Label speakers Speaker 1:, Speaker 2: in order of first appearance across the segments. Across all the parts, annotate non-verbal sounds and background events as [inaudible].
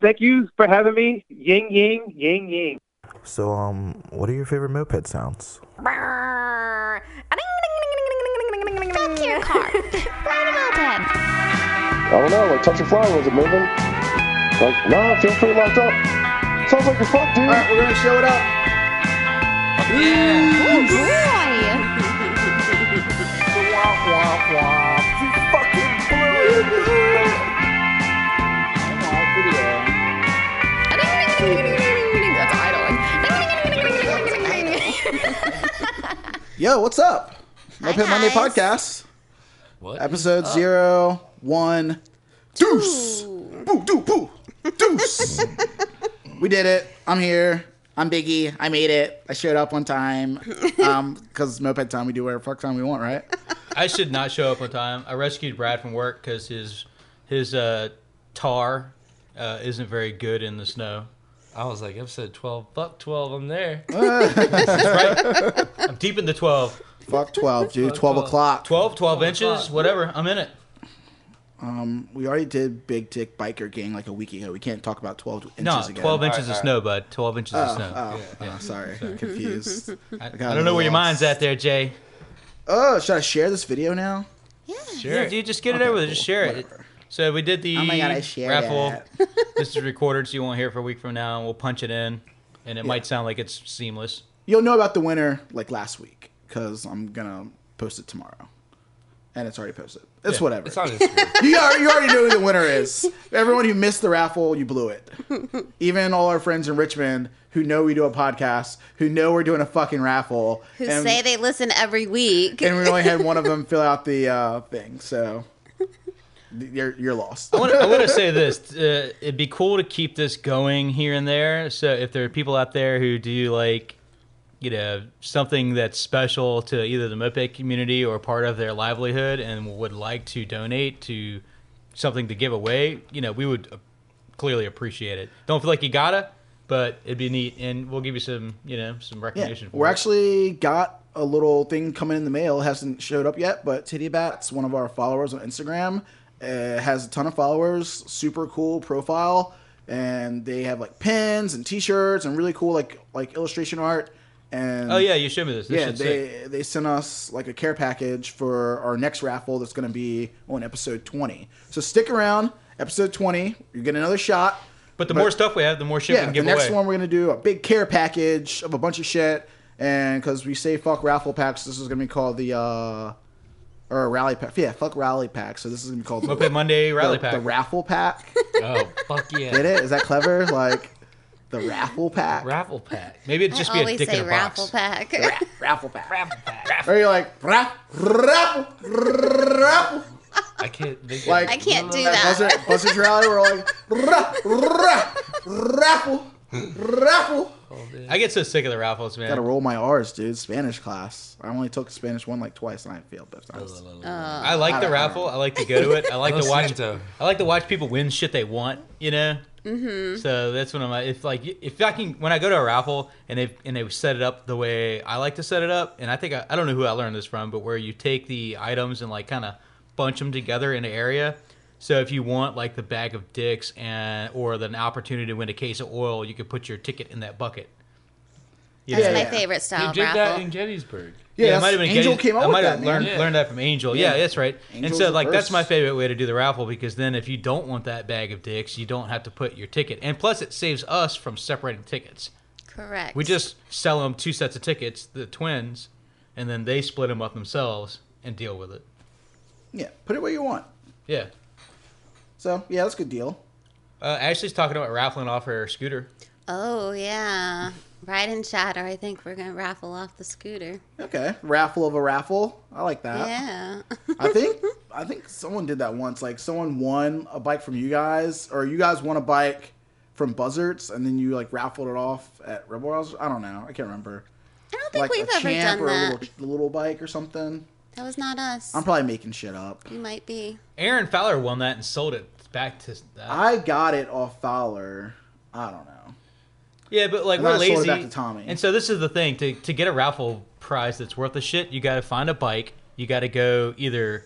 Speaker 1: Thank you for having me. Ying, ying, ying, ying.
Speaker 2: So, um, what are your favorite moped sounds?
Speaker 3: Fuck
Speaker 4: your car.
Speaker 3: Ride a moped.
Speaker 5: I don't know, like touch a flower, was it moving? Like, nah, feel pretty locked up. Sounds like you're fucked, dude.
Speaker 6: Alright, we're gonna show it up.
Speaker 3: Oh boy! That's idling.
Speaker 6: Yo, what's up? Moped Monday
Speaker 3: guys.
Speaker 6: podcast,
Speaker 7: What?
Speaker 6: episode zero, one, deuce, boo, doo, boo, deuce. we did it. I'm here. I'm Biggie. I made it. I showed up on time. Um, because moped time, we do whatever fuck time we want, right?
Speaker 7: I should not show up on time. I rescued Brad from work because his his uh, tar uh, isn't very good in the snow. I was like episode twelve, fuck twelve, I'm there. Right? I'm deep in the 12.
Speaker 6: Fuck twelve, dude. Twelve
Speaker 7: 12.
Speaker 6: o'clock.
Speaker 7: 12, 12 inches, whatever. I'm in it.
Speaker 6: We already did Big Dick Biker Gang like a week ago. We can't talk about twelve inches
Speaker 7: No,
Speaker 6: again.
Speaker 7: twelve inches of snow, bud. Twelve inches of snow.
Speaker 6: Oh, oh, sorry, confused.
Speaker 7: I,
Speaker 6: got
Speaker 7: I don't know where your
Speaker 6: lost.
Speaker 7: mind's at there, Jay.
Speaker 6: Oh, should I share this video now?
Speaker 7: Sure. Yeah, dude, just get it over with. Just share it. So we did the
Speaker 6: Oh my God, I shared
Speaker 7: raffle. this is recorded, so you won't hear it for a week from now. and We'll punch it in, and it might sound like it's seamless.
Speaker 6: You'll know about the winner like last week because I'm gonna post it tomorrow, and it's already posted. It's whatever.
Speaker 8: It's
Speaker 6: [laughs]
Speaker 8: on Instagram.
Speaker 6: you, are, you already know who the winner is. Everyone who missed the raffle, you blew it. Even all our friends in Richmond who know we do a podcast, who know we're doing a fucking raffle,
Speaker 4: Who
Speaker 6: and,
Speaker 4: say they listen every week.
Speaker 6: and we only had one of them fill out the uh, thing. So [laughs] you're you're lost.
Speaker 7: I want to I wanna say this. Uh, it'd be cool to keep this going here and there. So if there are people out there who do like, you know, something that's special to either the Moped community or part of their livelihood and would like to donate to something to give away, you know, we would uh, clearly appreciate it. Don't feel like you gotta, but it'd be neat. And we'll give you some, you know, some
Speaker 6: Yeah,
Speaker 7: recognition. for
Speaker 6: we're
Speaker 7: it.
Speaker 6: actually got a little thing coming in the mail. It hasn't showed up yet, but Titty Bats, one of our followers on Instagram, uh, has a ton of followers. Super cool profile, and they have like pins and T-shirts and really cool like like illustration art. And
Speaker 7: Oh, yeah, you showed me this. this
Speaker 6: yeah,
Speaker 7: shit's sick.
Speaker 6: they they sent us like a care package for our next raffle that's going to be on episode twenty. So stick around, episode twenty. You get another shot.
Speaker 7: But the
Speaker 6: but-
Speaker 7: more stuff we have, the more shit we
Speaker 6: Yeah,
Speaker 7: can
Speaker 6: the
Speaker 7: give
Speaker 6: next
Speaker 7: away.
Speaker 6: one we're gonna do a big care package of a bunch of shit, and because we say fuck raffle packs, this is gonna be called the uh, or a rally pack. Yeah, fuck rally pack. So this is gonna be called the,
Speaker 7: Moped Monday rally
Speaker 6: the,
Speaker 7: pack.
Speaker 6: the raffle pack.
Speaker 8: oh, fuck yeah.
Speaker 6: Get it? Is that clever?
Speaker 7: [laughs]
Speaker 6: Like the raffle pack.
Speaker 8: Raffle pack.
Speaker 7: Maybe it'd
Speaker 4: [laughs]
Speaker 7: just be a
Speaker 4: Always
Speaker 7: dick in
Speaker 4: say
Speaker 7: a
Speaker 4: raffle
Speaker 7: box.
Speaker 4: pack.
Speaker 6: raffle pack.
Speaker 8: Raffle pack.
Speaker 6: Or you're like "Ra- raffle raffle.
Speaker 8: I can't think of-
Speaker 6: Like
Speaker 4: I can't do
Speaker 6: at
Speaker 4: that.
Speaker 6: Buzzard, Buzzard's rally, we're
Speaker 4: [laughs]
Speaker 6: like "Ra- ra- raffle raffle.
Speaker 7: I get so sick of the raffles, man.
Speaker 6: Gotta roll my R's, dude. Spanish class. I only took Spanish one like twice, and I failed both times.
Speaker 7: I like the raffle. I like to go to it. I like
Speaker 8: Los
Speaker 7: to watch.
Speaker 8: Santo.
Speaker 7: I like to watch people win shit they want. You know. Mm-hmm. So that's one of my. If like if I can when I go to a raffle and they and they set it up the way I like to set it up, and I think I, I don't know who I learned this from, but where you take the items and like kind of bunch them together in an area. So if you want like the bag of dicks and or the opportunity to win a case of oil, you could put your ticket in that bucket. You
Speaker 4: That's
Speaker 7: know?
Speaker 4: [laughs] my
Speaker 6: yeah.
Speaker 4: favorite style
Speaker 8: You
Speaker 4: of
Speaker 8: did that
Speaker 4: raffle.
Speaker 8: in Gettysburg.
Speaker 7: Yeah, it might have been
Speaker 6: Angel
Speaker 7: Gettys-
Speaker 6: came up
Speaker 7: I
Speaker 6: with
Speaker 7: might
Speaker 6: that.
Speaker 7: have
Speaker 6: man.
Speaker 7: learned
Speaker 8: Yeah.
Speaker 7: learned that from Angel. Yeah,
Speaker 6: Yeah.
Speaker 7: that's right.
Speaker 6: Angel's
Speaker 7: and
Speaker 6: the
Speaker 7: so like that's my
Speaker 6: first.
Speaker 7: favorite way to do the raffle because then if you don't want that bag of dicks, you don't have to put your ticket. And plus, it saves us from separating tickets.
Speaker 4: Correct.
Speaker 7: We just sell them two sets of tickets, the twins, and then they split them up themselves and deal with it.
Speaker 6: Yeah, put it where you want.
Speaker 7: Yeah.
Speaker 6: So yeah, that's a good deal.
Speaker 7: Uh, Ashley's talking about raffling off her scooter.
Speaker 4: Oh yeah. Ride and shatter. I think we're gonna raffle off the scooter.
Speaker 6: Okay, raffle of a raffle. I like that.
Speaker 4: Yeah. [laughs]
Speaker 6: I think I think someone did that once. Like someone won a bike from you guys, or you guys won a bike from Buzzards, and then you like raffled it off at Rebel Rouse. I don't know. I can't remember.
Speaker 4: I don't think
Speaker 6: Like
Speaker 4: we've
Speaker 6: a
Speaker 4: ever
Speaker 6: champ
Speaker 4: done
Speaker 6: or a
Speaker 4: that.
Speaker 6: little, a little bike or something.
Speaker 4: That was not us.
Speaker 6: I'm probably making shit up.
Speaker 4: you might be.
Speaker 7: Aaron Fowler won that and sold it back to. Uh,
Speaker 6: I got it off Fowler. I don't know.
Speaker 7: Yeah, but like
Speaker 6: And
Speaker 7: we're
Speaker 6: I sold it
Speaker 7: lazy.
Speaker 6: back to Tommy.
Speaker 7: And so this is the thing: to to get a raffle prize that's worth a shit, you got to find a bike. You got to go either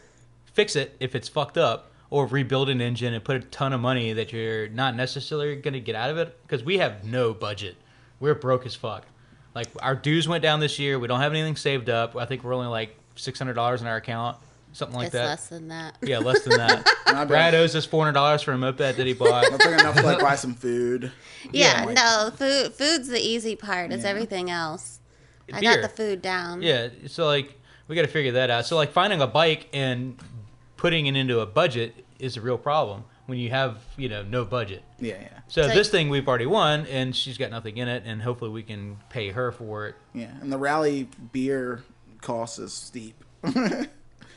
Speaker 7: fix it if it's fucked up, or rebuild an engine and put a ton of money that you're not necessarily going to get out of it because we have no budget. We're broke as fuck. Like our dues went down this year. We don't have anything saved up. I think we're only like six hundred dollars in our account, something like
Speaker 4: it's
Speaker 7: that.
Speaker 4: less than that. [laughs]
Speaker 7: Yeah, less than that.
Speaker 6: I
Speaker 7: Brad
Speaker 6: bet.
Speaker 7: owes us four hundred dollars for a moped that he bought.
Speaker 6: That's like enough to like buy some food.
Speaker 4: Yeah, no, food. Food's the easy part. It's everything else. I
Speaker 7: Beer.
Speaker 4: got the food down.
Speaker 7: Yeah, so like we got to figure that out. So like finding a bike and putting it into a budget is a real problem when you have you know no budget.
Speaker 6: Yeah, yeah,
Speaker 7: So
Speaker 4: So-
Speaker 7: this thing we've already won, and she's got nothing in it, and hopefully we can pay her for it.
Speaker 6: yeah. And the rally beer cost is steep. [laughs]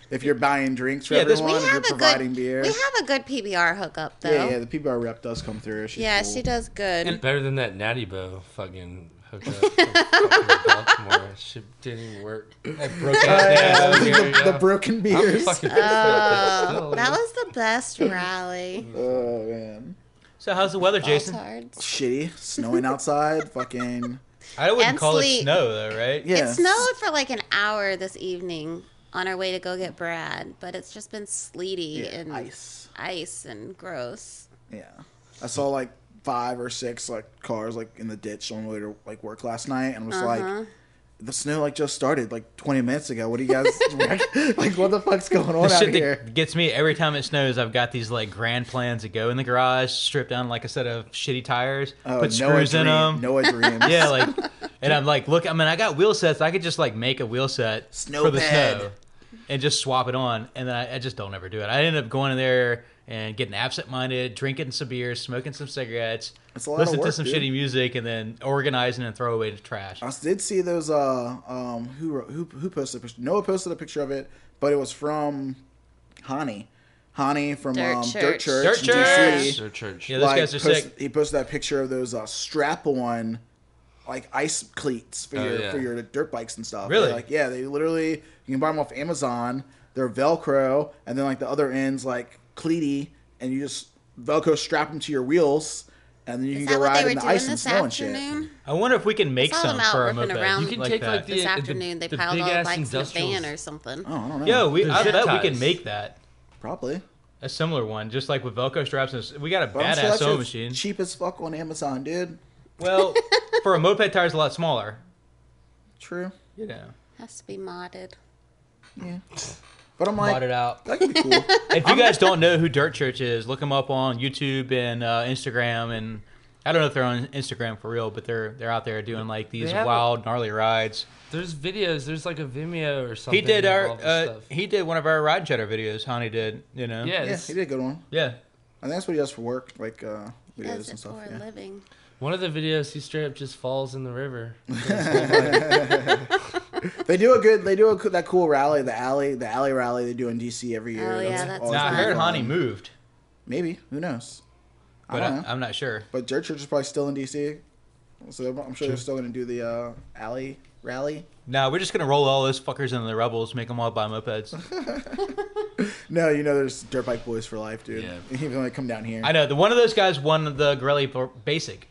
Speaker 6: if you're buying drinks for
Speaker 7: Yeah, this-
Speaker 6: everyone, if
Speaker 4: We
Speaker 6: you're
Speaker 4: have a
Speaker 6: providing
Speaker 4: good.
Speaker 6: beer.
Speaker 4: We have a good PBR hookup though.
Speaker 6: yeah,
Speaker 4: Yeah,
Speaker 6: yeah. The PBR rep does come through. She's cool.
Speaker 4: she does good.
Speaker 8: Better than that Natty Bow fucking hookup from fucking Baltimore. Shit didn't even work. I broke out
Speaker 6: Yeah,
Speaker 8: there.
Speaker 6: the, [laughs] the broken
Speaker 8: I'm
Speaker 6: beers.
Speaker 8: fucking pissed
Speaker 4: Oh.
Speaker 8: about that.
Speaker 4: that was the best rally.
Speaker 6: Oh man,
Speaker 7: So how's the weather,
Speaker 4: It's
Speaker 7: Jason?
Speaker 4: hard.
Speaker 6: shitty, snowing
Speaker 4: [laughs]
Speaker 6: outside. fucking
Speaker 7: I wouldn't
Speaker 4: And
Speaker 7: call
Speaker 4: sleep.
Speaker 7: it snow though, right?
Speaker 6: yeah.
Speaker 4: It snowed for like an hour this evening on our way to go get Brad, but it's just been sleety
Speaker 6: Yeah,
Speaker 4: and
Speaker 6: ice.
Speaker 4: ice and gross.
Speaker 6: Yeah, I saw like five or six like cars like in the ditch on the way to like work last night, and was
Speaker 4: Uh-huh.
Speaker 6: like, the snow like just started like 20 minutes ago. What do you
Speaker 4: [laughs]
Speaker 6: guys [laughs] like? What the fuck's going on
Speaker 7: The
Speaker 6: out
Speaker 7: shit
Speaker 6: here?
Speaker 7: that gets me every time it snows. I've got these like grand plans to go in the garage, strip down like a set of shitty tires,
Speaker 6: Oh,
Speaker 7: put
Speaker 6: Noah
Speaker 7: screws in
Speaker 6: dream-
Speaker 7: them.
Speaker 6: Noah dreams.
Speaker 7: [laughs] Yeah, like, and I'm like, look, I mean, I got wheel sets. I could just like make a wheel set
Speaker 6: Snow
Speaker 7: for the
Speaker 6: bed.
Speaker 7: snow and just swap it on. And then I, I just don't ever do it. I end up going in there and getting absent-minded, drinking some beer, smoking some cigarettes,
Speaker 6: It's a lot of
Speaker 7: listening to
Speaker 6: work,
Speaker 7: some
Speaker 6: dude.
Speaker 7: shitty music, and then organizing and throw away the trash.
Speaker 6: I did see those. Uh, um, who wrote, who who posted a picture? Noah posted a picture of it, but it was from Hani, Hani from
Speaker 4: Dirt
Speaker 6: um, Dirt
Speaker 4: Church.
Speaker 6: Church.
Speaker 7: Dirt
Speaker 6: in
Speaker 7: Church.
Speaker 6: DC.
Speaker 8: Their church.
Speaker 7: Yeah, those
Speaker 6: like,
Speaker 7: guys are
Speaker 6: post-
Speaker 7: sick.
Speaker 6: He posted that picture of those uh, strap-on, like ice cleats for
Speaker 8: Oh,
Speaker 6: your
Speaker 8: yeah.
Speaker 6: for your dirt bikes and stuff.
Speaker 7: Really?
Speaker 6: They're like yeah, they literally you can buy them off Amazon. They're Velcro, and then like the other ends like cleaty, and you just Velcro strap them to your wheels, and then you
Speaker 4: Is
Speaker 6: can
Speaker 4: that
Speaker 6: go
Speaker 4: what
Speaker 6: ride
Speaker 4: they
Speaker 6: in
Speaker 4: were
Speaker 6: the
Speaker 4: doing
Speaker 6: ice and
Speaker 4: this
Speaker 6: snow and shit.
Speaker 4: afternoon?
Speaker 7: I wonder if we can make
Speaker 4: saw them
Speaker 7: some
Speaker 4: out
Speaker 7: for a
Speaker 4: ripping
Speaker 7: moped.
Speaker 4: around
Speaker 8: You can
Speaker 7: like
Speaker 8: take
Speaker 7: that.
Speaker 8: like the
Speaker 4: This
Speaker 8: the-
Speaker 4: afternoon, they
Speaker 8: the
Speaker 4: piled all the
Speaker 8: big-ass
Speaker 4: bikes in a
Speaker 8: industrials.
Speaker 4: van or something.
Speaker 6: Oh, I don't know.
Speaker 7: Yo, we,
Speaker 8: The
Speaker 7: I
Speaker 8: zip
Speaker 7: bet we can
Speaker 8: ties.
Speaker 7: make that.
Speaker 6: probably.
Speaker 7: A similar one, just like with Velcro straps. And, we got a
Speaker 6: But I'm sure
Speaker 7: badass
Speaker 6: that
Speaker 7: sewing
Speaker 6: shit's
Speaker 7: machine.
Speaker 6: Cheap as fuck on Amazon, dude. [laughs]
Speaker 7: Well, for a moped tire, it's a lot smaller.
Speaker 6: True.
Speaker 7: You know,
Speaker 4: Has to be modded.
Speaker 6: But I'm
Speaker 7: bought it
Speaker 6: like,
Speaker 7: out.
Speaker 6: that could be
Speaker 7: [laughs]
Speaker 6: cool.
Speaker 7: If you guys don't know who Dirt Church is, look them up on YouTube and uh, Instagram. And I don't know if they're on Instagram for real, but they're they're out there doing like these
Speaker 8: have a-
Speaker 7: wild, gnarly rides.
Speaker 8: There's videos. There's like a Vimeo or something.
Speaker 7: He did
Speaker 8: of
Speaker 7: our
Speaker 8: all this
Speaker 7: uh,
Speaker 8: stuff.
Speaker 7: he did one of our ride cheddar videos. Hani did, you know.
Speaker 8: yeah,
Speaker 6: yeah,
Speaker 8: this-
Speaker 6: he did a good one.
Speaker 7: Yeah.
Speaker 6: I think that's what he does for work, like uh, videos
Speaker 4: Does it
Speaker 6: and stuff.
Speaker 4: for
Speaker 6: Yeah.
Speaker 4: a living.
Speaker 8: one of the videos he straight up just falls in the river.
Speaker 6: They do a good. They do a, that cool rally, the alley, the alley rally they do in DC every year.
Speaker 4: Oh, yeah, that's
Speaker 6: always
Speaker 7: Now I
Speaker 4: fun.
Speaker 6: really
Speaker 7: heard
Speaker 6: fun.
Speaker 7: Hani moved,
Speaker 6: Maybe who knows? I
Speaker 7: but
Speaker 6: don't
Speaker 7: I,
Speaker 6: know.
Speaker 7: I'm not sure.
Speaker 6: but Dirt Church is probably still in DC, so I'm I'm sure they're still going to do the uh, alley rally.
Speaker 7: No, we're just gonna roll all those fuckers into the rebels, make them all buy mopeds.
Speaker 6: No, you know there's dirt bike boys for life, dude.
Speaker 8: Yeah.
Speaker 6: [laughs] Even when they come down here,
Speaker 7: I know the one of those guys won the Gorelli Br- Basic,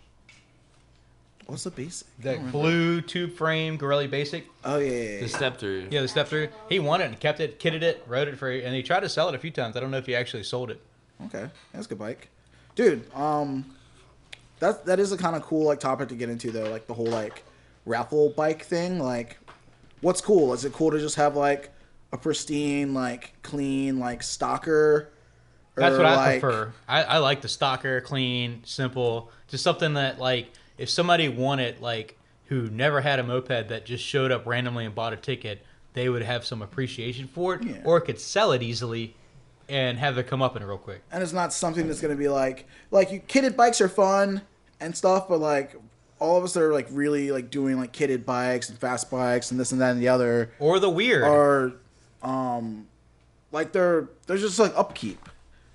Speaker 6: what's the basic? I
Speaker 7: the
Speaker 6: don't remember.
Speaker 7: blue tube frame Gorelli Basic.
Speaker 6: Oh yeah, yeah, yeah,
Speaker 8: The
Speaker 6: yeah.
Speaker 8: step through.
Speaker 7: Yeah, the step through. He won it and kept it, kitted it, rode it for, and he tried to sell it a few times. I don't know if he actually sold it.
Speaker 6: Okay, that's a good bike, dude. Um, that that is a kind of cool like topic to get into though, like the whole like raffle bike thing. Like, what's cool? Is it cool to just have like a pristine, like clean, like stalker?
Speaker 7: That's
Speaker 6: Or,
Speaker 7: what I
Speaker 6: like-
Speaker 7: prefer. I, I like the stalker, clean, simple, just something that like if somebody wanted like who never had a moped that just showed up randomly and bought a ticket, they would have some appreciation for it, or could sell it easily and have their come up in real quick.
Speaker 6: And it's not something that's gonna be like like you kitted bikes are fun and stuff, but like all of us that are like really like doing like kitted bikes and fast bikes and this and that and the other
Speaker 7: Or the weird.
Speaker 6: are um like they're they're just like upkeep.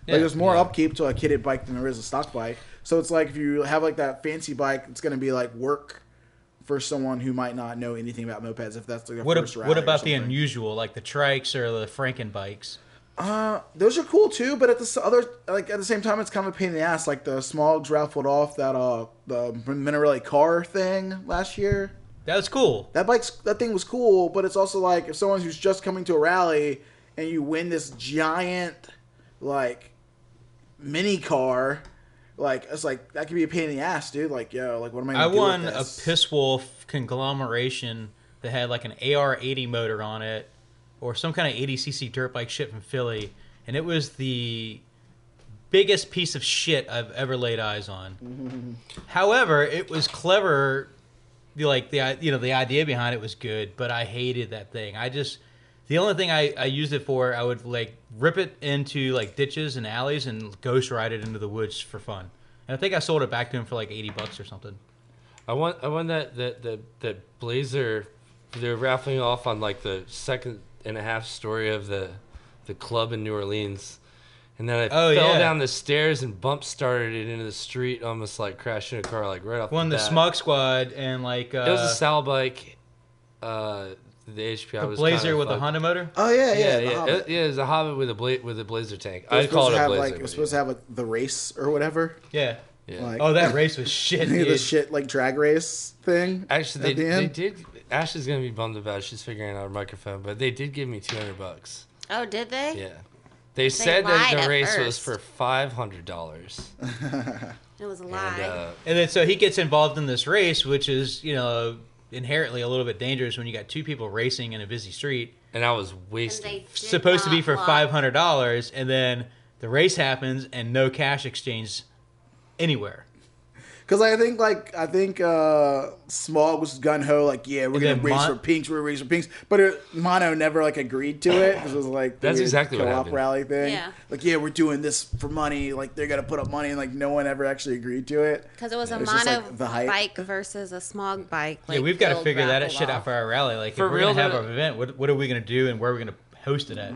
Speaker 7: Yeah,
Speaker 6: like there's more
Speaker 7: yeah.
Speaker 6: upkeep to a kitted bike than there is a stock bike. So it's like if you have like that fancy bike, it's gonna be like work for someone who might not know anything about mopeds if that's like their
Speaker 7: what,
Speaker 6: first
Speaker 7: ab-
Speaker 6: rally
Speaker 7: what
Speaker 6: or
Speaker 7: about the
Speaker 6: something.
Speaker 7: unusual, like the trikes or the Franken bikes?
Speaker 6: Those are cool too, but at the s- other like at the same time, it's kind of a pain in the ass. Like the Smogs raffled off that uh the Minarelli car thing last year.
Speaker 7: That was cool.
Speaker 6: That bike's that thing was cool, but it's also like if someone who's just coming to a rally and you win this giant like mini car. Like it's like that could be a pain in the ass, dude. Like yo, like what am I? Gonna
Speaker 7: I
Speaker 6: do with
Speaker 7: won a
Speaker 6: this?
Speaker 7: Piss Wolf conglomeration that had like an AR80 motor on it, or some kind of 80cc dirt bike shit from Philly, and it was the biggest piece of shit I've ever laid eyes on.
Speaker 6: [laughs]
Speaker 7: However, it was clever. the- Like the i- you know the idea behind it was good, but I hated that thing. I just the only thing I, I used it for, I would like rip it into like ditches and alleys and ghost ride it into the woods for fun. And I think I sold it back to him for like eighty bucks or something.
Speaker 8: I want I want that that that that blazer. They're raffling off on like the second and a half story of the the club in New Orleans, and then I
Speaker 7: Oh,
Speaker 8: fell
Speaker 7: yeah.
Speaker 8: down the stairs and bump started it into the street, almost like crashing a car like right off.
Speaker 7: One the
Speaker 8: bat.
Speaker 7: Smug Squad and like uh,
Speaker 8: It was a Sal bike. Uh, the HPI
Speaker 7: the
Speaker 8: was
Speaker 7: Blazer
Speaker 8: kinda
Speaker 7: with a
Speaker 8: fucked.
Speaker 7: Honda motor.
Speaker 6: Oh yeah, yeah.
Speaker 8: Yeah, yeah, it, yeah. It was a Hobbit with a bla- with a blazer tank. I
Speaker 6: I
Speaker 8: call it
Speaker 6: to
Speaker 8: a
Speaker 6: have
Speaker 8: blazer.
Speaker 6: like it was supposed to have like the race or whatever.
Speaker 7: Yeah.
Speaker 8: Yeah.
Speaker 6: Like
Speaker 7: Oh, that race was shit.
Speaker 6: [laughs] the
Speaker 7: dude.
Speaker 6: shit like drag race thing.
Speaker 8: Actually,
Speaker 6: at
Speaker 8: they,
Speaker 6: the
Speaker 8: they
Speaker 6: end.
Speaker 8: did. Ash is gonna be bummed about. It. She's figuring out her microphone, but they did give me two hundred bucks.
Speaker 4: Oh, did they?
Speaker 8: Yeah. They said that
Speaker 4: lied
Speaker 8: the
Speaker 4: at
Speaker 8: race was
Speaker 4: first.
Speaker 8: for five hundred dollars.
Speaker 4: It was a
Speaker 8: And
Speaker 4: lie.
Speaker 8: uh,
Speaker 7: And then so he gets involved in this race, which is you know inherently a little bit dangerous when you got two people racing in a busy street,
Speaker 8: and I was
Speaker 4: and they
Speaker 8: wasted.
Speaker 4: did
Speaker 7: supposed to be
Speaker 4: not
Speaker 7: for
Speaker 4: lie.
Speaker 7: five hundred dollars, and then the race happens and no cash exchange anywhere.
Speaker 6: Because I think like I think uh Smog was gun ho like yeah we're
Speaker 7: And
Speaker 6: gonna
Speaker 7: then
Speaker 6: race
Speaker 7: Mon-
Speaker 6: for pinks we're gonna race for pinks but it, Mono never like agreed to it 'cause it was like the
Speaker 8: That's
Speaker 6: weird
Speaker 8: exactly what
Speaker 6: co-op
Speaker 8: happened.
Speaker 6: rally thing
Speaker 4: Yeah.
Speaker 6: like yeah we're doing this for money like they're gonna put up money and like no one ever actually agreed to it
Speaker 4: Because it was a
Speaker 6: It's just,
Speaker 4: mono
Speaker 6: like, the hype.
Speaker 4: bike versus a smog bike.
Speaker 7: yeah,
Speaker 4: like,
Speaker 7: we've got to
Speaker 4: build
Speaker 7: figure that
Speaker 4: raffle
Speaker 7: shit out
Speaker 4: off.
Speaker 7: for our rally. Like,
Speaker 8: For
Speaker 7: if we're
Speaker 8: real,
Speaker 7: gonna have
Speaker 8: though-
Speaker 7: our event, what, what are we gonna do and where are we gonna host it at?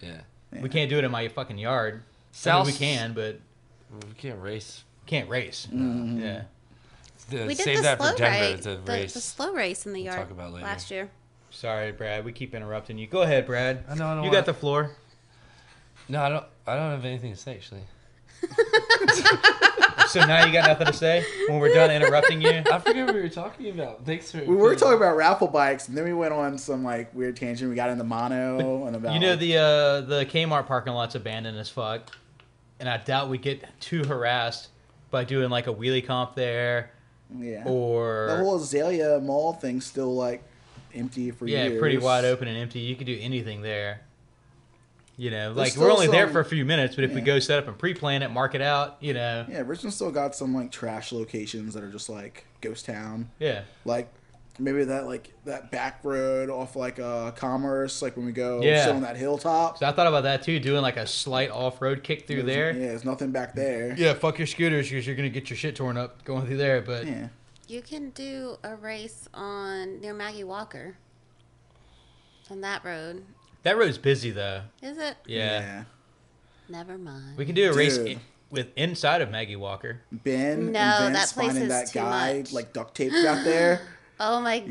Speaker 8: Yeah.
Speaker 7: We can't do it in my fucking yard. I
Speaker 8: Sal-
Speaker 7: mean, we can, but
Speaker 8: We can't race.
Speaker 7: can't race.
Speaker 6: Mm-hmm.
Speaker 7: Yeah.
Speaker 8: The-
Speaker 4: We did
Speaker 8: save
Speaker 4: the
Speaker 8: that
Speaker 4: slow
Speaker 8: for Denver.
Speaker 4: race.
Speaker 8: It's a
Speaker 4: the,
Speaker 8: race.
Speaker 4: the slow race in the yard
Speaker 8: talk about later.
Speaker 4: last year.
Speaker 7: Sorry, Brad. We keep interrupting you. Go ahead, Brad.
Speaker 8: I know, I don't
Speaker 7: you
Speaker 8: wanna-
Speaker 7: got the floor.
Speaker 8: no, I don't. I don't have anything to say actually.
Speaker 7: So now you got nothing to say
Speaker 6: [laughs]
Speaker 7: when we're done interrupting you.
Speaker 8: I forget what we were talking about. Thanks for.
Speaker 6: [laughs] we were talking about raffle bikes and then we went on some like weird tangent we got into Mono and about
Speaker 7: You know
Speaker 6: like,
Speaker 7: the uh, the Kmart parking lot's abandoned as fuck, and I doubt we get too harassed by doing like a wheelie comp there
Speaker 6: yeah the
Speaker 7: or
Speaker 6: whole Azalea Mall thing still like empty for
Speaker 7: yeah,
Speaker 6: years
Speaker 7: pretty wide open and empty. You could do anything there. You know, like
Speaker 6: still
Speaker 7: we're only there
Speaker 6: some-
Speaker 7: for a few minutes, but if we
Speaker 6: yeah.
Speaker 7: go set up and pre-plan it, mark it out, you know,
Speaker 6: yeah Richmond still got some like trash locations that are just like ghost town.
Speaker 7: yeah.
Speaker 6: like maybe that like that back road off like uh commerce like when we go
Speaker 7: Yeah.
Speaker 6: sit on that hilltop
Speaker 7: So I thought about that too, doing like a slight off-road kick through there.
Speaker 6: yeah there's nothing back there
Speaker 7: Yeah, fuck your scooters because you're gonna get your shit torn up going through there. But
Speaker 6: yeah
Speaker 4: You can do a race on near Maggie Walker. On that road,
Speaker 7: that road's busy though.
Speaker 4: is it?
Speaker 7: Yeah.
Speaker 4: Never mind.
Speaker 7: we can do a race
Speaker 6: Dude.
Speaker 7: i- with inside of Maggie Walker.
Speaker 6: ben
Speaker 4: No,
Speaker 6: and Vince
Speaker 4: that place
Speaker 6: finding
Speaker 4: is
Speaker 6: that
Speaker 4: too
Speaker 6: guy
Speaker 4: much.
Speaker 6: like duct taped out
Speaker 4: [gasps]
Speaker 6: there
Speaker 4: oh my god!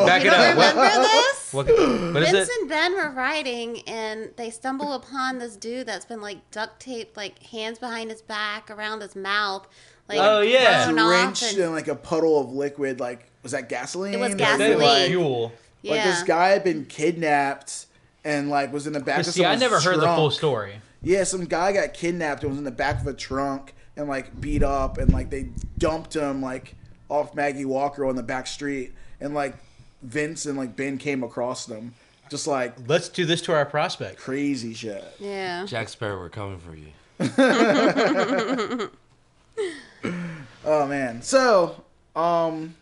Speaker 7: What, what, what, what? Back
Speaker 4: you
Speaker 7: it
Speaker 4: don't
Speaker 7: up. What-
Speaker 4: remember
Speaker 6: [laughs]
Speaker 4: this?
Speaker 7: What, what is
Speaker 4: Vince
Speaker 7: it?
Speaker 4: and Ben were riding, and they stumble upon this dude that's been like duct taped, like hands behind his back, around his mouth, like
Speaker 7: Oh, yeah.
Speaker 4: thrown off,
Speaker 6: drenched
Speaker 4: and-
Speaker 6: in like a puddle of liquid like was that gasoline
Speaker 4: It was
Speaker 6: Or
Speaker 7: That
Speaker 4: gasoline.
Speaker 7: was
Speaker 6: like,
Speaker 7: fuel.
Speaker 4: yeah.
Speaker 6: like, this guy had been kidnapped and like was in the back of
Speaker 7: See, I
Speaker 6: someone's
Speaker 7: never heard the full
Speaker 6: trunk.
Speaker 7: story.
Speaker 6: Yeah, some guy got kidnapped and was in the back of a trunk and like beat up and like they dumped him like off Maggie Walker on the back street and like Vince and like Ben came across them. Just like
Speaker 7: Let's do this to our prospect.
Speaker 6: crazy shit.
Speaker 4: yeah.
Speaker 8: Jack Sparrow. We're coming for you.
Speaker 6: Oh man. So, um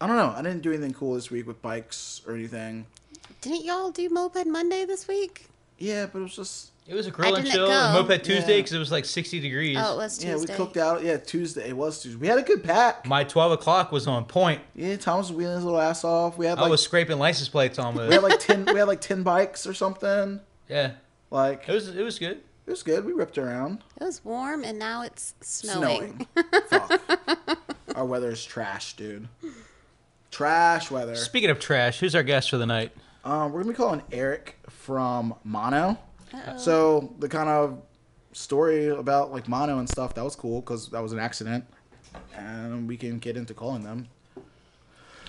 Speaker 6: I don't know. I didn't do anything cool this week with bikes or anything.
Speaker 4: Didn't y'all do Moped Monday this week?
Speaker 6: Yeah, but it was just
Speaker 7: It was a grill and
Speaker 4: didn't
Speaker 7: chill
Speaker 4: go.
Speaker 7: moped Tuesday
Speaker 6: Yeah.
Speaker 7: because it was like 60 degrees.
Speaker 4: Oh, it was Tuesday.
Speaker 6: yeah, we cooked out. Yeah, Tuesday. It was Tuesday. We had a good pack.
Speaker 7: My 12 o'clock was on point.
Speaker 6: Yeah, Thomas was wheeling his little ass off. We had
Speaker 7: I
Speaker 6: like
Speaker 7: was scraping license plates
Speaker 6: we
Speaker 4: [laughs]
Speaker 6: had
Speaker 7: almost.
Speaker 6: like ten we had like ten bikes or something.
Speaker 7: yeah,
Speaker 6: Like
Speaker 7: it was it was good.
Speaker 6: It was good. We ripped around.
Speaker 4: It was warm, and now it's snowing. [laughs]
Speaker 6: Snowing. Fuck. Our weather is trash, dude. Trash weather.
Speaker 7: Speaking of trash, who's our guest for the night?
Speaker 6: Um, we're gonna be calling Eric from Mono. So the kind of story about like Mono and stuff that was cool because that was an accident, and we can get into calling them.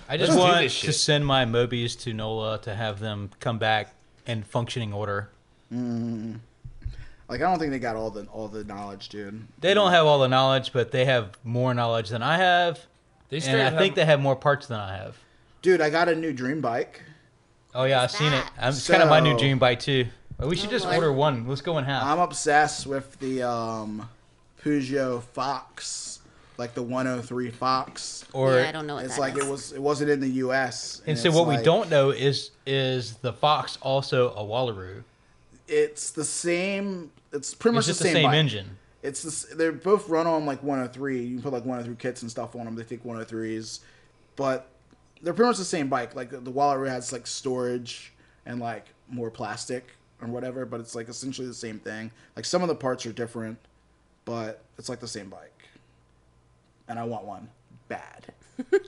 Speaker 7: I just
Speaker 8: do
Speaker 7: want
Speaker 8: this
Speaker 7: to
Speaker 8: shit.
Speaker 7: send my Mobies to Nola to have them come back in functioning order.
Speaker 6: Like I don't think they got all the all the knowledge, dude.
Speaker 7: They don't have all the knowledge, but they have more knowledge than I have,
Speaker 8: They
Speaker 7: and
Speaker 8: straight
Speaker 7: I
Speaker 8: up
Speaker 7: think
Speaker 8: have-
Speaker 7: they have more parts than I have.
Speaker 6: Dude, I got a new dream bike.
Speaker 7: Oh yeah, I've
Speaker 4: What's
Speaker 7: seen it.
Speaker 4: that?
Speaker 7: Um,
Speaker 4: Oh,
Speaker 7: It's kind of my new
Speaker 6: So-
Speaker 7: dream bike too. But We should just
Speaker 4: Lord.
Speaker 7: order one. Let's go in half.
Speaker 6: I'm obsessed with the um, Peugeot Fox, like the 103 Fox.
Speaker 7: or
Speaker 4: yeah, I don't know what
Speaker 6: It's
Speaker 4: that
Speaker 6: like
Speaker 4: is.
Speaker 6: it was it wasn't in the U.S.
Speaker 7: and so
Speaker 6: it's
Speaker 7: what we
Speaker 6: like-
Speaker 7: don't know is is the fox also a Wallaroo?
Speaker 6: It's the same. It's pretty much
Speaker 7: It's just
Speaker 6: the same, bike.
Speaker 7: engine.
Speaker 6: It's the, s- they're both run on like 103. You can put like 103 kits and stuff on them. They take 103s, but they're pretty much the same bike. Like the Wallaroo has like storage and like more plastic or whatever, but it's like essentially the same thing. Like some of the parts are different, but it's like the same bike. And I want one bad.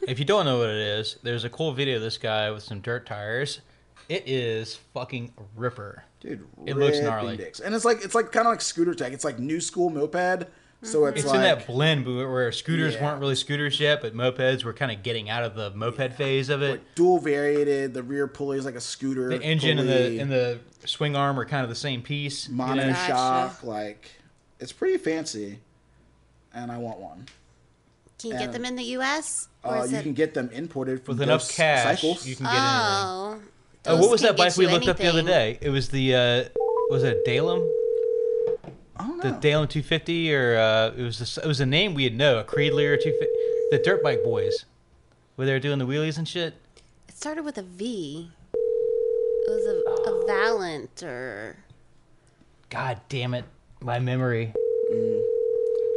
Speaker 7: If you don't know what it is, there's a cool video of this guy with some dirt tires. It is fucking ripper.
Speaker 6: Dude,
Speaker 7: It looks
Speaker 6: ripping
Speaker 7: gnarly.
Speaker 6: dicks. and it's like it's like kind of like scooter tech. It's like new school moped,
Speaker 4: Mm-hmm.
Speaker 6: so it's,
Speaker 7: It's
Speaker 6: like
Speaker 7: in that blend where where scooters
Speaker 6: Yeah.
Speaker 7: weren't really scooters yet, but mopeds were kind of getting out of the moped phase of it.
Speaker 6: dual variated. The rear pulley is like a scooter.
Speaker 7: The engine and the
Speaker 6: pulley.
Speaker 7: and the swing arm are kind of the same piece. you know?
Speaker 6: mono
Speaker 4: Gotcha.
Speaker 6: shock. Like, it's pretty fancy, and I want one.
Speaker 4: Can you get them in the U.S. or
Speaker 6: Uh,
Speaker 4: is
Speaker 6: you
Speaker 4: it?
Speaker 6: can get them imported from
Speaker 7: With enough
Speaker 6: those
Speaker 7: cash,
Speaker 6: cycles.
Speaker 7: you can get anything.
Speaker 4: oh,
Speaker 7: Oh,
Speaker 4: those
Speaker 7: what was
Speaker 4: can
Speaker 7: that
Speaker 4: get
Speaker 7: bike we
Speaker 4: you
Speaker 7: looked up the other
Speaker 4: anything.
Speaker 7: day? It was the uh, was it Dalem,
Speaker 6: I don't
Speaker 7: the
Speaker 6: know.
Speaker 7: Dalem 250, or uh, it was the, it was a name we had know, a Creedler or 250, the dirt bike boys, where they were doing the wheelies and shit.
Speaker 4: It started with a V. It was a, a Valent or
Speaker 7: God damn it, my memory.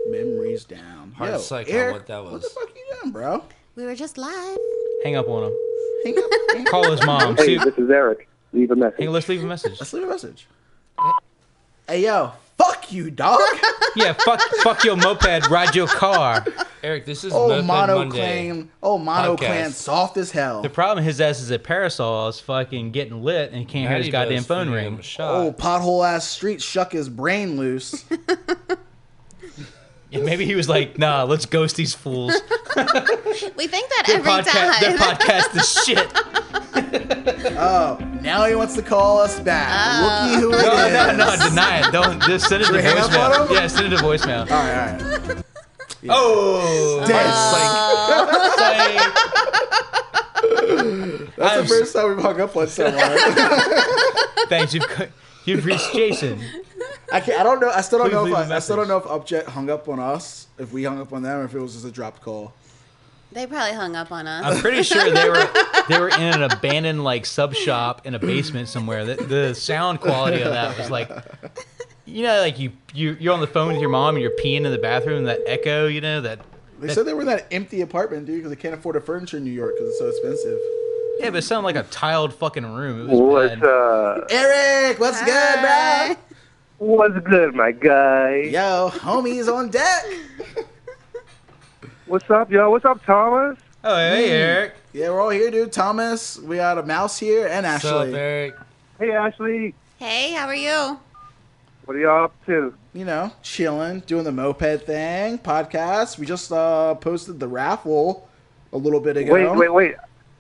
Speaker 6: Memories down.
Speaker 8: Hard
Speaker 6: Yo,
Speaker 8: psych on
Speaker 6: Eric,
Speaker 8: what that
Speaker 6: What
Speaker 8: was.
Speaker 6: the fuck you doing, bro?
Speaker 4: we were just live.
Speaker 7: Hang up on him.
Speaker 6: Hang up.
Speaker 7: [laughs]
Speaker 6: hang up.
Speaker 7: Call his mom.
Speaker 5: Hey,
Speaker 7: See,
Speaker 5: this is Eric. Leave a message.
Speaker 7: hey, let's leave a message.
Speaker 6: Let's leave a message. Hey yo, fuck you,
Speaker 7: [laughs]
Speaker 6: dog.
Speaker 7: Yeah, fuck, fuck your moped, ride your car.
Speaker 8: Eric, this is
Speaker 6: oh
Speaker 8: Moped Monday.
Speaker 6: monoclan. Oh monoclan,
Speaker 8: Podcast.
Speaker 6: soft as hell.
Speaker 7: The problem his ass is at Parasol's fucking getting lit and he can't hear his goddamn
Speaker 8: Maddie Buzz
Speaker 7: phone
Speaker 8: threw him
Speaker 7: ring.
Speaker 8: a shot.
Speaker 6: Oh pothole ass street shuck his brain loose. [laughs]
Speaker 7: And maybe he was like, nah, let's ghost these fools.
Speaker 4: We think that
Speaker 7: Their
Speaker 4: [laughs] every
Speaker 7: podcast, their
Speaker 4: time.
Speaker 7: [laughs] podcast
Speaker 6: [laughs]
Speaker 7: is shit.
Speaker 6: Oh, now he wants to call us back. Looky who it
Speaker 7: No, no,
Speaker 6: is.
Speaker 7: no, deny it. Don't just send it to
Speaker 6: we hang up on
Speaker 7: voicemail.
Speaker 6: him?
Speaker 7: Yeah, send it
Speaker 6: [laughs]
Speaker 7: to voicemail.
Speaker 6: All right, all right.
Speaker 7: Oh,
Speaker 6: Dead.
Speaker 7: psych.
Speaker 6: [laughs] That's
Speaker 7: I'm
Speaker 6: the first time we've hung up on someone.
Speaker 7: Thanks, you've co- you've reached Jason.
Speaker 6: [laughs] I, can't, I don't know. I still don't
Speaker 7: Please
Speaker 6: know. If
Speaker 7: leave a
Speaker 6: I, I still don't know if
Speaker 7: message.
Speaker 6: Upjet hung up on us, if we hung up on them, or if it was just a dropped call.
Speaker 4: [laughs] they probably hung up on us.
Speaker 7: I'm pretty sure they were they were in an abandoned like sub shop in a basement somewhere. The, the sound quality of that was like, you know, like you you you're on the phone with your mom and you're peeing in the bathroom. That echo, you know that.
Speaker 6: They said they were in that empty apartment, dude, because they can't afford the furniture in New York because it's so expensive.
Speaker 7: Yeah, but it sounded like a tiled fucking room. It was
Speaker 1: What's
Speaker 7: bad.
Speaker 1: uh
Speaker 6: Eric, what's good,
Speaker 1: what's good, my guy?
Speaker 6: bro? Yo, homies on deck.
Speaker 1: What's up, yo? What's up, Thomas?
Speaker 7: Oh, hey, Eric.
Speaker 6: Yeah, we're all here, dude. Thomas, we got a mouse here, and
Speaker 8: What's up,
Speaker 6: Ashley.
Speaker 8: Eric?
Speaker 1: Hey Ashley.
Speaker 4: Hey, how are you?
Speaker 1: What are y'all up to?
Speaker 6: you know, chilling, doing the moped thing, podcast. We just uh, posted the raffle a little bit ago.
Speaker 1: Wait, wait, wait.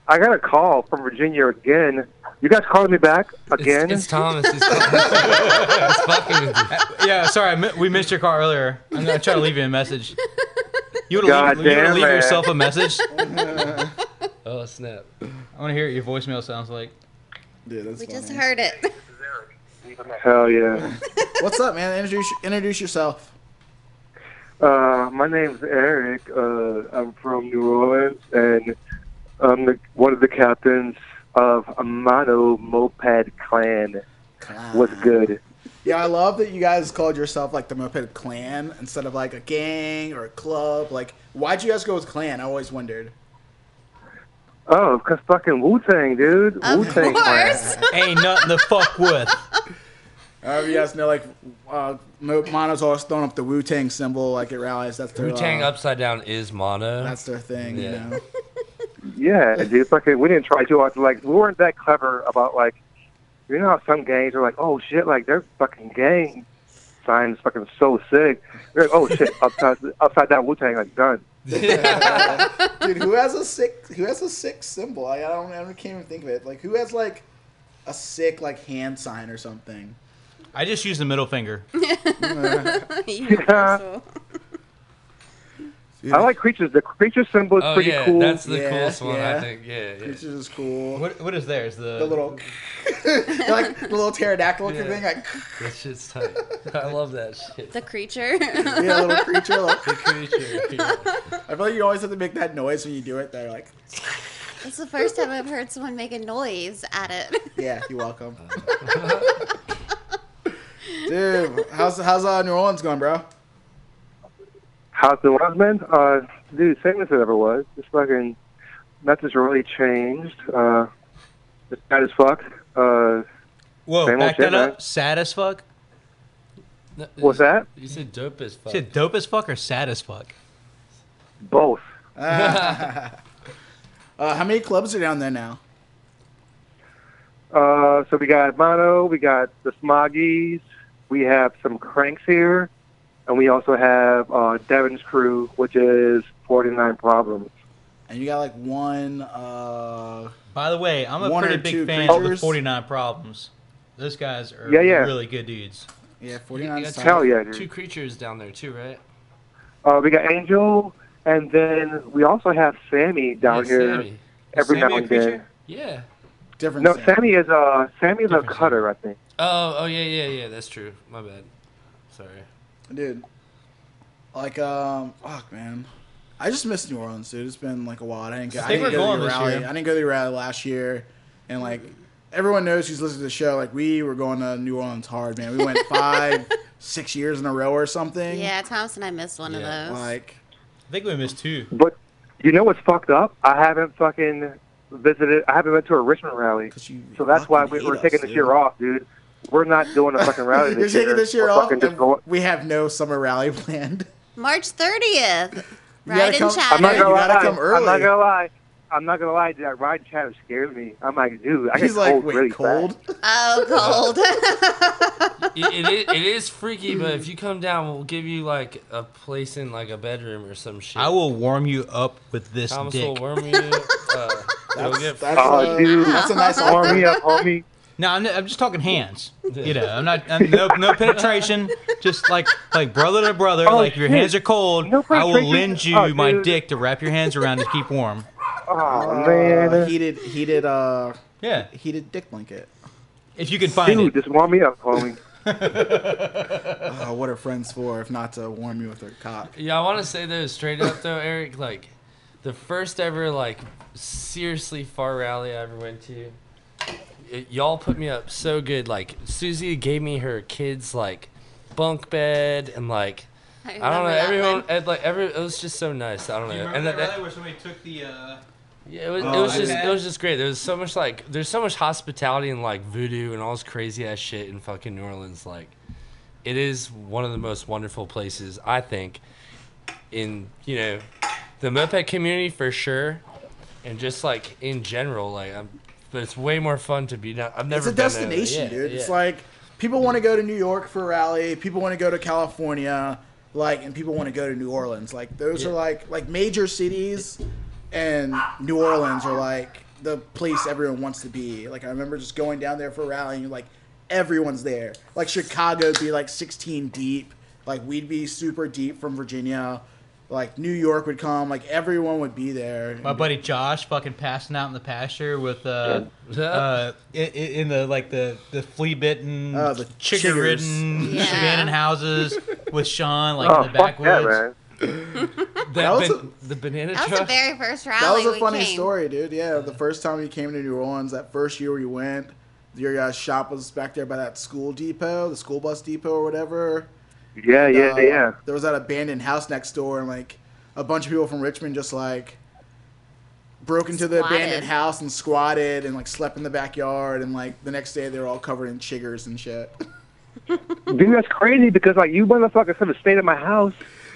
Speaker 1: I got a call from Virginia again. You guys calling me back again?
Speaker 8: It's, it's
Speaker 6: [laughs]
Speaker 8: Thomas. He's fucking, he's fucking with you.
Speaker 7: Uh, Yeah, sorry, I mi- we missed your car earlier. I'm gonna try to leave you a message. You would
Speaker 1: God
Speaker 7: leave, you would've
Speaker 1: damn
Speaker 7: leave
Speaker 1: it.
Speaker 7: yourself a message.
Speaker 8: Oh, snap.
Speaker 7: I want to hear what your voicemail sounds like.
Speaker 6: Dude, that's
Speaker 4: We
Speaker 6: funny.
Speaker 4: just heard it. [laughs]
Speaker 1: Hell yeah.
Speaker 6: What's up, man? Introduce introduce yourself.
Speaker 1: Uh, my name's Eric. Uh, I'm from New Orleans, and I'm the, one of the captains of a mono moped clan. What's good?
Speaker 6: Yeah, I love that you guys called yourself like the Moped Clan instead of like a gang or a club. Like, why'd you guys go with clan? I always wondered.
Speaker 1: Oh, because fucking Wu Tang, dude.
Speaker 4: Of
Speaker 1: Wu Tang clan.
Speaker 4: course.
Speaker 7: Ain't nothing to fuck with.
Speaker 6: However, you guys know, like, uh, Mo- Mono's always throwing up the Wu Tang symbol, like it rallies. That's their
Speaker 8: Wu Tang
Speaker 6: uh,
Speaker 8: upside down is mono.
Speaker 6: That's their thing,
Speaker 8: Yeah.
Speaker 6: you know.
Speaker 1: Yeah, dude. Fucking, we didn't try too hard. to, Like, we weren't that clever about like, you know how some gangs are like, oh shit, like their fucking gang sign is fucking so sick. We're like, oh
Speaker 4: [laughs]
Speaker 1: shit, upside upside that Wu Tang, like done.
Speaker 6: Dude, who has a sick? Who has a sick symbol? I, I don't. I can't even think of it. Like, who has like a sick like hand sign or something?
Speaker 7: I I just use the middle finger.
Speaker 4: Universal.
Speaker 1: I like creatures. The creature symbol is
Speaker 8: Oh
Speaker 1: pretty
Speaker 8: yeah,
Speaker 1: cool.
Speaker 8: that's the
Speaker 6: Yeah,
Speaker 8: coolest one
Speaker 6: yeah.
Speaker 8: I think. Yeah, yeah.
Speaker 6: This is cool.
Speaker 7: What, what is theirs? The,
Speaker 6: The little, [laughs] like the little pterodactyl looking
Speaker 8: Yeah.
Speaker 6: thing, like
Speaker 8: That shit's [laughs] tight. I love that shit.
Speaker 4: The creature. [laughs]
Speaker 6: yeah, little creature. Like, [laughs]
Speaker 8: The creature. [laughs] yeah.
Speaker 6: I feel like you always have to make that noise when you do it. They're like,
Speaker 4: It's the first time I've heard someone make a noise at it.
Speaker 6: yeah, you're [laughs] welcome. Dude, how's how's uh, New Orleans going,
Speaker 8: [laughs]
Speaker 6: bro?
Speaker 1: How's the Wiseman? Uh, dude, same as it ever was. Just fucking nothing's really changed. Uh, it's bad as fuck. Uh,
Speaker 7: whoa,
Speaker 1: Same old
Speaker 7: back
Speaker 1: shit,
Speaker 7: that up.
Speaker 1: man.
Speaker 7: Sad as fuck.
Speaker 8: No,
Speaker 1: what's that?
Speaker 8: You said dope as fuck.
Speaker 7: Is it dope as fuck or sad as fuck?
Speaker 1: Both.
Speaker 6: Uh, how many clubs are down there now?
Speaker 1: Uh, so we got Mono, we got the Smoggies, we have some Cranks here, and we also have uh, Devin's crew, which is 49 Problems.
Speaker 6: And you got like one. Uh,
Speaker 7: By the way, I'm a
Speaker 6: One or
Speaker 7: pretty big
Speaker 6: two
Speaker 7: fan of the
Speaker 6: creatures.
Speaker 7: 49 Problems. Those guys are
Speaker 1: Yeah, yeah.
Speaker 7: really good dudes.
Speaker 6: yeah,
Speaker 8: You- you
Speaker 6: 49.
Speaker 8: got
Speaker 6: side.
Speaker 1: Hell yeah, dude.
Speaker 8: Two creatures down there too, right?
Speaker 1: Uh, we got Angel, and then we also have Sammy down
Speaker 8: Yeah,
Speaker 1: here
Speaker 8: Sammy.
Speaker 1: every
Speaker 7: Sammy
Speaker 1: now
Speaker 7: a
Speaker 1: and then.
Speaker 7: creature?
Speaker 8: Yeah.
Speaker 6: Different.
Speaker 1: No,
Speaker 6: sound.
Speaker 1: Sammy is uh, Sammy's a
Speaker 8: Different
Speaker 1: cutter, I think.
Speaker 8: Oh, oh yeah, yeah, yeah. That's true. My bad. Sorry.
Speaker 6: dude. Like, um, fuck, man. I just miss New Orleans, dude. It's been like a while. I didn't go.
Speaker 7: I
Speaker 6: I,
Speaker 7: think
Speaker 6: didn't
Speaker 7: we're
Speaker 6: go
Speaker 7: going
Speaker 6: to your
Speaker 7: this
Speaker 6: rally. I
Speaker 7: year.
Speaker 6: didn't go to your rally last year, and like everyone knows who's listening to the show. Like we were going to New Orleans hard, man. We went
Speaker 7: [laughs]
Speaker 6: five, six years in a row or something.
Speaker 4: yeah, Thomas and I missed one
Speaker 8: Yeah.
Speaker 4: of those.
Speaker 6: Like,
Speaker 7: I think we missed two.
Speaker 1: But you know what's fucked up? I haven't fucking visited. I haven't been to a Richmond rally,
Speaker 6: cause you.
Speaker 1: so that's why
Speaker 6: fucking
Speaker 1: we,
Speaker 6: hate
Speaker 1: we're
Speaker 6: us,
Speaker 1: taking this
Speaker 6: dude.
Speaker 1: year off, dude. We're not doing a fucking rally
Speaker 6: [laughs] You're
Speaker 1: this year.
Speaker 6: taking this year
Speaker 1: We're
Speaker 6: off.
Speaker 1: fucking just
Speaker 6: and
Speaker 1: going-
Speaker 6: we have no summer rally [laughs] planned.
Speaker 4: March 30th.
Speaker 6: You gotta
Speaker 4: Right in
Speaker 6: come-
Speaker 1: I'm not
Speaker 6: Hey,
Speaker 1: gonna
Speaker 6: you
Speaker 4: Chatter.
Speaker 6: gotta
Speaker 1: lie.
Speaker 6: come
Speaker 1: I'm not
Speaker 6: early.
Speaker 1: gonna lie. I'm not gonna lie. That ride shadow scares me. I'm like, dude, I get
Speaker 6: He's like,
Speaker 1: cold
Speaker 6: wait,
Speaker 1: really
Speaker 6: cold.
Speaker 1: fast.
Speaker 4: Oh, cold.
Speaker 8: It, it, is, it is freaky, but if you come down, we'll give you like a place in like a bedroom or some shit.
Speaker 7: I will warm you up with this
Speaker 8: Thomas
Speaker 7: dick.
Speaker 8: will worm you. Uh, you'll get
Speaker 6: That's,
Speaker 1: [laughs] Oh,
Speaker 6: uh,
Speaker 1: dude.
Speaker 6: that's a nice
Speaker 1: Warm me up,
Speaker 6: [laughs]
Speaker 1: homie.
Speaker 7: No, I'm, I'm just
Speaker 1: [laughs]
Speaker 7: talking hands. You know, I'm not I'm, no no penetration. Just like like brother to brother.
Speaker 1: Oh,
Speaker 7: like if your
Speaker 1: shit.
Speaker 7: hands are cold,
Speaker 1: No
Speaker 7: I will
Speaker 1: penetration?
Speaker 7: lend you
Speaker 1: Oh,
Speaker 7: my
Speaker 1: dude.
Speaker 7: dick to wrap your hands around to
Speaker 1: [laughs]
Speaker 7: keep warm.
Speaker 1: Oh
Speaker 6: Uh,
Speaker 1: man,
Speaker 6: heated, heated, uh,
Speaker 7: Yeah,
Speaker 6: heated dick blanket.
Speaker 7: if you can find
Speaker 1: dude,
Speaker 7: it.
Speaker 1: just warm me up, homie.
Speaker 6: Uh, what are friends for if not to warm you with their cock?
Speaker 8: Yeah, I want to say though, straight up though, Eric, like the first ever like seriously far rally I ever went to. y- y'all put me up so good. Like Susie gave me her kids like bunk bed and like
Speaker 4: I,
Speaker 8: I don't
Speaker 4: remember
Speaker 8: know
Speaker 4: that
Speaker 8: everyone [laughs]
Speaker 4: one.
Speaker 8: and, like every it was just so nice. I don't know. And that- that-
Speaker 7: where somebody took the? Uh...
Speaker 8: yeah, it was,
Speaker 6: Oh,
Speaker 8: it was
Speaker 7: I
Speaker 8: just
Speaker 7: bet.
Speaker 8: it was just great. There was so much like there's so much hospitality and like voodoo and all this crazy ass shit in fucking New Orleans. Like, it is one of the most wonderful places I think in you know the moped community for sure, and just like in general. Like, I'm, but it's way more fun to be down. I've never
Speaker 6: It's a
Speaker 8: been down there.
Speaker 6: destination,
Speaker 8: Yeah,
Speaker 6: dude.
Speaker 8: yeah.
Speaker 6: It's like people want to go to New York for a rally. People want to go to California, like, and people want to go to New Orleans. Like, those are like like major cities, and New Orleans are like the place everyone wants to be. Like, I remember just going down there for a rally, and you're like, everyone's there. Like, Chicago'd be like 16 deep. Like, we'd be super deep from Virginia. Like New York would come, like everyone would be there.
Speaker 7: My buddy Josh fucking passing out in the pasture with uh,
Speaker 8: Yeah.
Speaker 7: uh in, in the like the the flea bitten,
Speaker 6: Oh, the
Speaker 7: chicken ridden,
Speaker 4: chiggers. Yeah.
Speaker 7: abandoned houses with Sean like
Speaker 1: Oh
Speaker 7: in the
Speaker 1: fuck yeah,
Speaker 7: backwoods.
Speaker 1: man.
Speaker 8: That
Speaker 6: That was
Speaker 8: ban- the banana
Speaker 4: That was the
Speaker 8: truck.
Speaker 4: very first rally.
Speaker 6: That was a
Speaker 4: we
Speaker 6: funny
Speaker 4: came.
Speaker 6: story, dude. Yeah, the first time you came to New Orleans, that first year where you went, your guys' shop was back there by that school depot, the school bus depot or whatever.
Speaker 1: Yeah, yeah,
Speaker 6: Uh,
Speaker 1: yeah.
Speaker 6: There was that abandoned house next door, and like a bunch of people from Richmond just like broke into the
Speaker 4: Squatted.
Speaker 6: abandoned house and squatted and like slept in the backyard, and like the next day they were all covered in chiggers and shit.
Speaker 1: Dude, that's crazy because like you motherfuckers should have stayed at my house.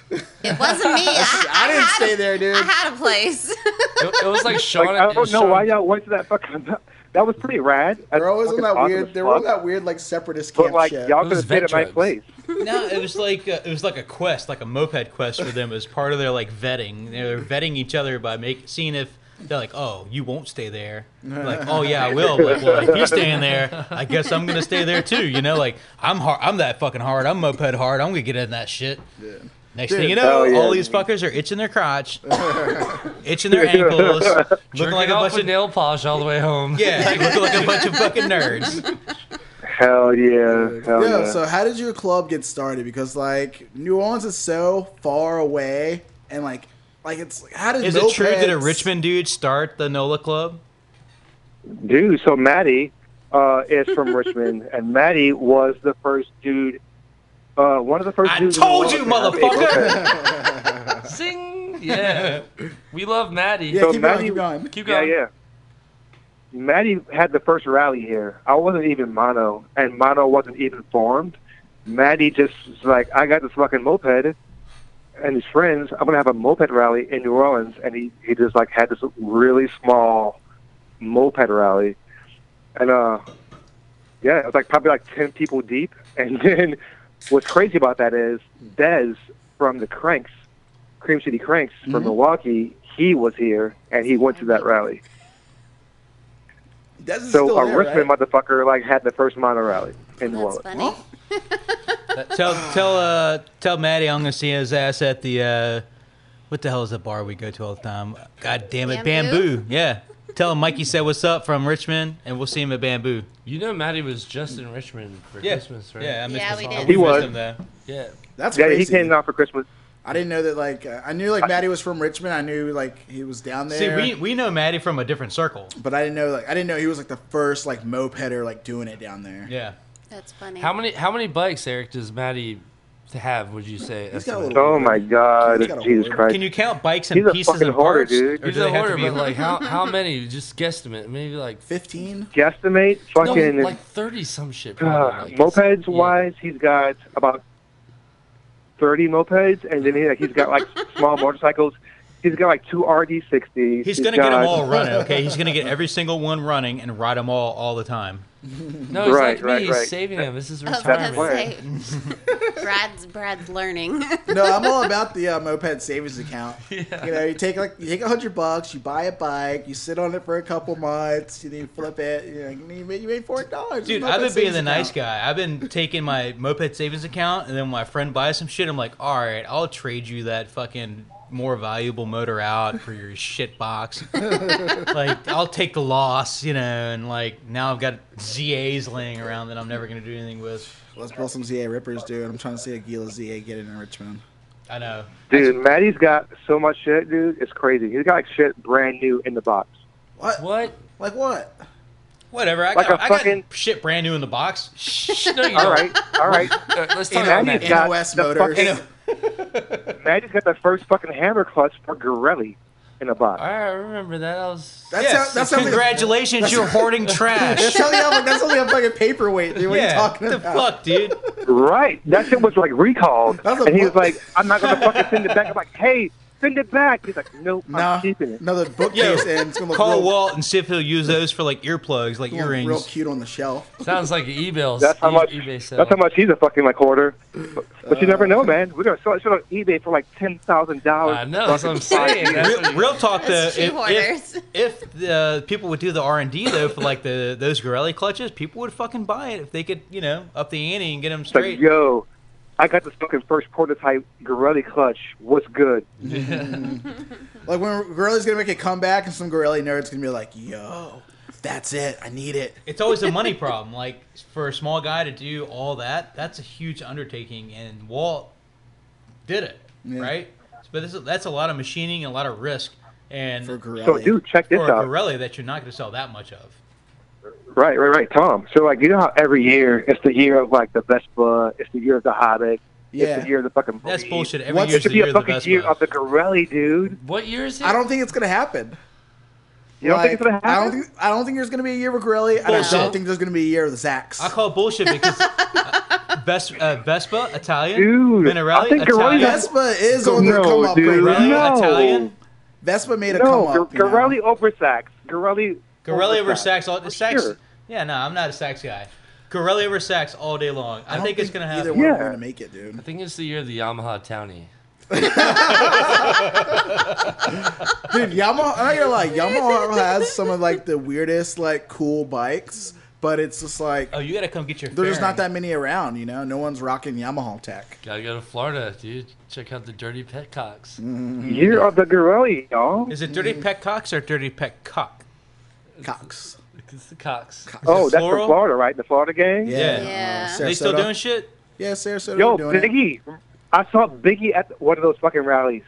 Speaker 4: It
Speaker 6: [laughs]
Speaker 4: wasn't me. I,
Speaker 6: I didn't
Speaker 4: had
Speaker 6: stay
Speaker 4: a,
Speaker 6: there, dude.
Speaker 4: I had a place.
Speaker 8: It, it was like Sean.
Speaker 1: Like I
Speaker 8: it was
Speaker 1: don't know
Speaker 8: Sean-
Speaker 1: why y'all went to that fucking. [laughs] That was pretty rad.
Speaker 6: They're always on
Speaker 1: Fucking
Speaker 6: that
Speaker 1: awesome
Speaker 6: weird.
Speaker 1: as
Speaker 6: They were on
Speaker 1: fuck.
Speaker 6: that weird like separatist
Speaker 1: But
Speaker 6: camp
Speaker 1: like
Speaker 6: shit.
Speaker 1: y'all
Speaker 8: It
Speaker 1: could
Speaker 8: was
Speaker 1: have stayed at my
Speaker 8: vet drugs.
Speaker 1: place.
Speaker 7: No, it was like uh, it was like a quest, like a moped quest for them as part of their like vetting. They were vetting each other by make seeing if They're like, "Oh, you won't stay there." like, "Oh yeah, I will." But well, if he's staying there, I guess I'm gonna stay there too. You know, like I'm hard. I'm that fucking hard. I'm moped hard. I'm gonna get in that shit. Next thing you know,
Speaker 1: Oh, yeah,
Speaker 7: all these
Speaker 1: dude.
Speaker 7: fuckers are itching their crotch, itching their ankles, looking like a bunch of
Speaker 8: nail polish all the way home.
Speaker 7: yeah, [laughs] looking like a bunch of fucking nerds.
Speaker 1: Hell yeah. Hell
Speaker 6: Yeah,
Speaker 1: yeah.
Speaker 6: so how did your club get started? Because like New Orleans is so far away, and like, like it's like, how did
Speaker 7: Is it true? Did a
Speaker 6: mopeds-
Speaker 7: Richmond dude start the NOLA club?
Speaker 1: dude, so Maddie uh, is from Richmond, [laughs] and Maddie was the first dude, uh, one of the first
Speaker 7: I
Speaker 1: dudes. in
Speaker 7: told you,
Speaker 1: the world.
Speaker 7: motherfucker.
Speaker 8: Sing.
Speaker 7: [laughs]
Speaker 8: Yeah. We love Maddie.
Speaker 6: Yeah,
Speaker 1: So
Speaker 6: keep
Speaker 1: Maddie-
Speaker 6: going, keep going.
Speaker 8: Keep
Speaker 1: Yeah,
Speaker 8: going.
Speaker 1: yeah. Maddie had the first rally here. I wasn't even mono, and mono wasn't even formed. Maddie just was like, I got this fucking moped and his friends, I'm gonna have a moped rally in New Orleans, and he he just like had this really small moped rally, and uh, yeah, it was like probably like ten people deep, [laughs] and then what's crazy about that is Dez from the Cranks, Cream City Cranks from Milwaukee, he was here and he went to that rally.
Speaker 6: That's
Speaker 1: So
Speaker 6: still
Speaker 1: a
Speaker 6: there,
Speaker 1: Richmond
Speaker 6: right?
Speaker 1: motherfucker like had the first mono rally in New
Speaker 4: That's
Speaker 1: Orleans.
Speaker 4: funny.
Speaker 7: tell tell uh tell Maddie I'm gonna see his ass at the uh what the hell is the bar we go to all the time? God damn it,
Speaker 4: Bamboo?
Speaker 7: bamboo. Yeah. Tell him Mikey said what's up from Richmond and we'll see him at bamboo.
Speaker 8: You know Maddie was just in Richmond for Christmas, right?
Speaker 7: Yeah, I missed
Speaker 4: Yeah,
Speaker 7: him.
Speaker 4: we
Speaker 7: I
Speaker 4: did.
Speaker 7: missed
Speaker 1: He was.
Speaker 7: him though.
Speaker 8: Yeah.
Speaker 6: That's
Speaker 1: Yeah,
Speaker 6: crazy.
Speaker 1: he came down for Christmas.
Speaker 6: I didn't know that. Like, uh, I knew like Maddie was from Richmond. I knew like he was down
Speaker 7: See,
Speaker 6: there.
Speaker 7: we we know Maddie from a different circle.
Speaker 6: but I didn't know like I didn't know he was like the first like mopeder like doing it down there.
Speaker 7: Yeah.
Speaker 4: That's funny.
Speaker 8: How many how many bikes, Eric, does Maddie have, would you say?
Speaker 6: He's got a
Speaker 8: estimate?
Speaker 6: little-
Speaker 1: Oh my
Speaker 6: He's
Speaker 1: God,
Speaker 6: got a
Speaker 1: Jesus
Speaker 6: word.
Speaker 1: Christ!
Speaker 7: Can you count bikes
Speaker 1: He's
Speaker 7: and
Speaker 1: a
Speaker 7: pieces
Speaker 1: fucking
Speaker 7: and
Speaker 1: hoarder,
Speaker 7: parts?
Speaker 1: dude.
Speaker 7: Or
Speaker 8: He's
Speaker 7: do they
Speaker 8: a
Speaker 7: have to
Speaker 8: hoarder,
Speaker 7: be
Speaker 8: but like how how many? [laughs] Just guesstimate, maybe like
Speaker 6: Fifteen.
Speaker 1: guesstimate
Speaker 8: no,
Speaker 1: fucking
Speaker 8: like thirty some shit.
Speaker 1: Uh,
Speaker 8: Probably, like,
Speaker 1: mopeds
Speaker 8: yeah.
Speaker 1: wise, he's got about thirty mopeds, and then he, like, he's got like small motorcycles. He's got like two RD sixties.
Speaker 7: He's gonna get them all running, okay? He's gonna get every single one running and ride them all all the time.
Speaker 8: No, he's
Speaker 1: Right,
Speaker 8: like me.
Speaker 1: right,
Speaker 8: he's
Speaker 1: right.
Speaker 8: saving him. This is
Speaker 4: I was gonna
Speaker 8: retirement.
Speaker 4: say, [laughs] Brad's Brad's learning.
Speaker 6: No, I'm all about the uh, moped savings
Speaker 7: [laughs]
Speaker 6: account. You know, you take like you take a hundred bucks, you buy a bike, you sit on it for a couple months, you then you flip it, you know, and you made, you made four dollars.
Speaker 7: Dude, I've been being the nice guy. I've been taking my moped savings account, and then when my friend buys some shit, I'm like, all right, I'll trade you that fucking more valuable motor out for your shit box. [laughs] like, I'll take the loss, you know, and like now I've got ZAs laying around that I'm never going to do anything with.
Speaker 6: Let's pull some ZA rippers, dude. I'm trying to see a Gila ZA get it in Richmond.
Speaker 7: I know.
Speaker 1: Dude, Maddie's got so much shit, dude. It's crazy. He's got like shit brand new in the box.
Speaker 6: What?
Speaker 8: What?
Speaker 6: Like what?
Speaker 7: Whatever. I
Speaker 1: Like
Speaker 7: got,
Speaker 1: a
Speaker 7: I got
Speaker 1: fucking-
Speaker 7: shit brand new in the box.
Speaker 8: Shh, no,
Speaker 1: [laughs]
Speaker 8: you
Speaker 1: All
Speaker 8: don't.
Speaker 1: right, all right.
Speaker 8: All right, Let's talk about
Speaker 1: Maddie's
Speaker 8: that.
Speaker 1: got
Speaker 6: NOS
Speaker 1: the
Speaker 6: motors.
Speaker 1: fucking, Maddie's got the first fucking hammer clutch for Gorelli in the box.
Speaker 8: All right, I remember that. I was.
Speaker 6: That's
Speaker 7: Yes.
Speaker 6: how, that sounds like a,
Speaker 7: Congratulations,
Speaker 6: [laughs]
Speaker 7: you're hoarding trash.
Speaker 6: that's only a, that's only a fucking paperweight, dude. What are you
Speaker 7: yeah.
Speaker 6: talking
Speaker 7: the
Speaker 6: about? [laughs]
Speaker 7: fuck, dude?
Speaker 1: Right. That shit was like recalled.
Speaker 6: That's a
Speaker 1: And he was
Speaker 6: bu-
Speaker 1: like, I'm not going to fucking send it back. I'm like, hey, send it back. He's like, nope,
Speaker 6: Nah,
Speaker 1: I'm keeping it.
Speaker 6: another
Speaker 7: Yo,
Speaker 6: bookcase, and it's gonna look
Speaker 7: Call
Speaker 6: real,
Speaker 7: Walt and see if he'll use those for like earplugs, like
Speaker 6: gonna look
Speaker 7: earrings.
Speaker 6: real cute on the shelf.
Speaker 8: Sounds like an eBay.
Speaker 1: That's how much.
Speaker 8: eBay sale.
Speaker 1: That's how much he's a fucking like hoarder. But, but you never
Speaker 7: Uh.
Speaker 1: know, man. We're gonna sell it shit on eBay for like ten thousand dollars.
Speaker 8: I know. That's what I'm saying. That's what
Speaker 7: real, real talk though,
Speaker 4: That's
Speaker 7: if,
Speaker 4: true
Speaker 7: if,
Speaker 4: orders.
Speaker 7: if the people would do the R and D though for like the those Gorelli clutches, people would fucking buy it if they could, you know, up the ante and get them
Speaker 1: It's like,
Speaker 7: straight.
Speaker 1: yo, I got this fucking first prototype Gorelli clutch. What's good?
Speaker 6: Like when Gorilli's gonna make a comeback, and some Gorilli nerd's gonna be like, "Yo, that's it. I need it."
Speaker 7: It's always a money problem. Like for a small guy to do all that, that's a huge undertaking, and Walt did it
Speaker 6: Yeah.
Speaker 7: right. But this is, that's a lot of machining, and a lot of risk, and
Speaker 6: For
Speaker 7: for,
Speaker 6: Gorelli.
Speaker 1: So, dude, check this
Speaker 7: a
Speaker 1: out.
Speaker 7: Gorelli that you're not going to sell that much of.
Speaker 1: Right, right, right, Tom. So like, you know how every year it's the year of like the Vespa, it's the year of the Hobbit, it's
Speaker 6: yeah.
Speaker 1: the year of the fucking.
Speaker 7: That's
Speaker 1: Breeze.
Speaker 7: bullshit. Every
Speaker 6: What's-
Speaker 1: It
Speaker 7: year's
Speaker 1: should
Speaker 7: the
Speaker 1: be
Speaker 7: year
Speaker 1: a
Speaker 7: of the
Speaker 1: fucking
Speaker 7: best.
Speaker 1: year of the Gorelli, dude.
Speaker 8: What year is it?
Speaker 6: I don't think it's gonna happen.
Speaker 1: You don't think
Speaker 6: Like,
Speaker 1: it's gonna happen?
Speaker 6: I don't think I don't think there's gonna be a year with Gorelli, and I don't
Speaker 7: Bullshit.
Speaker 6: think there's gonna be a year with Zax.
Speaker 7: I call bullshit because uh, Ves- uh, Vespa Italian,
Speaker 1: Dude, I
Speaker 7: Minerelli
Speaker 1: think Gorelli's-
Speaker 7: Italian,
Speaker 6: Vespa is on their
Speaker 1: No,
Speaker 6: come up
Speaker 1: dude.
Speaker 6: right
Speaker 7: Gorelli
Speaker 6: now.
Speaker 1: No.
Speaker 7: Italian,
Speaker 6: Vespa made a
Speaker 1: no,
Speaker 6: come up.
Speaker 1: Gor- Gorelli over Saks. Gorelli.
Speaker 7: Gorelli over
Speaker 1: Saks.
Speaker 7: Sax. All,
Speaker 1: For
Speaker 7: Sax
Speaker 1: sure.
Speaker 7: Yeah, no, I'm not a Sax guy. Gorelli over Sax all day long. I,
Speaker 6: don't
Speaker 7: think, it's gonna
Speaker 6: either
Speaker 7: happen.
Speaker 6: one of
Speaker 1: Yeah.
Speaker 6: them gonna make it, dude.
Speaker 8: I think it's the year of the Yamaha Townie.
Speaker 6: Dude, Yamaha. I'm not gonna lie. Yamaha has some of like the weirdest, like cool bikes, but it's just like
Speaker 7: Oh, you gotta come get your.
Speaker 6: there's just not
Speaker 7: fairing.
Speaker 6: that many around. You know, no one's rocking Yamaha tech.
Speaker 8: Gotta go to Florida, dude. Check out the Dirty Petcocks.
Speaker 1: Year of the gorilla, y'all.
Speaker 7: Mm-hmm. Is it dirty pet cocks or dirty pet cock?
Speaker 6: Cox.
Speaker 8: It's the Cox.
Speaker 1: Oh, that's
Speaker 7: Floral?
Speaker 1: from Florida, right? The Florida gang.
Speaker 7: Yeah.
Speaker 4: Yeah.
Speaker 7: Are they still
Speaker 6: Uh, Sarasota.
Speaker 7: doing shit?
Speaker 6: Yeah, Sarasota.
Speaker 1: Yo,
Speaker 6: we're doing it.
Speaker 1: Biggie. I saw Biggie at one of those fucking rallies.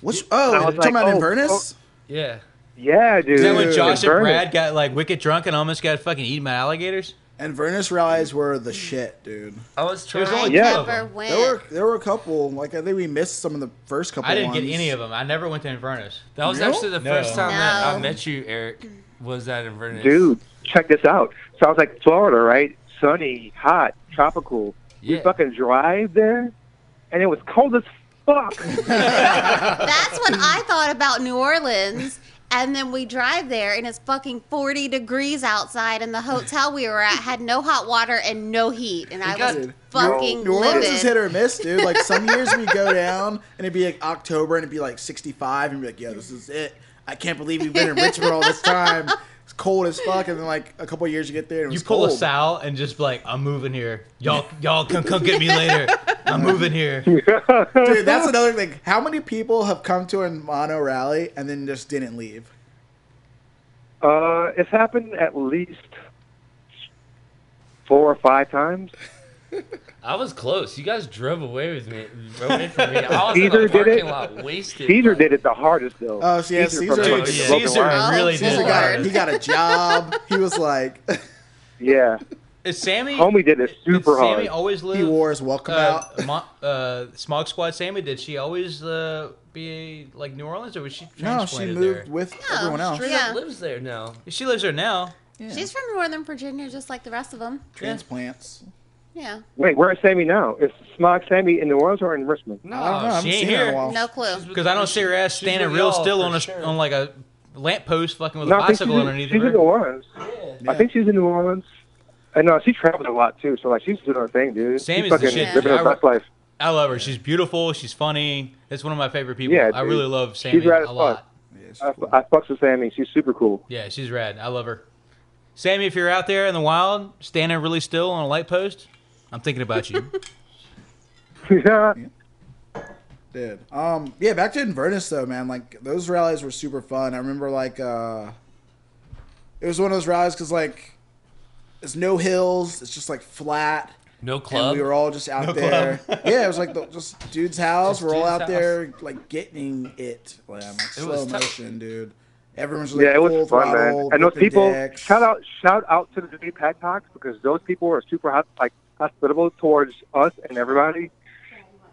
Speaker 6: What's, oh,
Speaker 1: I was
Speaker 6: talking
Speaker 1: like,
Speaker 6: about
Speaker 1: oh,
Speaker 6: Inverness?
Speaker 8: Yeah.
Speaker 1: Yeah, dude.
Speaker 7: Is that when Josh and
Speaker 1: Burn it.
Speaker 7: Brad got like wicked drunk and almost got fucking eaten by alligators?
Speaker 6: Inverness rallies were the shit, dude.
Speaker 8: I was
Speaker 7: There's
Speaker 8: trying.
Speaker 7: only
Speaker 1: Yeah.
Speaker 7: two of
Speaker 4: Never
Speaker 7: them.
Speaker 4: went.
Speaker 6: There were there were a couple. Like I think we missed some of the first couple.
Speaker 7: I didn't get
Speaker 6: ones.
Speaker 7: any of them. I never went to Inverness.
Speaker 8: That was
Speaker 6: Really?
Speaker 8: actually the
Speaker 7: No.
Speaker 8: first time that I
Speaker 4: No.
Speaker 8: met you, Eric. Was at Inverness,
Speaker 1: Dude, check this out. So I was like, Florida, right? Sunny, hot, tropical.
Speaker 8: Yeah.
Speaker 1: We fucking drive there, and it was cold as fuck.
Speaker 4: [laughs]
Speaker 7: [laughs]
Speaker 4: That's what I thought about New Orleans. And then we drive there, and it's fucking 40 degrees outside. And the hotel we were at had no hot water and no heat. And I
Speaker 8: got
Speaker 4: was
Speaker 8: it.
Speaker 4: fucking
Speaker 6: New Orleans is hit
Speaker 4: livid.
Speaker 6: or miss, dude. Like some years we go down and it'd be like October and it'd be like 65 and be like, yo, this is it. I can't believe we've been in Richmond all this time. It's cold as fuck. And then like a couple years you get there and
Speaker 7: You
Speaker 6: it's
Speaker 7: pull
Speaker 6: cold.
Speaker 7: a sow and just be like, I'm moving here. Y'all, y'all come come get me later. I'm moving here.
Speaker 6: Dude, that's another thing. How many people have come to a mono rally and then just didn't leave?
Speaker 1: uh, it's happened at least four or five times.
Speaker 8: I was close. You guys drove away with me. Drove away from me. I was
Speaker 1: Caesar
Speaker 8: in the
Speaker 1: did
Speaker 8: parking
Speaker 1: it.
Speaker 8: lot, wasted.
Speaker 1: Caesar did it the hardest though.
Speaker 6: Oh, so yeah, Caesar-
Speaker 1: from
Speaker 6: Dude,
Speaker 1: fucking
Speaker 7: Caesar
Speaker 1: Broken Wire.
Speaker 7: really
Speaker 6: He's
Speaker 7: did.
Speaker 6: a
Speaker 4: Lord.
Speaker 6: guy.
Speaker 7: hard.
Speaker 6: He got a job. He was like,
Speaker 1: Yeah,
Speaker 7: Is Sammy?
Speaker 1: homie did it super
Speaker 7: did Sammy
Speaker 1: hard.
Speaker 7: always live.
Speaker 6: he wore his welcome
Speaker 7: uh,
Speaker 6: out.
Speaker 7: Mo- uh, Smog Squad Sammy. Did she always uh, be like New Orleans, or was she
Speaker 6: No, she
Speaker 7: transplanted
Speaker 6: moved with
Speaker 4: No,
Speaker 6: everyone else.
Speaker 4: Oh, straight
Speaker 8: Yeah.
Speaker 4: Yeah.
Speaker 8: Lives there now.
Speaker 7: there? She lives there now.
Speaker 4: She's from Northern Virginia, just like the rest of them.
Speaker 6: Transplants.
Speaker 4: Yeah.
Speaker 1: Wait, where's Sammy now? Is Smog Sammy in New Orleans or in Richmond?
Speaker 8: No,
Speaker 6: I don't know. I haven't
Speaker 7: she
Speaker 6: seen
Speaker 7: ain't
Speaker 6: her in a
Speaker 7: here.
Speaker 6: while.
Speaker 4: No clue.
Speaker 7: Because I don't see her ass standing
Speaker 8: with
Speaker 7: real
Speaker 8: y'all
Speaker 7: still
Speaker 8: for
Speaker 7: on a
Speaker 8: sure.
Speaker 7: on like a lamppost, fucking with
Speaker 1: No,
Speaker 7: a
Speaker 1: I think she's,
Speaker 7: bicycle
Speaker 1: in-
Speaker 7: underneath
Speaker 1: she's in
Speaker 7: her.
Speaker 1: New Orleans. I think she's in New Orleans. And no, she travels a lot too, so like she's doing her thing, dude.
Speaker 7: Sammy's
Speaker 1: she's
Speaker 7: the
Speaker 1: fucking
Speaker 7: shit, dude.
Speaker 1: living
Speaker 7: I-
Speaker 1: her best life.
Speaker 7: I love her. She's beautiful. She's funny. It's one of my favorite people.
Speaker 1: Yeah,
Speaker 7: I
Speaker 1: dude.
Speaker 7: really love
Speaker 1: She's
Speaker 7: Sammy
Speaker 1: rad as
Speaker 7: a
Speaker 1: fuck.
Speaker 7: lot.
Speaker 1: I, I fucks with Sammy. She's super cool. [laughs]
Speaker 7: Yeah, she's rad. I love her. Sammy, if you're out there in the wild, standing really still on a light post, I'm thinking about
Speaker 6: [laughs]
Speaker 7: you.
Speaker 1: yeah.
Speaker 6: Dude. Um yeah, back to Inverness though, man. Like those rallies were super fun. I remember like uh it was one of those rallies cuz like it's no hills, it's just like flat.
Speaker 8: No
Speaker 6: And
Speaker 8: club.
Speaker 6: we were all just out
Speaker 7: No
Speaker 6: there. [laughs] yeah, it was like the, just dude's house.
Speaker 8: Just
Speaker 6: we're all
Speaker 8: dude's
Speaker 6: out
Speaker 8: house.
Speaker 6: there like getting it. Like, I'm, like, slow
Speaker 8: was tough.
Speaker 6: motion, dude. Everyone's like
Speaker 1: Yeah, it
Speaker 6: full
Speaker 1: was fun, man.
Speaker 6: throttle,
Speaker 1: And those
Speaker 6: ripping
Speaker 1: people,
Speaker 6: dicks.
Speaker 1: shout out, shout out to the Dirty Pad Talks because those people were super hot, like hospitable towards us and everybody,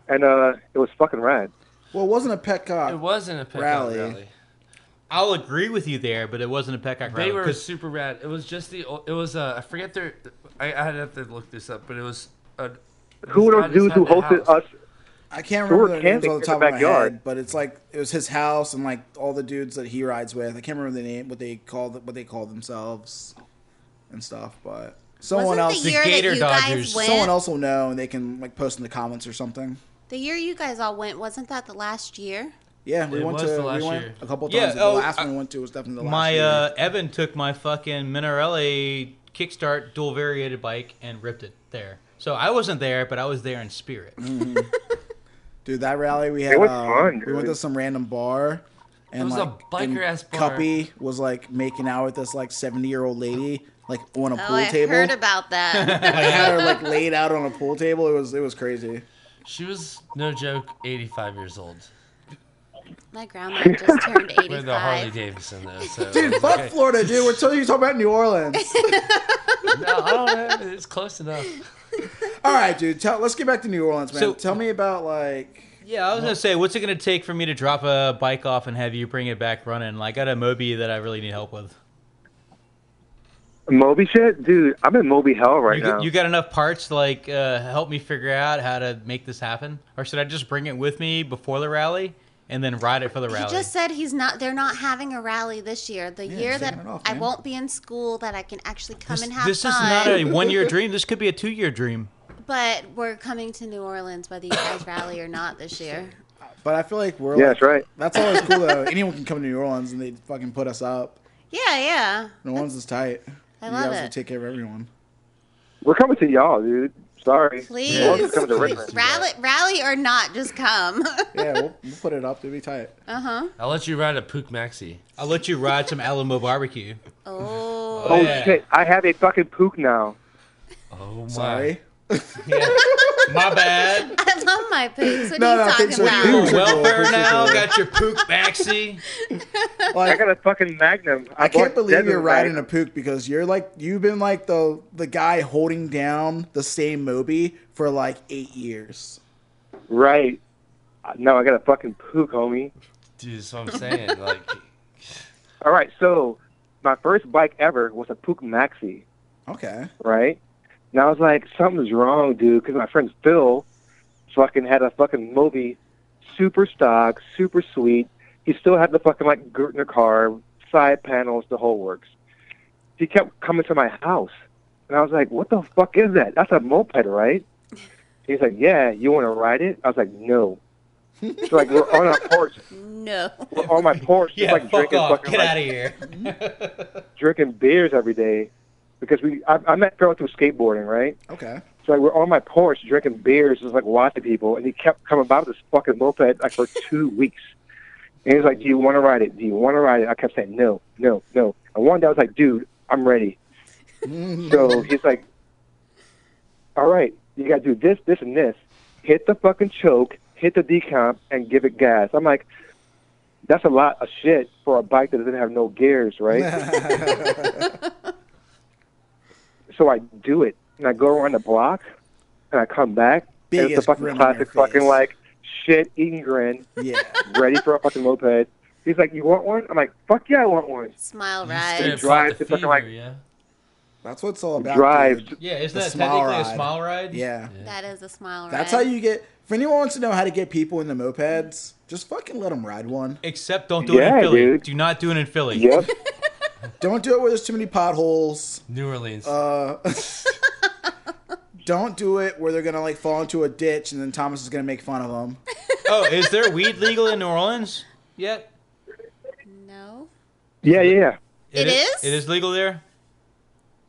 Speaker 1: and uh, it was fucking rad.
Speaker 6: Well, it wasn't a pet cock.
Speaker 8: it wasn't a pickup
Speaker 6: Rally.
Speaker 8: rally.
Speaker 7: I'll agree with you there, but it wasn't a Peacock
Speaker 8: They
Speaker 7: rally.
Speaker 8: were
Speaker 7: 'cause
Speaker 8: super rad. It was just the. o- It was uh, I forget their. I, I had to look this up, but it was. A,
Speaker 1: Who were those
Speaker 8: Besides
Speaker 1: dudes who
Speaker 8: at the
Speaker 1: hosted
Speaker 8: house.
Speaker 1: us?
Speaker 6: I can't
Speaker 1: We were
Speaker 6: remember their names
Speaker 1: camping
Speaker 6: on the
Speaker 1: in
Speaker 6: top of
Speaker 1: the
Speaker 6: my
Speaker 1: backyard.
Speaker 6: head, but it's like it was his house and like all the dudes that he rides with. I can't remember the name, what they call the, what they call themselves, and stuff. But someone
Speaker 4: Wasn't
Speaker 6: else,
Speaker 4: the year
Speaker 7: Gator
Speaker 4: that you
Speaker 7: Dodgers.
Speaker 4: guys went?
Speaker 6: someone else will know, and they can like post in the comments or something.
Speaker 4: The year you guys all went, wasn't that the last year?
Speaker 6: Yeah, we
Speaker 8: It
Speaker 6: went to
Speaker 8: was the
Speaker 6: we
Speaker 8: last
Speaker 6: went
Speaker 8: year.
Speaker 6: a couple times.
Speaker 7: Yeah,
Speaker 6: but
Speaker 7: oh,
Speaker 6: the last one
Speaker 7: I-
Speaker 6: we went to was definitely the last
Speaker 7: my
Speaker 6: year.
Speaker 7: uh, Evan took my fucking Minarelli kickstart dual variated bike and ripped it there. So I wasn't there, but I was there in spirit.
Speaker 4: Mm.
Speaker 6: Dude, that rally we had.
Speaker 1: was
Speaker 6: uh,
Speaker 1: fun,
Speaker 6: We went to
Speaker 1: dude.
Speaker 6: some random bar. And
Speaker 8: was a
Speaker 6: like,
Speaker 8: biker
Speaker 6: and
Speaker 8: ass bar.
Speaker 6: Cuppy was like making out with this like seventy year old lady like on a
Speaker 4: Oh,
Speaker 6: pool
Speaker 4: I
Speaker 6: table.
Speaker 4: heard about
Speaker 6: [laughs]
Speaker 4: that.
Speaker 6: I had her like laid out on a pool table. It was it was crazy.
Speaker 8: She was no joke, 85 years old.
Speaker 4: My grandma just turned
Speaker 8: With the Harley
Speaker 4: 85.
Speaker 8: Davidson though. So
Speaker 6: Dude,
Speaker 8: it's
Speaker 6: fuck
Speaker 8: okay.
Speaker 6: Florida, dude. We're telling you talking about New [laughs] Orleans.
Speaker 8: No, I don't know. It's close enough.
Speaker 6: All right, dude. Tell, let's get back to New Orleans, man.
Speaker 7: So-
Speaker 6: tell me about like
Speaker 7: Yeah, I was gonna say, what's it gonna take for me to drop a bike off and have you bring it back running? Like, I got a Moby that I really need help with.
Speaker 1: Moby shit, dude. I'm in Moby hell right
Speaker 7: You,
Speaker 1: now.
Speaker 7: you got enough parts to like uh, help me figure out how to make this happen, or should I just bring it with me before the rally and then ride it for the
Speaker 4: He
Speaker 7: rally?
Speaker 4: just said he's not. They're not having a rally this year. The year
Speaker 6: he's
Speaker 4: that
Speaker 6: taking it off,
Speaker 4: I
Speaker 6: man.
Speaker 4: won't be in school, that I can actually come
Speaker 7: this
Speaker 4: and have
Speaker 7: this
Speaker 4: fun.
Speaker 7: is not a
Speaker 4: [laughs]
Speaker 7: one-year dream. This could be a two-year dream.
Speaker 4: But we're coming to New Orleans, whether you guys rally or not this year.
Speaker 6: but But I feel like we're
Speaker 1: Yeah,
Speaker 6: like,
Speaker 1: that's right.
Speaker 6: That's always cool though. Anyone can come to New Orleans and they fucking put us up.
Speaker 4: Yeah, yeah.
Speaker 6: New Orleans is tight.
Speaker 4: I
Speaker 6: you
Speaker 4: love
Speaker 6: guys
Speaker 4: it.
Speaker 6: will take care of everyone.
Speaker 1: We're coming to y'all, dude. Sorry.
Speaker 4: Please,
Speaker 1: Y'all just coming to
Speaker 4: please.
Speaker 1: Richmond.
Speaker 4: rally, rally or not, just come. [laughs]
Speaker 6: Yeah, we'll, we'll put it up. It'll be tight.
Speaker 4: uh huh.
Speaker 8: I'll let you ride a Pook Maxi.
Speaker 7: I'll let you ride some Alamo barbecue.
Speaker 4: Oh,
Speaker 1: Oh
Speaker 7: Yeah.
Speaker 1: shit! I have a fucking pook now.
Speaker 8: Oh my.
Speaker 6: Sorry.
Speaker 7: My bad.
Speaker 4: [laughs] I love my poops. What
Speaker 6: No,
Speaker 4: are you
Speaker 6: no, I
Speaker 4: talking
Speaker 6: think so
Speaker 4: about?
Speaker 6: too.
Speaker 7: You're on welfare
Speaker 6: Appreciate
Speaker 7: now.
Speaker 1: [laughs]
Speaker 6: it.
Speaker 7: Got your pook maxi.
Speaker 1: I
Speaker 6: Like,
Speaker 1: got a fucking Magnum. I,
Speaker 6: I can't
Speaker 1: bought
Speaker 6: believe
Speaker 1: Desert
Speaker 6: you're riding a
Speaker 1: Magnum.
Speaker 6: pook because you're like you've been like the the guy holding down the same Moby for like eight years.
Speaker 1: Right. No, I got a fucking pook, homie.
Speaker 8: Dude, that's what I'm saying.
Speaker 1: [laughs]
Speaker 8: Like,
Speaker 1: All right, so my first bike ever was a Pook Maxi,
Speaker 6: Okay.
Speaker 1: right? And I was like, something's wrong, dude, because my friend Phil fucking had a fucking Moby, super stock, super sweet. He still had the fucking like Gertner carb, side panels, the whole works. He kept coming to my house, and I was like, what the fuck is that? That's a moped, right? He's like, yeah, you want to ride it? I was like, no. so like we're on our porch,
Speaker 4: No.
Speaker 1: we're on my porch, just,
Speaker 7: Yeah,
Speaker 1: like
Speaker 7: fuck
Speaker 1: drinking
Speaker 7: off.
Speaker 1: fucking
Speaker 7: Get
Speaker 1: like,
Speaker 7: out of here.
Speaker 1: drinking beers every day because we I, I met girl through skateboarding, right?
Speaker 6: Okay.
Speaker 1: So like, we're on my porch drinking beers, just like watching people, and he kept coming by with this fucking moped like for two weeks. And he's like, "Do you want to ride it? Do you want to ride it?" I kept saying, "No, no, no." And one day I was like, "Dude, I'm ready."
Speaker 6: Mm-hmm.
Speaker 1: [laughs] so he's like, "All right, you got to do this, this, and this. Hit the fucking choke, hit the decomp, and give it gas." I'm like, "That's a lot of shit for a bike that doesn't have no gears, right?"
Speaker 6: [laughs]
Speaker 1: so I do it, and I go around the block, and I come back, and it's
Speaker 6: Biggest
Speaker 1: a fucking
Speaker 6: grin on your
Speaker 1: classic fucking
Speaker 6: face.
Speaker 1: like shit eating grin,
Speaker 6: yeah.
Speaker 1: ready for a fucking moped. He's like, "You want one?" I'm like, "Fuck yeah, I want one."
Speaker 4: Smile
Speaker 8: straight
Speaker 4: right.
Speaker 8: up
Speaker 1: drive
Speaker 8: caught the
Speaker 1: to fucking, like-
Speaker 8: fever, yeah.
Speaker 6: That's what it's all about.
Speaker 1: Drive.
Speaker 6: dude.
Speaker 7: Yeah, isn't
Speaker 6: The
Speaker 7: that
Speaker 6: small
Speaker 7: technically a
Speaker 6: ride.
Speaker 7: small ride?
Speaker 6: Yeah.
Speaker 4: That is a smile right.
Speaker 6: That's how you get. If anyone wants to know how to get people into mopeds, just fucking let them ride one.
Speaker 7: Except don't do it
Speaker 1: Yeah,
Speaker 7: in Philly.
Speaker 1: dude.
Speaker 7: Do not do it in Philly.
Speaker 1: Yep.
Speaker 6: Don't do it where there's too many potholes.
Speaker 8: New Orleans.
Speaker 6: Uh, [laughs] don't do it where they're gonna like fall into a ditch and then Thomas is gonna make fun of them.
Speaker 7: Oh, is there weed legal in New Orleans yet?
Speaker 4: No.
Speaker 1: yeah, yeah, yeah.
Speaker 4: It is?
Speaker 7: It is legal there.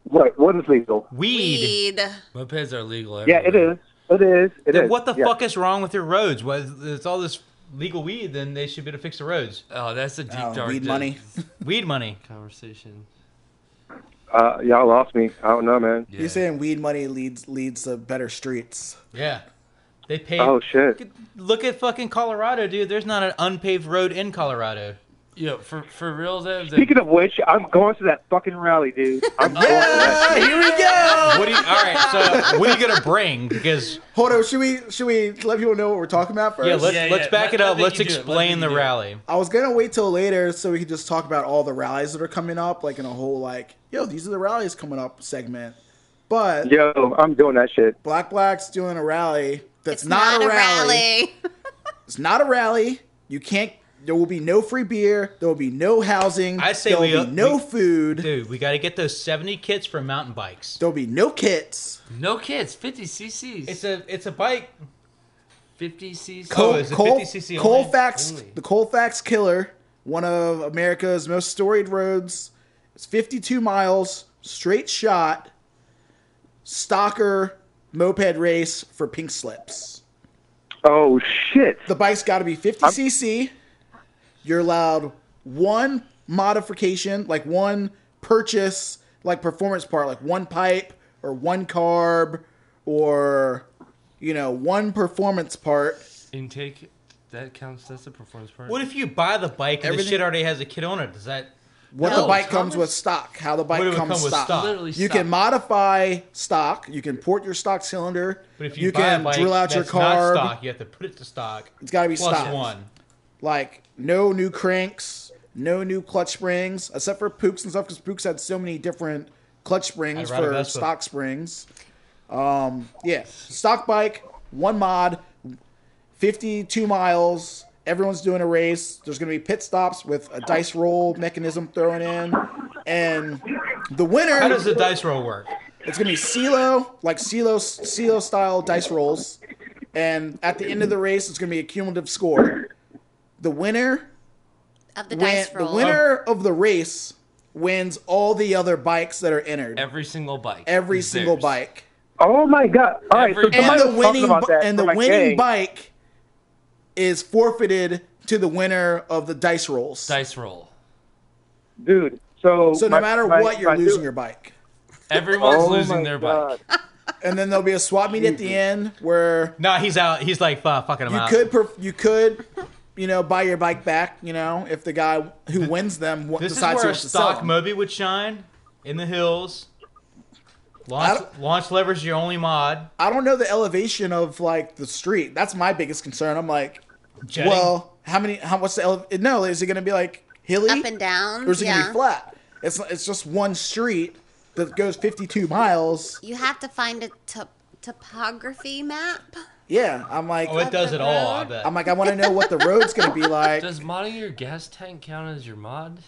Speaker 1: What? What is legal?
Speaker 7: Weed.
Speaker 4: Weed.
Speaker 8: Mopeds are legal.
Speaker 1: Yeah, it
Speaker 8: everywhere.
Speaker 1: is. It is. It
Speaker 7: Then
Speaker 1: is.
Speaker 7: what the
Speaker 1: Yeah.
Speaker 7: fuck is wrong with your roads? Why is- it's all this legal weed? Then they should be able to fix the roads.
Speaker 8: Oh, that's a deep
Speaker 6: Oh,
Speaker 8: dark
Speaker 6: weed
Speaker 8: di-
Speaker 6: money.
Speaker 7: Weed money.
Speaker 8: conversation.
Speaker 1: Uh, y'all lost me. I don't know, man.
Speaker 8: Yeah.
Speaker 6: You're saying weed money leads leads to better streets.
Speaker 7: Yeah. They pay.
Speaker 1: Oh shit.
Speaker 7: Look at fucking Colorado, dude. There's not an unpaved road in Colorado.
Speaker 8: Yo, for for real though. The,
Speaker 1: Speaking of which, I'm going to that fucking rally, dude. I'm going to that.
Speaker 6: Ah, here we go.
Speaker 8: [laughs]
Speaker 7: What do you, all right, so what are you gonna bring? Because
Speaker 6: Hold on, should we should we let people know what we're talking about first?
Speaker 7: yeah, let's
Speaker 8: Yeah,
Speaker 7: let's
Speaker 8: yeah.
Speaker 7: back
Speaker 8: Let-
Speaker 7: it up.
Speaker 8: let
Speaker 7: Let's
Speaker 8: me do it. Let
Speaker 7: explain
Speaker 8: me
Speaker 7: the
Speaker 8: do it.
Speaker 7: rally.
Speaker 6: I was gonna wait till later so we could just talk about all the rallies that are coming up, like in a whole like, yo, these are the rallies coming up segment. But
Speaker 1: Yo, I'm doing that shit.
Speaker 6: Black Black's doing a rally that's
Speaker 4: It's not, a rally.
Speaker 6: It's not a rally. You can't. There will be no free beer. There will be no housing.
Speaker 7: I say
Speaker 6: there will
Speaker 7: we-
Speaker 6: be no
Speaker 7: we-
Speaker 6: food.
Speaker 7: Dude, we got to get those 70 kits for mountain bikes.
Speaker 6: There will be no kits.
Speaker 8: no kids, 50 cc's.
Speaker 7: It's a it's a bike.
Speaker 8: 50 cc's.
Speaker 7: Coke. Oh, is it 50cc only?
Speaker 6: Colfax,
Speaker 8: Only.
Speaker 6: the Colfax Killer, one of America's most storied roads. It's 52 miles, straight shot, stalker moped race for pink slips.
Speaker 1: Oh shit.
Speaker 6: The bike's got to be 50 cc. You're allowed one modification, like one purchase, like performance part, like one pipe or one carb or you know one performance part.
Speaker 8: Intake. That counts. That's the performance part.
Speaker 7: What if you buy the bike and
Speaker 6: Everything-
Speaker 7: the shit already has a kit on it? Does that
Speaker 6: What
Speaker 7: No,
Speaker 6: the bike
Speaker 8: Thomas.
Speaker 6: comes with stock, how the bike
Speaker 7: What do it
Speaker 6: comes
Speaker 7: come with
Speaker 6: stock.
Speaker 7: stock?
Speaker 8: Literally
Speaker 6: You
Speaker 8: stop.
Speaker 6: can modify stock. You can port your stock cylinder.
Speaker 7: But if you, buy
Speaker 6: can
Speaker 7: a bike
Speaker 6: drill out your
Speaker 7: that's not
Speaker 6: carb.
Speaker 7: stock, you have to put it to stock.
Speaker 6: It's got to be
Speaker 7: Plus
Speaker 6: stock.
Speaker 7: one.
Speaker 6: like no new cranks, no new clutch springs, except for Pooks and stuff because Pooks had so many different clutch springs
Speaker 7: I'd ride a
Speaker 6: for
Speaker 7: Vespa.
Speaker 6: stock springs. Um, yeah, stock bike, one mod, fifty-two miles. Everyone's doing a race. There's going to be pit stops with a dice roll mechanism thrown in, and the winner
Speaker 7: How does the dice roll work?
Speaker 6: it's gonna be CeeLo, like CeeLo, CeeLo style dice rolls, and at the end of the race, it's gonna be a cumulative score. the winner
Speaker 4: of the
Speaker 6: win-
Speaker 4: dice
Speaker 6: the
Speaker 4: roll.
Speaker 6: winner of the race wins all the other bikes that are entered. Every,
Speaker 8: Every single bike. is
Speaker 6: single
Speaker 8: theirs.
Speaker 6: bike.
Speaker 1: Oh my god! All right, so
Speaker 8: Every-
Speaker 1: somebody
Speaker 6: And the
Speaker 1: was talking
Speaker 6: winning
Speaker 1: about
Speaker 6: bi-
Speaker 1: that
Speaker 6: and
Speaker 1: for
Speaker 6: the
Speaker 1: my
Speaker 6: winning
Speaker 1: gang.
Speaker 6: bike is forfeited to the winner of the dice rolls.
Speaker 8: Dice roll.
Speaker 1: dude. So
Speaker 6: So no
Speaker 1: my-
Speaker 6: matter
Speaker 1: my-
Speaker 6: what, you're
Speaker 1: my dude-
Speaker 6: losing your bike.
Speaker 8: Everyone's
Speaker 1: Oh
Speaker 8: losing
Speaker 1: my
Speaker 8: their bike.
Speaker 1: God.
Speaker 6: And then there'll be a swap meet at the end where
Speaker 7: No, he's out. He's like, fuck, fucking him
Speaker 6: you
Speaker 7: out.
Speaker 6: could per- you could you know buy your bike back. You know if the guy who wins them wa-
Speaker 7: this is
Speaker 6: decides he
Speaker 7: where a
Speaker 6: wants to sell.
Speaker 7: stock
Speaker 6: them.
Speaker 7: Moby would shine in the hills.
Speaker 6: I
Speaker 7: Launch,
Speaker 6: don't-
Speaker 7: launch lever's your only mod.
Speaker 6: I don't know the elevation of like the street. That's my biggest concern. I'm like,
Speaker 7: Jetting.
Speaker 6: well, how many? How what's the elevation? No, is it going to be like hilly
Speaker 4: Up and down.
Speaker 6: or is it going to
Speaker 4: yeah.
Speaker 6: be flat? It's it's just one street that goes 52 miles.
Speaker 4: You have to find a to- topography map.
Speaker 6: Yeah, I'm like,
Speaker 7: oh, it does it all. I
Speaker 4: road.
Speaker 7: bet.
Speaker 6: I'm like, I want to know what the road's going to
Speaker 7: [laughs]
Speaker 6: be like.
Speaker 8: Does modding your gas tank count as your mod?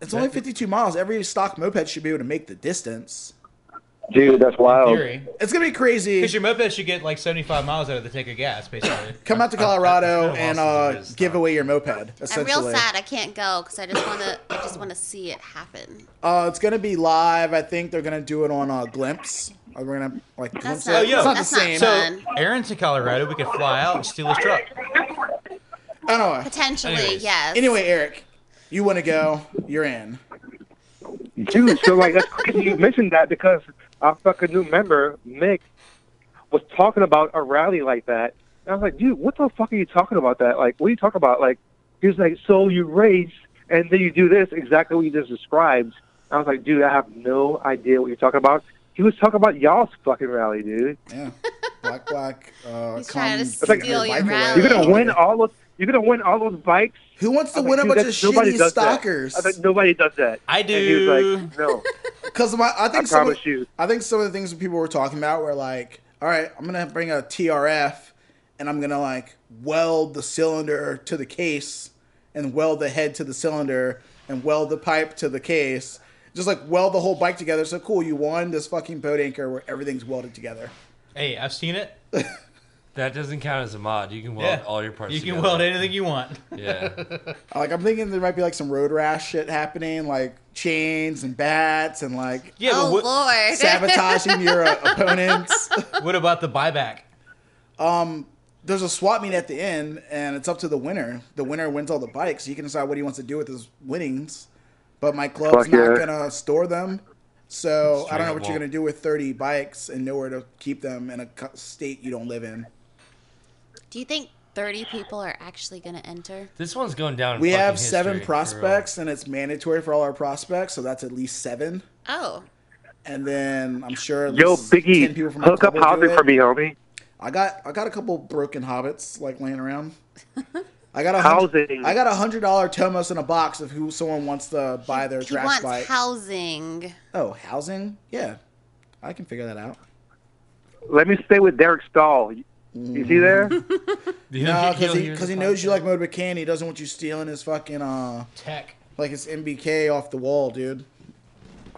Speaker 6: It's only 52 miles. Every stock moped should be able to make the distance.
Speaker 1: dude, that's wild.
Speaker 7: Theory,
Speaker 6: It's going to be crazy.
Speaker 7: because your moped should get like 75 miles out of the tank of gas, basically.
Speaker 6: [laughs] Come out to
Speaker 7: [laughs]
Speaker 6: Colorado
Speaker 8: I've
Speaker 6: and
Speaker 8: never lost
Speaker 6: uh,
Speaker 8: as a good
Speaker 6: give away your moped.
Speaker 4: I'm
Speaker 6: Essentially,
Speaker 4: real sad I can't go because I just want to. I just want to see it happen.
Speaker 6: Uh, it's gonna be live. I think they're gonna do it on uh, Glimpse. Uh, We're gonna like glimpse
Speaker 4: not-
Speaker 6: it.
Speaker 7: Oh, yo.
Speaker 6: It's not
Speaker 4: that's
Speaker 6: the
Speaker 4: not
Speaker 6: same.
Speaker 4: fun.
Speaker 7: so Aaron's in Colorado. We could fly out and steal his truck.
Speaker 6: I don't know.
Speaker 4: Potentially,
Speaker 8: Anyways.
Speaker 4: yes.
Speaker 6: Anyway, Eric, you want to go? You're in.
Speaker 1: Dude, so like that's crazy you mentioned that because our fucking new member, Mick, was talking about a rally like that. And I was like, dude, what the fuck are you talking about that? Like, what are you talking about? Like he was like, So you race and then you do this, exactly what you just described. I was like, dude, I have no idea what you're talking about. He was talking about y'all's fucking rally, dude.
Speaker 4: [laughs]
Speaker 6: Yeah. Black Black. Uh,
Speaker 4: He's trying to
Speaker 6: comes-
Speaker 4: steal your
Speaker 6: Microwave.
Speaker 4: rally.
Speaker 1: You're gonna win all those you're gonna win all those bikes.
Speaker 6: Who wants to
Speaker 1: I was
Speaker 6: win
Speaker 1: like,
Speaker 6: a
Speaker 1: dude,
Speaker 6: bunch
Speaker 1: that's-
Speaker 6: of
Speaker 1: nobody
Speaker 6: shitty
Speaker 1: does that.
Speaker 6: stalkers?
Speaker 1: I was like, nobody does that.
Speaker 7: I
Speaker 1: And he was
Speaker 7: do.
Speaker 1: like,
Speaker 6: [laughs]
Speaker 1: no,
Speaker 6: Because I, I
Speaker 1: I
Speaker 6: think some of,
Speaker 1: promise you.
Speaker 6: I think some of the things that people were talking about were like, all right, I'm gonna bring a TRF, and I'm gonna like weld the cylinder to the case, and weld the head to the cylinder, and weld the pipe to the case. Just like weld the whole bike together. So cool, you won this fucking boat anchor where everything's welded together.
Speaker 7: Hey, I've seen it.
Speaker 8: That doesn't count as a mod. You can weld
Speaker 7: Yeah.
Speaker 8: all your parts.
Speaker 7: You can
Speaker 8: together.
Speaker 7: weld anything you want. [laughs]
Speaker 8: Yeah.
Speaker 6: Like I'm thinking there might be like some road rash shit happening, like chains and bats and like
Speaker 7: Yeah,
Speaker 4: oh
Speaker 7: but what,
Speaker 4: lord.
Speaker 6: sabotaging your uh, opponents. [laughs]
Speaker 7: what about the buyback?
Speaker 6: there's a swap meet at the end, and it's up to the winner. The winner wins all the bikes. He can decide what he wants to do with his winnings. But my club's
Speaker 1: Fuck
Speaker 6: not
Speaker 1: yeah.
Speaker 6: gonna store them, so I don't know what
Speaker 8: Streamable.
Speaker 6: you're gonna do with 30 bikes and nowhere to keep them in a co- state you don't live in.
Speaker 4: Do you think 30 people are actually going to enter?
Speaker 8: this one's going down. in
Speaker 6: We
Speaker 8: fucking
Speaker 6: have seven
Speaker 8: history, for real.
Speaker 6: prospects, and it's mandatory for all our prospects, so that's at least seven.
Speaker 4: Oh,
Speaker 6: And then I'm sure at
Speaker 1: Yo,
Speaker 6: least 10 people
Speaker 1: Biggie,
Speaker 6: from my
Speaker 1: hook up
Speaker 6: club will do
Speaker 1: housing
Speaker 6: it.
Speaker 1: for me, homie.
Speaker 6: I got I got a couple broken hobbits like laying
Speaker 4: [laughs]
Speaker 6: around. I got a
Speaker 1: Housing.
Speaker 6: I got a hundred dollar Tomos in a box if who someone wants to buy their
Speaker 4: he
Speaker 6: trash
Speaker 4: wants
Speaker 6: bike.
Speaker 4: housing.
Speaker 6: oh, housing? Yeah, I can figure that out.
Speaker 1: Let me stay with Derek Stahl. You see there?
Speaker 8: You
Speaker 6: No,
Speaker 8: know,
Speaker 6: because
Speaker 8: you'll
Speaker 6: he,
Speaker 8: hear
Speaker 6: Uh, cause he
Speaker 8: the
Speaker 6: knows you
Speaker 8: podcast.
Speaker 6: like Motor Can. He doesn't want you stealing his fucking uh
Speaker 7: Tech.
Speaker 6: like his MBK off the wall, dude.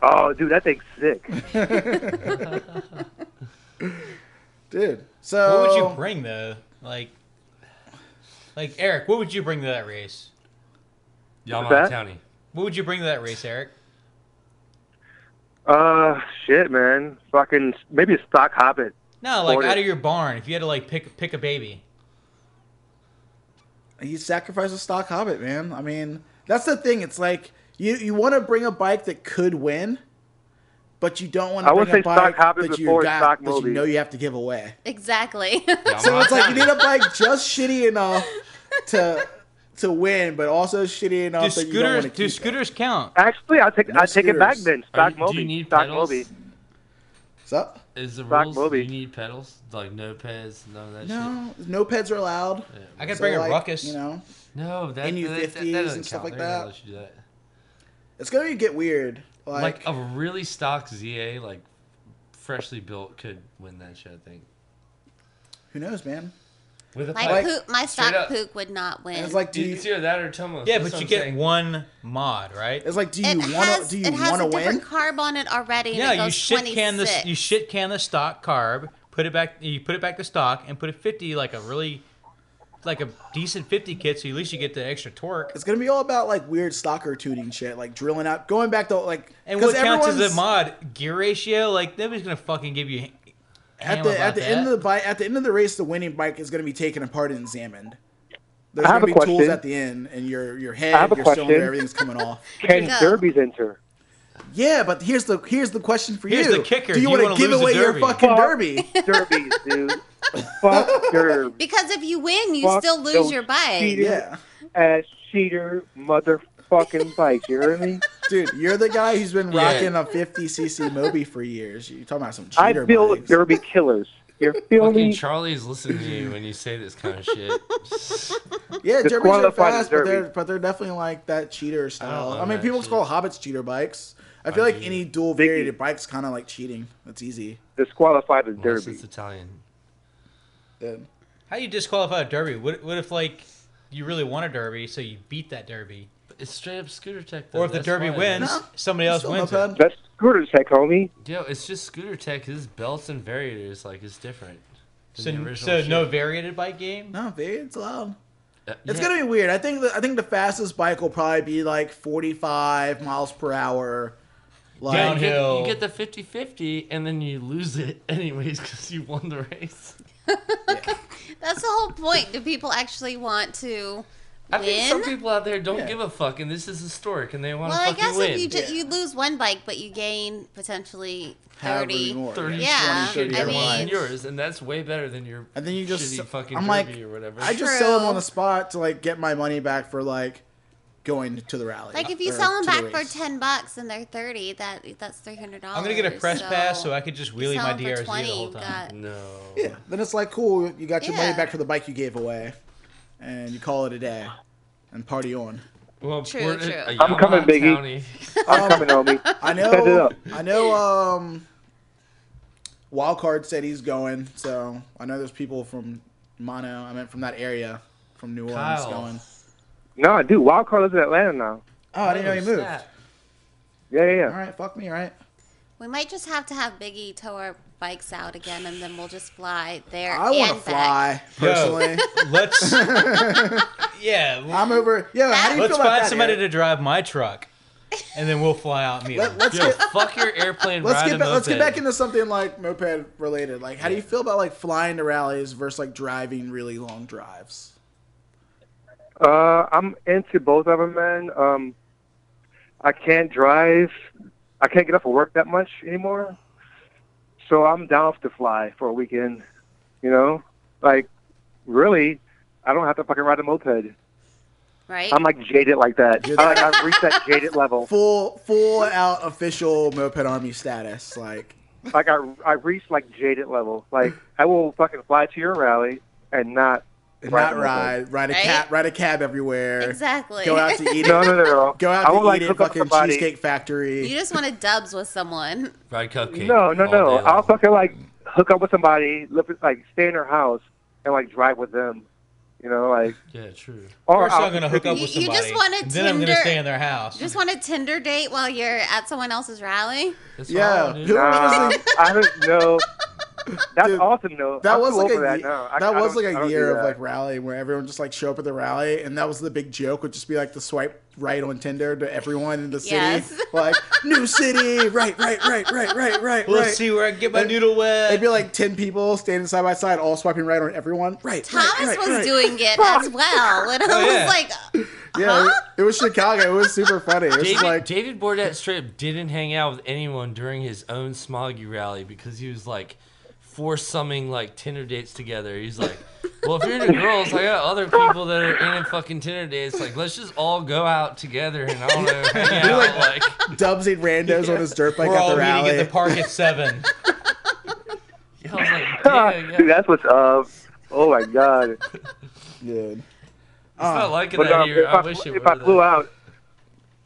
Speaker 1: oh, dude, that thing's sick.
Speaker 6: Dude,
Speaker 7: What
Speaker 6: so
Speaker 7: would you bring though? Like, like Eric, what would you bring to that race?
Speaker 1: What's that?
Speaker 8: Yamaha County.
Speaker 7: What would you bring to that race, Eric?
Speaker 1: Uh, shit, man. Fucking maybe a stock hobbit.
Speaker 7: No, like
Speaker 1: Order.
Speaker 7: out of your barn. If you had to like pick pick a baby,
Speaker 6: he sacrificed a stock hobbit, man. I mean, that's the thing. It's like you you want to bring a bike that could win, but you don't want to
Speaker 1: I would
Speaker 6: bring a
Speaker 1: say stock
Speaker 6: bike
Speaker 1: hobbit
Speaker 6: that you
Speaker 1: before
Speaker 6: got
Speaker 1: stock
Speaker 6: that you
Speaker 1: movie.
Speaker 6: know you have to give away.
Speaker 4: Exactly.
Speaker 6: [laughs] So
Speaker 8: Yamaha
Speaker 6: it's like you
Speaker 8: County.
Speaker 6: need a
Speaker 1: [laughs]
Speaker 6: bike just shitty enough to to win, but also shitty enough
Speaker 7: do
Speaker 6: that you don't want
Speaker 7: scooters
Speaker 6: to
Speaker 7: do
Speaker 6: keep it.
Speaker 7: scooters count?
Speaker 1: Actually, I'll take
Speaker 6: No
Speaker 1: I take it back
Speaker 6: scooters.
Speaker 1: then. Stock
Speaker 8: you- do you
Speaker 1: Moby.
Speaker 8: need
Speaker 1: Stock
Speaker 8: pedals?
Speaker 1: Moby.
Speaker 6: What's up?
Speaker 8: Is the
Speaker 1: Black
Speaker 8: rules?
Speaker 1: Moby.
Speaker 8: You need pedals, like no peds, none of that
Speaker 6: No, no peds are allowed.
Speaker 8: shit. Yeah.
Speaker 7: I could
Speaker 6: So,
Speaker 7: bring a
Speaker 6: like,
Speaker 7: ruckus.
Speaker 6: You know,
Speaker 8: No, that,
Speaker 6: NU
Speaker 8: that, that, that
Speaker 6: 50s
Speaker 8: doesn't
Speaker 6: and stuff
Speaker 8: count.
Speaker 6: like
Speaker 8: They're gonna
Speaker 6: that.
Speaker 8: let you do that.
Speaker 6: it's gonna get weird. Like,
Speaker 8: Like,
Speaker 7: um,
Speaker 8: a really stock ZA, like freshly built, could win that shit. I think.
Speaker 6: who knows, man?
Speaker 8: With a
Speaker 4: My
Speaker 8: pipe.
Speaker 4: poop, my
Speaker 8: straight
Speaker 4: stock
Speaker 8: up.
Speaker 4: poop would not win.
Speaker 6: And it's like, do you?
Speaker 8: It's either that or Tomos.
Speaker 7: Yeah,
Speaker 8: That's
Speaker 7: but
Speaker 8: what
Speaker 7: you
Speaker 8: I'm
Speaker 7: get
Speaker 8: saying.
Speaker 7: one mod, right?
Speaker 6: It's like, do you
Speaker 4: it
Speaker 6: want to?
Speaker 4: has,
Speaker 6: Do you
Speaker 4: it has
Speaker 6: want to
Speaker 4: a
Speaker 6: win?
Speaker 4: different carb on it already. and it
Speaker 7: Yeah, you
Speaker 4: goes
Speaker 7: shit
Speaker 4: 26.
Speaker 7: can this. You shit can the stock carb. Put it back. You put it back to stock and put a fifty, like a really like a decent 50 kit, so at least you get the extra torque.
Speaker 6: It's gonna be all about like weird stalker tooting shit, like drilling out, going back to like.
Speaker 7: And
Speaker 6: 'cause
Speaker 7: what counts as a
Speaker 6: everyone's-
Speaker 7: mod gear ratio? Like nobody's gonna fucking give you.
Speaker 6: at the at the end of the bike at the end of the race, the winning bike is going to be taken apart and examined. There's
Speaker 1: I have
Speaker 6: going
Speaker 1: a
Speaker 6: to be tools
Speaker 1: question.
Speaker 6: at the end, and your your
Speaker 1: I
Speaker 6: head,
Speaker 1: have a
Speaker 6: your cylinder,
Speaker 1: question.
Speaker 6: everything's coming off. [laughs]
Speaker 1: Can
Speaker 4: Yeah.
Speaker 1: derbies
Speaker 8: [laughs]
Speaker 1: enter?
Speaker 6: Yeah, but here's the here's the question for
Speaker 7: Here's
Speaker 6: you.
Speaker 7: the kicker.
Speaker 6: Do you,
Speaker 7: You
Speaker 6: want to
Speaker 7: wanna
Speaker 6: give
Speaker 7: lose the
Speaker 6: away your
Speaker 7: derby.
Speaker 6: fucking
Speaker 1: Fuck. [laughs]
Speaker 6: derby?
Speaker 1: Derbies, dude.
Speaker 8: [laughs]
Speaker 1: Fuck derbies.
Speaker 4: Because if you win, you
Speaker 1: Fuck
Speaker 4: still lose
Speaker 1: those
Speaker 4: your bike.
Speaker 1: cheaters.
Speaker 6: Yeah,
Speaker 1: Ass cheater motherfucking bike. You hear
Speaker 8: [laughs]
Speaker 1: me?
Speaker 6: dude, you're the guy who's been
Speaker 7: Yeah.
Speaker 6: rocking a 50cc Moby for years. You talking about some
Speaker 1: I
Speaker 6: cheater
Speaker 1: build
Speaker 6: bikes.
Speaker 1: derby killers. You feel
Speaker 8: Fucking
Speaker 1: me?
Speaker 8: Charlie's listening
Speaker 6: [clears throat]
Speaker 8: to you when you say this kind of shit.
Speaker 6: Yeah, derbies are
Speaker 1: Disqualified
Speaker 6: fast, but
Speaker 1: derby.
Speaker 6: they're but they're definitely like that cheater style. I,
Speaker 8: love
Speaker 6: mean,
Speaker 8: that
Speaker 6: people
Speaker 8: shit.
Speaker 6: call hobbits cheater bikes. I feel like
Speaker 8: do.
Speaker 6: any dual variated bike's kind of like cheating. That's easy.
Speaker 1: Disqualified as
Speaker 8: Unless
Speaker 1: derby.
Speaker 8: it's Italian.
Speaker 6: Yeah.
Speaker 7: how do you disqualify a derby? What, what if like you really won a derby, so you beat that derby,
Speaker 8: But It's straight up scooter tech. Though.
Speaker 7: or if the
Speaker 8: that's
Speaker 7: derby
Speaker 8: why.
Speaker 7: wins,
Speaker 6: No,
Speaker 7: somebody else
Speaker 6: Still
Speaker 7: wins.
Speaker 6: not
Speaker 7: It.
Speaker 6: bad.
Speaker 1: That's scooter tech, homie.
Speaker 8: Yo, it's just scooter tech. His belts and variators, like, it's different. than the
Speaker 7: So,
Speaker 8: original
Speaker 7: so
Speaker 8: shit.
Speaker 7: no variated bike game.
Speaker 6: No, baby, it's loud.
Speaker 8: Uh,
Speaker 6: It's
Speaker 8: yeah.
Speaker 6: gonna be weird. I think the, I think the fastest bike will probably be like 45 miles per hour. Like,
Speaker 8: Yeah,
Speaker 7: Down-
Speaker 8: you, get,
Speaker 7: downhill.
Speaker 8: you get the 50 50 and then you lose it [laughs] anyways because you won the race.
Speaker 4: That's the whole point. Do people actually want to
Speaker 8: I think some
Speaker 4: win?
Speaker 8: people out there don't
Speaker 6: Yeah.
Speaker 8: give a fuck and this is historic and they want
Speaker 4: Well,
Speaker 8: to
Speaker 4: I
Speaker 8: fucking
Speaker 4: guess
Speaker 8: win.
Speaker 4: if you ju-
Speaker 6: Yeah.
Speaker 4: you lose one bike, but you gain potentially
Speaker 6: however
Speaker 4: thirty.
Speaker 6: you want.
Speaker 8: 30
Speaker 4: Yeah,
Speaker 8: shitty shit
Speaker 4: I
Speaker 8: you're
Speaker 4: mean-
Speaker 8: on yours and that's way better than your
Speaker 6: And then you just-
Speaker 8: shitty fucking
Speaker 6: I'm
Speaker 8: derby
Speaker 6: like,
Speaker 8: or whatever.
Speaker 6: I just
Speaker 4: True.
Speaker 6: sell them on the spot to like get my money back for like going to the rally.
Speaker 4: Like if you
Speaker 6: or
Speaker 4: sell them
Speaker 6: to the
Speaker 4: back for
Speaker 6: race.
Speaker 4: ten bucks and they're thirty, that that's three hundred dollars.
Speaker 7: I'm gonna get a press pass so I could just wheelie my DRZ the whole time.
Speaker 8: no.
Speaker 6: yeah, then it's like cool. You got your
Speaker 4: Yeah.
Speaker 6: money back for the bike you gave away, and you call it a day, and party
Speaker 4: [laughs]
Speaker 6: on.
Speaker 8: Well,
Speaker 4: True,
Speaker 8: we're-
Speaker 4: true.
Speaker 8: a
Speaker 1: I'm coming,
Speaker 8: Yamaha
Speaker 1: Biggie.
Speaker 8: County.
Speaker 1: I'm coming, homie.
Speaker 8: [laughs]
Speaker 6: I
Speaker 1: Set it
Speaker 6: know.
Speaker 1: up.
Speaker 6: I know. Um, Wildcard said he's going, so I know there's people from Mono. I meant from that area, from New Orleans,
Speaker 8: Kyle.
Speaker 6: going.
Speaker 1: No, dude, wild card lives in Atlanta now.
Speaker 6: Oh, I didn't know he moved.
Speaker 8: Snap.
Speaker 1: Yeah, yeah,
Speaker 6: All
Speaker 1: yeah.
Speaker 6: right, fuck me, all right.
Speaker 4: We might just have to have Biggie tow our bikes out again, and then we'll just fly there.
Speaker 6: I want to
Speaker 4: and back.
Speaker 6: fly personally.
Speaker 7: [laughs] Let's. [laughs]
Speaker 4: [laughs]
Speaker 7: yeah, l-
Speaker 6: I'm over. Yeah, how do you
Speaker 7: let's
Speaker 6: feel about
Speaker 7: find
Speaker 6: that,
Speaker 7: somebody
Speaker 6: Eric?
Speaker 7: to drive my truck, and then we'll fly out and meet.
Speaker 6: Let,
Speaker 7: them.
Speaker 6: let's
Speaker 8: Yo,
Speaker 6: get.
Speaker 8: fuck your airplane
Speaker 6: Let's
Speaker 8: ride
Speaker 6: get
Speaker 8: and
Speaker 6: back, let's get
Speaker 8: moped.
Speaker 6: back into something like moped related. Like, how do you feel about like flying to rallies versus like driving really long drives?
Speaker 1: Uh, I'm into both of them, man. Um, I can't drive. I can't get up for work that much anymore. So I'm down to fly for a weekend. You know, like really, I don't have to fucking ride a moped.
Speaker 4: right?
Speaker 1: I'm like jaded like that. I, like I've reached that jaded
Speaker 6: [laughs]
Speaker 1: level.
Speaker 6: Full full out official moped army status. Like,
Speaker 1: Like I, I reached like jaded level. Like I will fucking fly to your rally and not
Speaker 6: And
Speaker 1: Ride
Speaker 6: not
Speaker 1: a
Speaker 6: ride, ride a
Speaker 4: Right?
Speaker 6: cab, ride a cab everywhere.
Speaker 4: exactly.
Speaker 6: Go
Speaker 4: [laughs]
Speaker 6: out to eat
Speaker 1: No,
Speaker 6: it.
Speaker 1: no, no, no.
Speaker 6: Go out
Speaker 1: I
Speaker 6: to
Speaker 1: will,
Speaker 6: eat
Speaker 1: like,
Speaker 6: it.
Speaker 1: hook up
Speaker 6: Fucking
Speaker 1: somebody.
Speaker 6: cheesecake
Speaker 4: you
Speaker 6: factory.
Speaker 4: just want to dubs with someone.
Speaker 8: Ride cupcake.
Speaker 1: No, no,
Speaker 8: all day
Speaker 1: no.
Speaker 8: long.
Speaker 1: I'll fucking like hook up with somebody, live, like stay in their house and like drive with them. You know, like
Speaker 8: Yeah, true.
Speaker 1: or
Speaker 7: First, I'm
Speaker 1: I'll-
Speaker 7: gonna hook up
Speaker 4: You-
Speaker 7: with
Speaker 4: you
Speaker 7: somebody.
Speaker 4: just wanna
Speaker 7: and then I'm gonna
Speaker 4: Tinder-
Speaker 7: stay in their house.
Speaker 4: Just want a Tinder date while you're at someone else's rally.
Speaker 8: That's
Speaker 6: Yeah,
Speaker 8: all, dude.
Speaker 1: [laughs]
Speaker 6: who
Speaker 1: Nah,
Speaker 6: was like-
Speaker 1: I don't know. That's
Speaker 6: Dude,
Speaker 1: awesome though.
Speaker 6: that
Speaker 1: I'm
Speaker 6: was
Speaker 1: too
Speaker 6: like
Speaker 1: old
Speaker 6: a
Speaker 1: for that
Speaker 6: ye-
Speaker 1: now. I-
Speaker 6: that
Speaker 1: I
Speaker 6: was
Speaker 1: don't-
Speaker 6: like
Speaker 1: I
Speaker 6: a
Speaker 1: don't do
Speaker 6: year of
Speaker 1: that.
Speaker 6: like rally where everyone just like show up at the rally, and that was the big joke would just be like the swipe right on Tinder to everyone in the city,
Speaker 4: Yes.
Speaker 6: [laughs] like new city, right, right, right, right, right, right,
Speaker 7: We'll
Speaker 6: right.
Speaker 7: see where I can get my
Speaker 6: They'd-
Speaker 7: noodle
Speaker 6: It'd
Speaker 7: wet.
Speaker 6: be like ten people standing side by side, all swiping right on everyone. Right.
Speaker 4: Thomas
Speaker 6: right, right,
Speaker 4: was
Speaker 6: right.
Speaker 4: doing it as well, and I
Speaker 7: Oh,
Speaker 4: was
Speaker 7: yeah.
Speaker 4: like,
Speaker 6: Yeah, it, it was Chicago. It was super funny. It was
Speaker 8: David,
Speaker 6: like
Speaker 8: David Bordet Strip didn't hang out with anyone during his own Smoggy rally because he was like foursumming like Tinder dates together. He's like, well, if you're into girls, I got other people that are into fucking Tinder dates. Like, let's just all go out together and I
Speaker 1: [laughs]
Speaker 8: don't know, hang out. Like,
Speaker 6: dubsing randos on his dirt bike
Speaker 7: We're
Speaker 6: at
Speaker 7: all
Speaker 6: the rally.
Speaker 7: meeting at the park
Speaker 6: [laughs]
Speaker 7: at seven.
Speaker 8: I was like, yeah,
Speaker 1: [laughs]
Speaker 8: yeah.
Speaker 1: Dude, that's what's up. Oh my
Speaker 7: [laughs]
Speaker 1: god.
Speaker 6: Dude.
Speaker 8: It's
Speaker 6: Ah.
Speaker 8: not liking
Speaker 1: But
Speaker 8: that
Speaker 1: um,
Speaker 8: here.
Speaker 1: if
Speaker 8: I
Speaker 1: I,
Speaker 8: wish it
Speaker 1: if I
Speaker 8: were.
Speaker 1: blew
Speaker 8: though.
Speaker 1: out,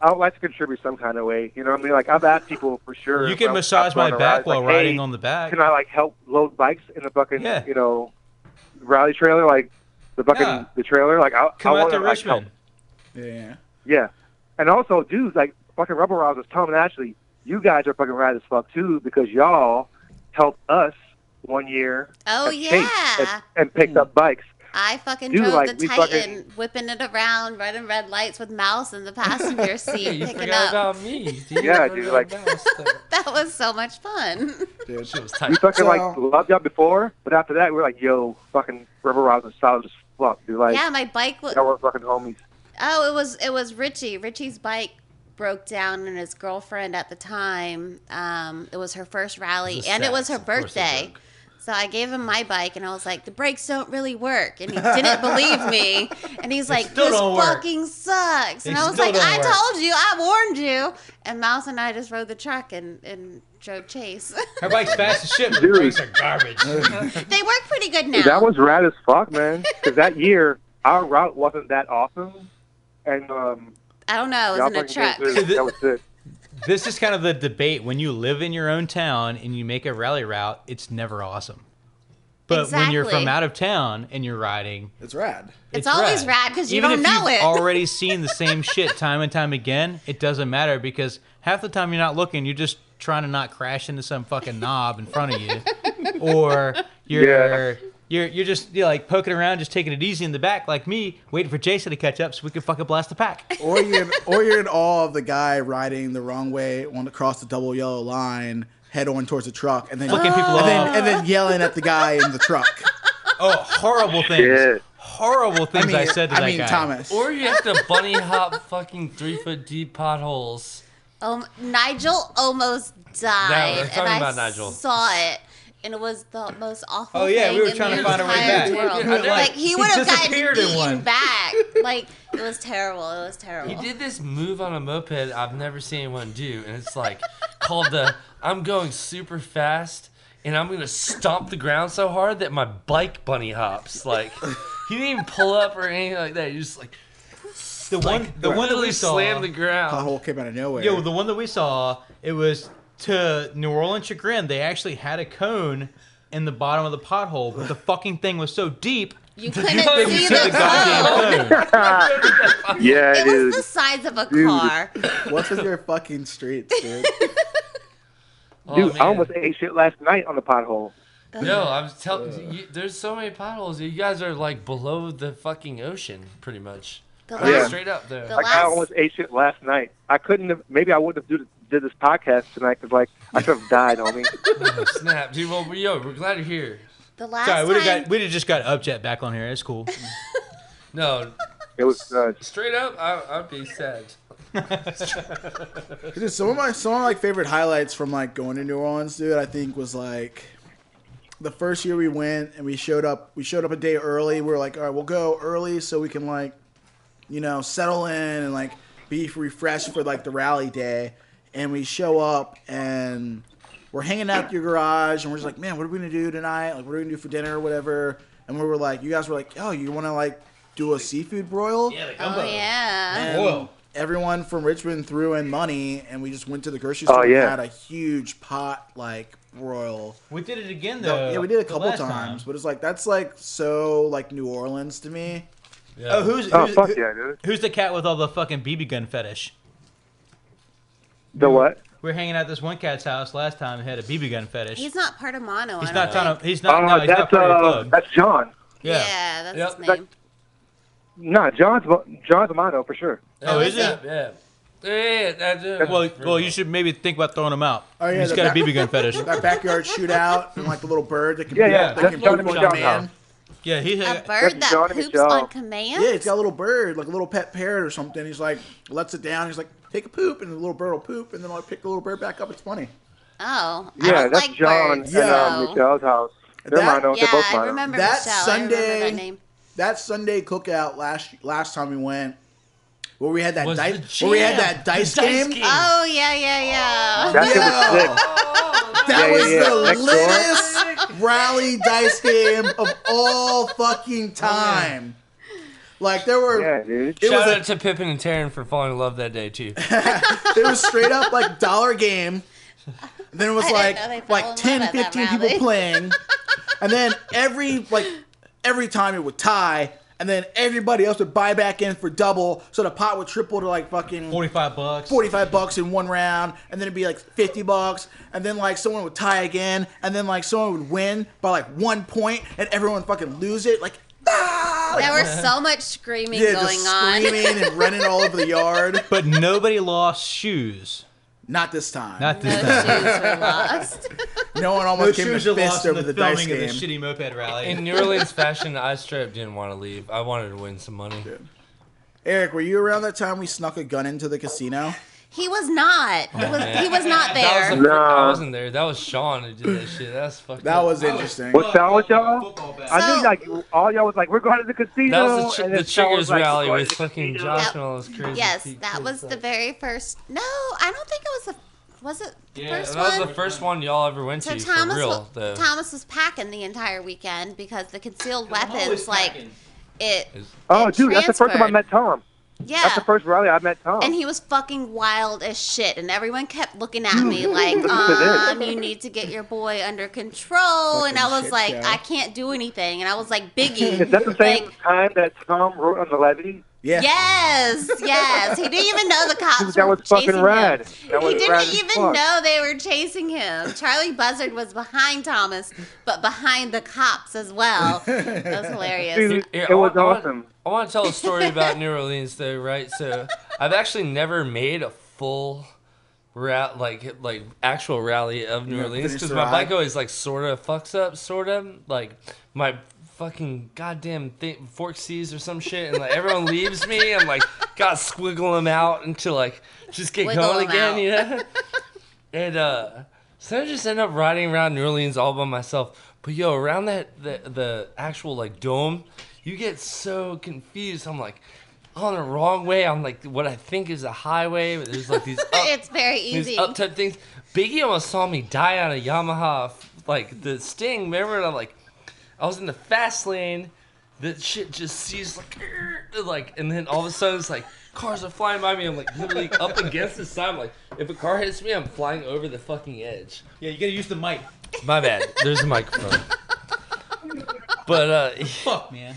Speaker 1: I would like to contribute some kind of way. You know what I mean? Like I've asked people for sure.
Speaker 7: You
Speaker 1: if
Speaker 7: can
Speaker 1: I'm-
Speaker 7: massage
Speaker 1: I'm
Speaker 7: my
Speaker 1: on a
Speaker 7: back
Speaker 1: ride,
Speaker 7: while
Speaker 1: like,
Speaker 7: riding
Speaker 1: hey,
Speaker 7: on the back.
Speaker 1: can I like help load bikes in the fucking
Speaker 7: Yeah.
Speaker 1: you know rally trailer like the fucking
Speaker 7: Yeah.
Speaker 1: the trailer like I
Speaker 7: Come
Speaker 1: I
Speaker 7: out
Speaker 1: wanna,
Speaker 7: to
Speaker 1: like,
Speaker 7: Richmond.
Speaker 1: help.
Speaker 6: Yeah.
Speaker 1: yeah, and also dudes like fucking rubber rousers Tom and Ashley, you guys are fucking rad as fuck too because y'all helped us one year
Speaker 4: "Oh
Speaker 1: at Chase
Speaker 4: yeah,
Speaker 1: and, and picked up bikes.
Speaker 4: I fucking
Speaker 1: Dude,
Speaker 4: drove
Speaker 1: like,
Speaker 4: the
Speaker 1: we
Speaker 4: Titan,
Speaker 1: fucking-
Speaker 4: whipping it around, running red lights with Mouse in the passenger
Speaker 8: [laughs]
Speaker 4: seat,
Speaker 8: you
Speaker 4: picking
Speaker 8: forgot
Speaker 4: up.
Speaker 1: [laughs]
Speaker 8: about me. Dude.
Speaker 1: Yeah, dude, like-
Speaker 4: That was so much fun.
Speaker 6: Dude,
Speaker 8: She was
Speaker 1: We
Speaker 4: [laughs]
Speaker 8: tight.
Speaker 1: fucking
Speaker 6: So-
Speaker 1: like loved y'all before, but after that we were like, yo, fucking River Rouse is solid as fuck, dude. Like
Speaker 4: yeah, my bike was.
Speaker 1: y'all were fucking homies.
Speaker 4: Oh, it was it was Richie. Richie's bike broke down, and his girlfriend at the time. Um, it was her first rally,
Speaker 8: It was
Speaker 4: and it
Speaker 8: sad,
Speaker 4: was her
Speaker 8: of course it
Speaker 4: birthday.
Speaker 8: broke.
Speaker 4: So I gave him my bike, and I was like, "The brakes don't really work," and he didn't believe
Speaker 7: [laughs]
Speaker 4: me. And he's like,
Speaker 7: still
Speaker 4: "This
Speaker 7: don't work.
Speaker 4: fucking sucks." And
Speaker 7: They
Speaker 4: I was
Speaker 7: still
Speaker 4: like,
Speaker 7: don't
Speaker 4: "I
Speaker 7: work.
Speaker 4: told you, I warned you." And Mouse and I just rode the truck and and drove chase. [laughs]
Speaker 7: Her bike's fast as shit, but the
Speaker 1: Dude.
Speaker 7: brakes are garbage.
Speaker 4: they work pretty good now.
Speaker 1: Dude, that was rad as fuck, man. Because that year our route wasn't that awesome, and um,
Speaker 4: I don't know. It
Speaker 1: y'all
Speaker 4: was in a
Speaker 1: fucking came
Speaker 4: truck.
Speaker 1: through. That was it.
Speaker 7: this is kind of the debate when you live in your own town and you make a rally route it's never awesome but when you're
Speaker 4: Exactly.
Speaker 7: from out of town and you're riding
Speaker 6: it's rad.
Speaker 4: It's always rad 'cause you
Speaker 7: Even
Speaker 4: don't
Speaker 7: if
Speaker 4: know
Speaker 7: you've
Speaker 4: it. [laughs]
Speaker 7: already seen the same shit time and time again it doesn't matter because half the time you're not looking you're just trying to not crash into some fucking knob in front of
Speaker 4: [laughs]
Speaker 7: you or you're You're, you're just you're like poking around, just taking it easy in the back, like me, waiting for Jason to catch up so we can fucking blast the pack.
Speaker 6: Or you're in, or you're in awe of the guy riding the wrong way on across the double yellow line, head on towards the truck, and then
Speaker 7: Fucking
Speaker 4: Oh,
Speaker 7: people
Speaker 6: and
Speaker 7: off.
Speaker 6: then, and then yelling at the guy in the truck.
Speaker 7: Oh, horrible things!
Speaker 1: Yeah.
Speaker 7: Horrible things I, said to
Speaker 6: I
Speaker 7: that
Speaker 6: mean
Speaker 7: guy.
Speaker 6: Thomas.
Speaker 8: Or you have to bunny hop fucking three foot deep potholes.
Speaker 4: Um, Nigel almost
Speaker 8: No,
Speaker 4: died,
Speaker 8: we're talking
Speaker 4: and I
Speaker 8: about Nigel.
Speaker 4: saw it, and it was the most awful.
Speaker 7: Oh, yeah,
Speaker 4: thing
Speaker 7: we were
Speaker 4: in
Speaker 7: trying
Speaker 4: the
Speaker 7: to find our way back.
Speaker 4: entire
Speaker 7: [laughs]
Speaker 4: world.
Speaker 7: I know.
Speaker 4: like he
Speaker 7: He
Speaker 4: would have gotten
Speaker 7: disappeared in
Speaker 4: beaten
Speaker 7: one.
Speaker 4: back. Like it was terrible. It was terrible.
Speaker 8: He did this move on a moped I've never seen anyone do, and it's like called the I'm going super fast and I'm gonna stomp the ground so hard that my bike bunny hops. Like he didn't even pull up or anything like that. He just like
Speaker 7: The one, the one that
Speaker 8: literally
Speaker 7: we saw.
Speaker 8: slammed the ground.
Speaker 6: Pothole came out of nowhere.
Speaker 7: Yo, the one that we saw, it was to New Orleans chagrin. They actually had a cone in the bottom of the pothole, but the fucking thing was
Speaker 6: [laughs]
Speaker 7: so deep.
Speaker 4: you couldn't
Speaker 8: couldn't
Speaker 4: see
Speaker 8: see
Speaker 4: the
Speaker 7: The
Speaker 4: car.
Speaker 7: goddamn cone.
Speaker 1: Yeah,
Speaker 4: It
Speaker 1: dude.
Speaker 4: was the size of a
Speaker 1: Dude.
Speaker 4: car.
Speaker 6: What's with your fucking streets, dude?
Speaker 1: [laughs]
Speaker 8: Oh,
Speaker 1: Dude,
Speaker 8: man.
Speaker 1: I almost ate shit last night on the pothole.
Speaker 8: No, I'm
Speaker 1: Uh.
Speaker 8: telling you, there's so many potholes. You guys are like below the fucking ocean, pretty much.
Speaker 4: The
Speaker 8: Like,
Speaker 1: Yeah.
Speaker 4: last,
Speaker 8: Straight up there.
Speaker 4: The
Speaker 1: Like I
Speaker 4: last-
Speaker 1: almost ate shit last night. I couldn't have. Maybe I wouldn't have do, did this podcast tonight because like I could have died, homie.
Speaker 8: Oh, [laughs] snap, dude. Well, yo, we're glad you're here.
Speaker 4: the last
Speaker 7: Sorry, we'd have
Speaker 4: time.
Speaker 7: got, we'd have just got Upjet back on here. It's cool.
Speaker 8: No,
Speaker 1: It was.
Speaker 4: [laughs]
Speaker 1: Uh,
Speaker 8: straight up, I, I'd be sad.
Speaker 6: Dude, some of my some of my favorite highlights from like going to New Orleans, dude, I think was like the first year we went and we showed up we showed up a day early. We were like, all right, we'll go early so we can like, you know, settle in and like be refreshed for like the rally day. And we show up and we're hanging out at your garage and we're just like, man, what are we gonna do tonight? Like, what are we gonna do for dinner or whatever? And we were like, you guys were like, oh, you wanna like do a seafood broil?
Speaker 4: Oh yeah.
Speaker 6: And
Speaker 7: Whoa.
Speaker 6: Everyone from Richmond threw in money, and we just went to the grocery store
Speaker 1: Oh, yeah.
Speaker 6: and had a huge pot like broil.
Speaker 7: We did it again
Speaker 6: No,
Speaker 7: though.
Speaker 6: yeah, we did a
Speaker 7: the
Speaker 6: couple
Speaker 7: last
Speaker 6: times, but it's like that's like so like New Orleans to me.
Speaker 8: Yeah.
Speaker 7: Oh, who's
Speaker 1: oh
Speaker 7: who's,
Speaker 1: fuck
Speaker 7: who-
Speaker 1: yeah, dude.
Speaker 7: who's the cat with all the fucking BB gun fetish?
Speaker 1: The what?
Speaker 7: We were hanging out at this one cat's house last time. He had a BB gun fetish.
Speaker 4: He's not part of Mono.
Speaker 7: He's
Speaker 4: I
Speaker 7: not
Speaker 4: don't
Speaker 7: trying
Speaker 4: think.
Speaker 7: to. He's
Speaker 1: Oh,
Speaker 7: not. no, he's not
Speaker 1: that's
Speaker 7: part of the
Speaker 1: uh,
Speaker 7: club.
Speaker 1: that's John.
Speaker 4: Yeah,
Speaker 7: Yeah.
Speaker 4: that's
Speaker 8: Yep.
Speaker 4: his name.
Speaker 1: No, John's John's Amano for sure.
Speaker 7: Oh, is it?
Speaker 8: Yeah. Yeah, that's it.
Speaker 7: Well, well, you should maybe think about throwing him out.
Speaker 6: Oh, yeah,
Speaker 7: he's
Speaker 6: the
Speaker 7: got a
Speaker 6: back-
Speaker 7: BB gun fetish.
Speaker 6: [laughs] That
Speaker 8: [laughs]
Speaker 6: backyard shootout and like the little bird that can
Speaker 1: Yeah,
Speaker 6: poop-
Speaker 1: yeah,
Speaker 6: that
Speaker 1: that's
Speaker 6: can
Speaker 1: Johnny
Speaker 6: poop on
Speaker 1: Michelle.
Speaker 6: man.
Speaker 7: Yeah, he
Speaker 4: A
Speaker 7: had.
Speaker 4: bird that
Speaker 1: Johnny
Speaker 4: poops
Speaker 1: Michelle.
Speaker 4: on command.
Speaker 6: Yeah, he's got a little bird, like a little pet parrot or something. He's like lets it down. He's like take a poop, and the little bird will poop, and then I'll pick the little bird back up. It's funny.
Speaker 4: Oh, I
Speaker 1: Yeah,
Speaker 4: don't
Speaker 1: that's
Speaker 4: like
Speaker 1: John
Speaker 4: birds.
Speaker 1: and um,
Speaker 4: so-
Speaker 1: Michelle's house. They're
Speaker 6: That-
Speaker 1: Amano.
Speaker 4: Yeah,
Speaker 1: They're both
Speaker 4: I
Speaker 1: Amano.
Speaker 4: remember
Speaker 6: That
Speaker 4: Michelle. I remember
Speaker 6: Sunday-
Speaker 4: that name.
Speaker 6: that Sunday cookout last last time we went, where we had that
Speaker 8: Was
Speaker 6: dice,
Speaker 8: the
Speaker 6: where we had
Speaker 8: jam.
Speaker 6: that dice,
Speaker 8: The dice
Speaker 6: game.
Speaker 8: game.
Speaker 4: Oh yeah, yeah, yeah.
Speaker 1: That shit
Speaker 6: Yo,
Speaker 1: was sick.
Speaker 6: that
Speaker 1: Yeah,
Speaker 6: was
Speaker 1: yeah,
Speaker 6: the
Speaker 1: next door.
Speaker 4: [laughs]
Speaker 6: litest rally dice game of all fucking time. Like there were,
Speaker 1: Yeah, dude.
Speaker 6: it was
Speaker 8: Shout
Speaker 6: a,
Speaker 8: out to Pippin and Taryn for falling in love that day too.
Speaker 6: it was straight up like dollar game. And then it was
Speaker 4: I didn't
Speaker 6: like
Speaker 4: know they fell
Speaker 6: like
Speaker 4: in love
Speaker 6: 10,
Speaker 4: at that
Speaker 6: 15
Speaker 4: rally.
Speaker 6: people playing. And
Speaker 4: [laughs]
Speaker 6: then every like every time it would tie. And then everybody else would buy back in for double, so the pot would triple to like fucking
Speaker 7: Forty-five bucks.
Speaker 6: 45 bucks in one round and then it'd be like 50 bucks and then like someone would tie again and then like someone would win by like one point and everyone would fucking lose it like ah!
Speaker 4: There was so much screaming
Speaker 6: yeah,
Speaker 4: going
Speaker 6: just
Speaker 4: on. [laughs]
Speaker 6: screaming and running all over the yard.
Speaker 7: But nobody lost shoes.
Speaker 6: Not this time.
Speaker 7: Not
Speaker 4: Those
Speaker 7: this
Speaker 6: [laughs]
Speaker 4: shoes
Speaker 7: time.
Speaker 4: were lost. [laughs]
Speaker 6: no one
Speaker 7: Those
Speaker 6: almost came
Speaker 7: shoes
Speaker 6: to
Speaker 7: are
Speaker 6: fist
Speaker 7: lost in
Speaker 6: over
Speaker 7: the,
Speaker 6: the, dice
Speaker 7: filming
Speaker 6: game.
Speaker 7: of the shitty moped rally.
Speaker 8: In New Orleans fashion, I straight up didn't want to leave. I wanted to win some money.
Speaker 6: Eric, were you around that time we snuck a gun into the casino?
Speaker 4: He was not. He was, he was not
Speaker 8: Oh, That was
Speaker 4: there.
Speaker 8: the fir- I
Speaker 1: Nah.
Speaker 8: wasn't there. That was Sean who did that shit. That's fucking.
Speaker 6: That was interesting.
Speaker 1: What's that with y'all? I
Speaker 4: So-
Speaker 1: knew like you- all y'all was like, we're going to the
Speaker 8: That
Speaker 1: casino.
Speaker 8: was the,
Speaker 1: and
Speaker 8: chi- the
Speaker 1: then y'all
Speaker 8: Chiggers
Speaker 1: was like, "We're
Speaker 8: rally
Speaker 1: going
Speaker 8: with
Speaker 1: to the
Speaker 8: fucking
Speaker 1: casino."
Speaker 8: Josh
Speaker 4: Yep.
Speaker 8: and all those crazy.
Speaker 4: Yes,
Speaker 8: pe-
Speaker 4: that
Speaker 8: kids
Speaker 4: was the very first. No, I don't think it was the. Was it the
Speaker 8: Yeah,
Speaker 4: first
Speaker 8: that was
Speaker 4: one?
Speaker 8: the first one y'all ever went
Speaker 4: so
Speaker 8: to
Speaker 4: Thomas,
Speaker 8: for real.
Speaker 4: wa-
Speaker 8: though.
Speaker 4: Thomas was packing the entire weekend because the concealed weapons, like it.
Speaker 1: Oh,
Speaker 4: it
Speaker 1: dude, that's the first time I
Speaker 4: transferred.
Speaker 1: met Tom.
Speaker 4: Yeah.
Speaker 1: That's the first rally I met Tom.
Speaker 4: and he was fucking wild as shit, and everyone kept looking at
Speaker 1: [laughs]
Speaker 4: me like,
Speaker 1: That's
Speaker 4: um, you need to get your boy under control. And I
Speaker 6: Fucking
Speaker 4: was
Speaker 6: shit
Speaker 4: like,
Speaker 6: show.
Speaker 4: I can't do anything. And I was like, Biggie.
Speaker 1: [laughs] Is that the same
Speaker 4: like,
Speaker 1: time that Tom wrote on the levy?
Speaker 6: Yeah.
Speaker 4: Yes, yes. He didn't
Speaker 1: [laughs]
Speaker 4: even know the cops
Speaker 1: That
Speaker 4: were
Speaker 1: was fucking
Speaker 4: chasing
Speaker 1: rad.
Speaker 4: him.
Speaker 1: That was
Speaker 4: he
Speaker 1: rad
Speaker 4: didn't
Speaker 1: as
Speaker 4: even
Speaker 1: fuck.
Speaker 4: know they were chasing him. Charlie Buzzard was behind Thomas, but behind the cops as well.
Speaker 8: [laughs]
Speaker 4: That was hilarious.
Speaker 1: Dude,
Speaker 8: Here,
Speaker 1: it was
Speaker 8: I want-
Speaker 1: awesome.
Speaker 8: I want to tell a story about New Orleans, though, right? So I've actually never made a full ra- like like actual rally of New
Speaker 6: never
Speaker 8: Orleans
Speaker 6: finished
Speaker 8: because
Speaker 6: the
Speaker 8: my
Speaker 6: ride?
Speaker 8: bike always like sort of fucks up, sort of like my fucking goddamn thing fork sees or some shit, and like everyone leaves me. I'm like, gotta squiggle them out until like just get
Speaker 4: Wiggle
Speaker 8: going
Speaker 4: 'em
Speaker 8: again,
Speaker 4: out.
Speaker 8: you know. And uh, so I just end up riding around New Orleans all by myself. But yo, around that the, the actual like dome, you get so confused. I'm like on the wrong way. I'm like what I think is a highway, but there's like these up,
Speaker 4: [laughs] [laughs] it's very easy.
Speaker 8: these up type things. Biggie almost saw me die on a Yamaha, f- like the Sting. Remember, and I'm like, I was in the fast lane. That shit just sees like, [laughs] "Grr," like, and then all of a sudden it's like cars are flying by me. I'm like literally up against the side. I'm like, if a car hits me, I'm flying over the fucking edge.
Speaker 7: Yeah, you gotta use the mic.
Speaker 8: My bad. There's a microphone. But uh,
Speaker 7: Fuck, man.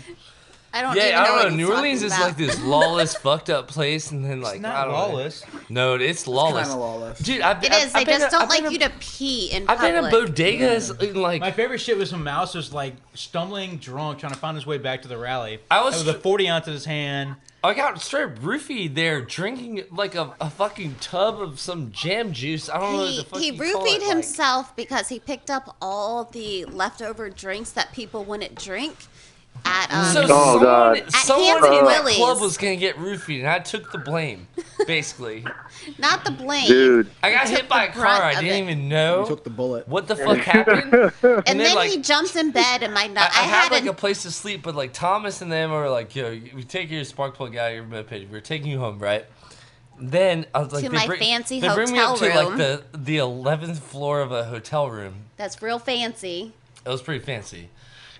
Speaker 4: I don't even
Speaker 8: yeah, I
Speaker 4: know.
Speaker 8: don't
Speaker 4: what
Speaker 8: know.
Speaker 4: he's
Speaker 8: New
Speaker 4: talking
Speaker 8: Orleans is
Speaker 4: about.
Speaker 8: like this lawless, fucked up place, and then like
Speaker 7: It's
Speaker 8: I
Speaker 7: not
Speaker 8: don't
Speaker 7: lawless.
Speaker 8: Know. No, it's lawless.
Speaker 6: Kinda lawless.
Speaker 8: Dude, I've been,
Speaker 4: It is.
Speaker 8: I've,
Speaker 4: They
Speaker 8: I've been
Speaker 4: just
Speaker 8: to-
Speaker 4: don't
Speaker 8: I've
Speaker 4: like
Speaker 8: been to-
Speaker 4: you to pee in
Speaker 8: I've
Speaker 4: public.
Speaker 8: been in bodegas in like
Speaker 7: My favorite shit was when Mouse was like stumbling drunk, trying to find his way back to the rally.
Speaker 8: I was-
Speaker 7: with a forty ounce in his hand.
Speaker 8: I got straight roofied there, drinking like a, a fucking tub of some jam juice. I don't know what
Speaker 4: He,
Speaker 8: Oh, the fuck
Speaker 4: he
Speaker 8: you call
Speaker 4: roofied
Speaker 8: it, like-
Speaker 4: himself because he picked up all the leftover drinks that people wouldn't drink at um,
Speaker 8: Mm. So
Speaker 1: Oh,
Speaker 8: someone,
Speaker 1: God. At
Speaker 8: someone
Speaker 4: Hampton
Speaker 8: in that
Speaker 4: Willie's.
Speaker 8: club was gonna get roofied, and I took the blame. Basically,
Speaker 4: not the blame.
Speaker 1: Dude,
Speaker 8: I got
Speaker 4: took
Speaker 8: hit by a
Speaker 4: [laughs] the
Speaker 8: car.
Speaker 4: brunt
Speaker 8: I
Speaker 4: of
Speaker 8: didn't
Speaker 4: it.
Speaker 8: even
Speaker 6: You
Speaker 8: know
Speaker 6: took the bullet.
Speaker 8: what the fuck happened.
Speaker 4: And,
Speaker 8: then,
Speaker 4: then
Speaker 8: like,
Speaker 4: he jumps in bed and
Speaker 8: [laughs]
Speaker 4: my
Speaker 8: I,
Speaker 4: not.
Speaker 8: I had like
Speaker 4: an-
Speaker 8: a place to sleep, but like Thomas and them were like, "Yo, we take your spark plug out of your moped. We're taking you home, right?" Then I was like,
Speaker 4: To
Speaker 8: they
Speaker 4: my
Speaker 8: bring,
Speaker 4: fancy
Speaker 8: they bring me up
Speaker 4: hotel
Speaker 8: to like the the eleventh floor of a hotel room.
Speaker 4: that's real fancy.
Speaker 8: It was pretty fancy.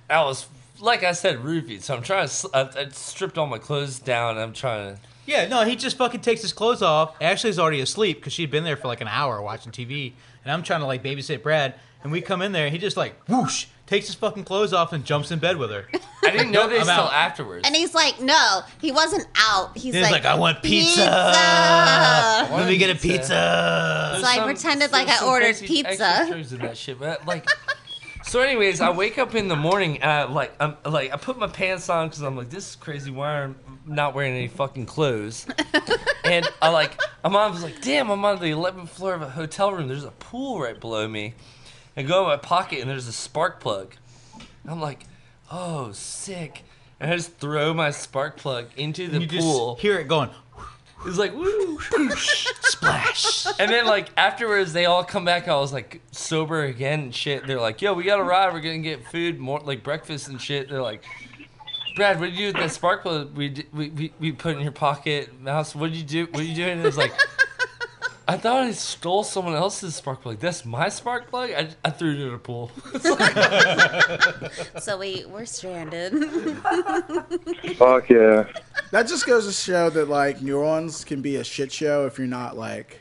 Speaker 8: I was, like I said, roofied. So I'm trying to. s- I, I stripped all my clothes down. I'm trying to.
Speaker 7: Yeah, no, he just fucking takes his clothes off. Ashley's already asleep because she'd been there for like an hour watching TV, and I'm trying to like babysit Brad. And we come in there, and he just like whoosh takes his fucking clothes off and jumps in bed with
Speaker 4: [laughs]
Speaker 7: her.
Speaker 8: I didn't know this
Speaker 7: I'm out.
Speaker 8: till afterwards.
Speaker 4: And he's like, no, he wasn't out. He's
Speaker 7: He's
Speaker 4: like,
Speaker 7: like, I want pizza.
Speaker 4: pizza.
Speaker 8: wanted
Speaker 7: Let me get a
Speaker 8: pizza.
Speaker 7: pizza.
Speaker 8: There's
Speaker 4: So I pretended like
Speaker 8: there's
Speaker 4: I
Speaker 8: some
Speaker 4: ordered
Speaker 8: crazy
Speaker 4: pizza.
Speaker 8: extra drugs in that shit, but like. [laughs] So, anyways, I wake up in the morning and I like I'm like I put my pants on because I'm like this is crazy. Why am I not wearing any fucking
Speaker 4: [laughs]
Speaker 8: clothes? and I like my mom's like, damn, I'm on the 11th floor of a hotel room. There's a pool right below me. I go in my pocket and there's a spark plug. And I'm like, oh, sick. And I just throw my spark plug into the
Speaker 7: You just
Speaker 8: pool.
Speaker 7: hear it going
Speaker 8: It's like woo.
Speaker 7: splash.
Speaker 8: And then like afterwards, they all come back. I was like sober again and shit. They're like, "Yo, we got to ride. We're gonna get food, more like breakfast and shit." They're like, "Brad, what did you do with that spark plug we, d- we we we put in your pocket, mouse? What did you do? What are you doing?" And it's like, "I thought I stole someone else's spark plug. That's my spark plug. I, I threw it in a pool."
Speaker 4: So we were stranded. [laughs]
Speaker 1: fuck yeah.
Speaker 6: That just goes to show that like New Orleans can be a shit show if you're not like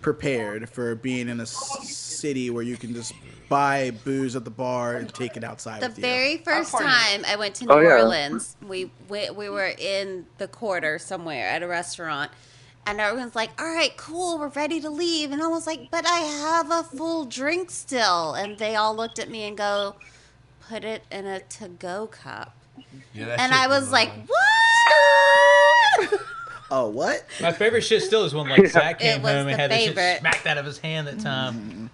Speaker 6: prepared for being in a s- city where you can just buy booze at the bar and take it outside
Speaker 4: the
Speaker 6: with you.
Speaker 4: very first
Speaker 8: party.
Speaker 4: time I went to New
Speaker 1: Oh, yeah.
Speaker 4: Orleans, we, we we were in the quarter somewhere at a restaurant, and everyone's like, "All right, cool, we're ready to leave," and I was like, "But I have a full drink still," and they all looked at me and go, "Put it in a to-go cup."
Speaker 8: Yeah, that
Speaker 4: and
Speaker 8: shit
Speaker 4: I was
Speaker 8: blew
Speaker 4: like,
Speaker 8: my mind.
Speaker 4: what?
Speaker 6: Oh, what?
Speaker 7: My favorite shit still is when like Zach
Speaker 4: It
Speaker 7: came
Speaker 4: was
Speaker 7: home and
Speaker 4: the
Speaker 7: had the
Speaker 4: favorite. Mm-hmm.
Speaker 7: shit smacked out of his hand that time.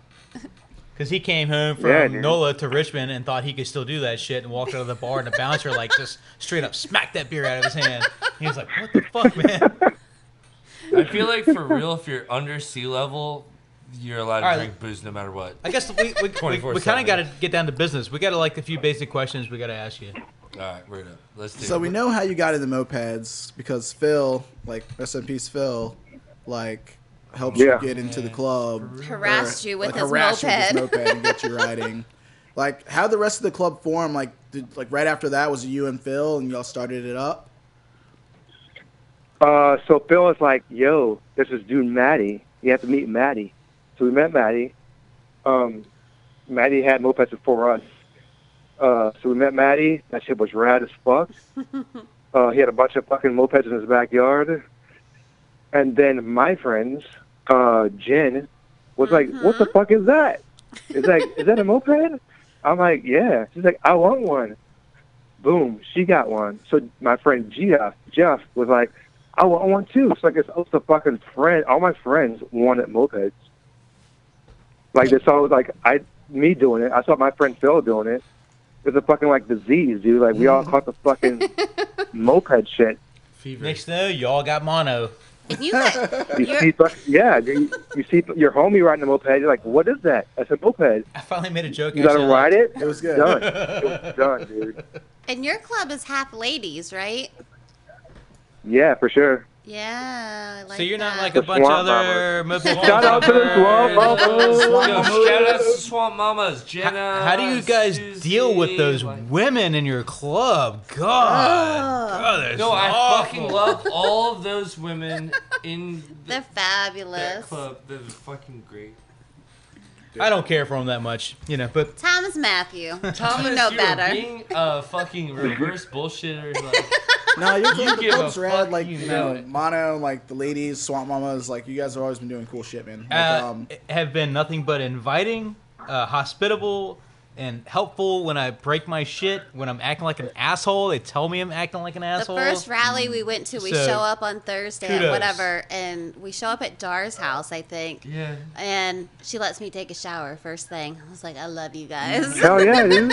Speaker 7: Because he came home from
Speaker 1: Yeah, dude.
Speaker 7: NOLA to Richmond and thought he could still do that shit and walked out of the bar and the bouncer like just straight up smacked that beer out of his hand. He was like, "What the fuck, man?"
Speaker 8: I feel like for real, if you're under sea level, you're allowed to
Speaker 7: All right.
Speaker 8: drink booze no matter what.
Speaker 7: I guess we we, we, we
Speaker 8: 24/7.
Speaker 7: kind of got to get down to business. We got to like a few basic questions we got to ask you.
Speaker 8: All right, we're gonna let's do.
Speaker 6: So
Speaker 8: it.
Speaker 6: we know how you got into mopeds because Phil, like rest in peace, Phil, like helped
Speaker 1: Yeah.
Speaker 6: you get into the club,
Speaker 4: Harassed
Speaker 6: or,
Speaker 4: you with
Speaker 6: like,
Speaker 4: his
Speaker 6: harassed you with his
Speaker 4: moped.
Speaker 6: moped and get you riding. Like how the rest of the club form? Like did, like right after that was you and Phil and y'all started it up.
Speaker 1: Uh, so Phil is like, yo, this is dude Maddie. You have to meet Maddie. So we met Maddie. Um, Maddie had mopeds before us. Uh, so we met Maddie. That shit was rad as fuck. uh, he had a bunch of fucking mopeds in his backyard. And then my friends, uh, Jen, was like, what the fuck is that? It's like, is that a moped? I'm like, yeah. She's like, I want one. Boom, she got one. So my friend Jeff, Jeff was like, I want one too. It's like it's also the fucking friend. All my friends wanted mopeds. Like they saw like I me doing it. I saw my friend Phil doing it. It's a fucking like disease, dude. Like we all
Speaker 4: Mm.
Speaker 1: caught the
Speaker 4: [laughs]
Speaker 1: fucking moped shit.
Speaker 8: fever.
Speaker 7: Next thing you know, y'all got mono.
Speaker 4: If
Speaker 1: [laughs]
Speaker 4: you got,
Speaker 1: You
Speaker 4: You're-
Speaker 1: see, fuck- yeah, you, you see your homie riding a moped. You're like, what is that? That's a moped.
Speaker 7: I finally made a joke.
Speaker 1: You gotta ride it.
Speaker 6: It was good.
Speaker 1: Done. It was done, dude.
Speaker 4: and your club is half ladies, right?
Speaker 1: Yeah, for sure.
Speaker 4: Yeah. I like
Speaker 7: So you're not
Speaker 4: that.
Speaker 7: like a
Speaker 1: The
Speaker 7: bunch of
Speaker 1: swamp
Speaker 7: other moped
Speaker 1: Shout out to the
Speaker 7: owners.
Speaker 1: swamp mamas.
Speaker 8: Yo, shout out to Swamp Mamas, Jenna.
Speaker 7: How do you guys
Speaker 8: Susie,
Speaker 7: deal with those
Speaker 8: like-
Speaker 7: women in your club?
Speaker 6: Ah.
Speaker 7: God, God that's
Speaker 8: No, I
Speaker 7: awful.
Speaker 8: fucking love all of those women in
Speaker 4: [laughs] They're
Speaker 8: the, that
Speaker 4: fabulous.
Speaker 8: club. They're fucking great.
Speaker 7: I don't care for them that much, you know. But
Speaker 1: [laughs]
Speaker 4: Thomas Matthew.
Speaker 8: Thomas,
Speaker 4: know
Speaker 8: you
Speaker 4: better.
Speaker 8: Are being a fucking reverse bullshitter. Like,
Speaker 6: No, you're cool. the
Speaker 8: give a
Speaker 6: club's rad.
Speaker 8: fuck,
Speaker 6: Like
Speaker 8: you
Speaker 6: you
Speaker 8: know
Speaker 6: know,
Speaker 8: it.
Speaker 6: mono, like the ladies, swamp mamas. Like you guys have always been doing cool shit, man. Like,
Speaker 7: uh,
Speaker 6: um,
Speaker 7: have been nothing but inviting, uh, hospitable, and helpful. When I break my shit, when I'm acting like an asshole, they tell me I'm acting like an
Speaker 4: The
Speaker 7: asshole.
Speaker 4: first rally we went to, we
Speaker 7: So,
Speaker 4: show up on Thursday
Speaker 7: kudos.
Speaker 4: at whatever, and we show up at Dar's house, I think.
Speaker 8: yeah.
Speaker 4: And she lets me take a shower first thing. I was like, I love
Speaker 1: [laughs]
Speaker 4: you guys. [laughs]
Speaker 1: Hell yeah, dude.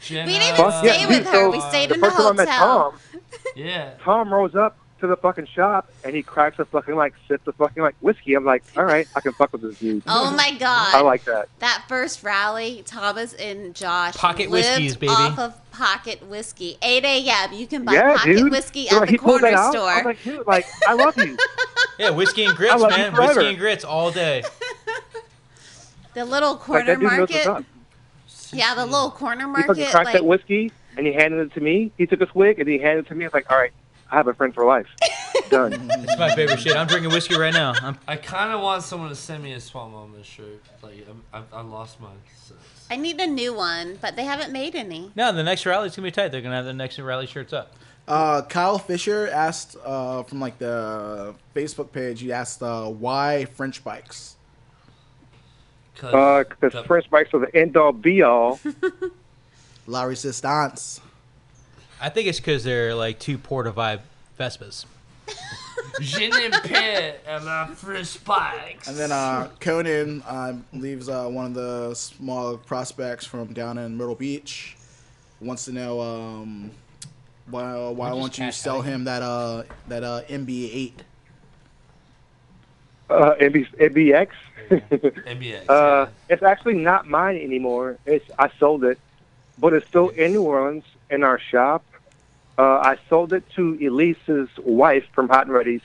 Speaker 8: Jenna,
Speaker 4: We didn't even
Speaker 1: Fuck
Speaker 4: stay
Speaker 1: yeah,
Speaker 4: with
Speaker 1: dude,
Speaker 4: her.
Speaker 1: so
Speaker 4: We stayed
Speaker 1: The
Speaker 4: in the
Speaker 1: first time I met
Speaker 4: hotel.
Speaker 1: Tom,
Speaker 8: [laughs] Yeah.
Speaker 1: Tom rolls up to the fucking shop and he cracks a fucking like sips a fucking like whiskey. I'm like, all right, I can fuck with this dude.
Speaker 4: Oh my
Speaker 1: I
Speaker 4: god!
Speaker 1: like that.
Speaker 4: that first rally, Thomas and Josh
Speaker 7: Pocket
Speaker 4: lived
Speaker 7: whiskeys, baby.
Speaker 4: off of pocket whiskey. 8 a.m. You can [laughs] buy
Speaker 1: yeah,
Speaker 4: pocket
Speaker 1: dude.
Speaker 4: whiskey
Speaker 1: So,
Speaker 4: at
Speaker 1: like,
Speaker 4: the
Speaker 1: he pulled
Speaker 4: corner
Speaker 1: that out.
Speaker 4: store.
Speaker 1: I'm like, dude, like I love
Speaker 4: [laughs]
Speaker 1: you.
Speaker 7: yeah, whiskey and grits,
Speaker 1: love you
Speaker 7: man.
Speaker 1: forever.
Speaker 7: Whiskey and grits all day.
Speaker 4: the little
Speaker 1: like
Speaker 4: corner
Speaker 1: that dude knows what's
Speaker 4: market.
Speaker 1: up.
Speaker 4: Yeah, the little
Speaker 1: He
Speaker 4: corner
Speaker 1: fucking
Speaker 4: market.
Speaker 1: cracked
Speaker 4: Like,
Speaker 1: that whiskey and he handed it to me. He took a swig and he handed it to me. I was like, all right, I have a friend for
Speaker 4: [laughs]
Speaker 1: life.
Speaker 7: [laughs]
Speaker 1: Done.
Speaker 7: It's my favorite shit. I'm drinking whiskey right now. I'm,
Speaker 8: I kind of want someone to send me a Swamp Mamas shirt. Like, I'm, I, I lost mine. So.
Speaker 4: I need a new one, but they haven't made any.
Speaker 7: no, the next rally's gonna be tight. They're gonna have the next rally shirts up.
Speaker 6: Uh, Kyle Fisher asked uh, from like the Facebook page. He asked uh, why French bikes.
Speaker 8: Cause,
Speaker 1: Uh, because
Speaker 8: the-
Speaker 1: French bikes are the end all be all.
Speaker 6: La Resistance.
Speaker 7: I think it's because they're like two Porta Vibe Vespas.
Speaker 8: Je n'aime pas la French spikes.
Speaker 6: And then uh, Conan uh, leaves uh, one of the small prospects from down in Myrtle Beach. Wants to know um, why uh, why won't you
Speaker 7: cash
Speaker 6: sell
Speaker 7: out.
Speaker 6: him that uh, that uh, MB8?
Speaker 1: Uh, MB, MBX.
Speaker 8: NBA.
Speaker 1: Uh, it's actually not mine anymore. It's I sold it, but it's still in New Orleans in our shop. Uh, I sold it to Elise's wife from Hot and Ready's,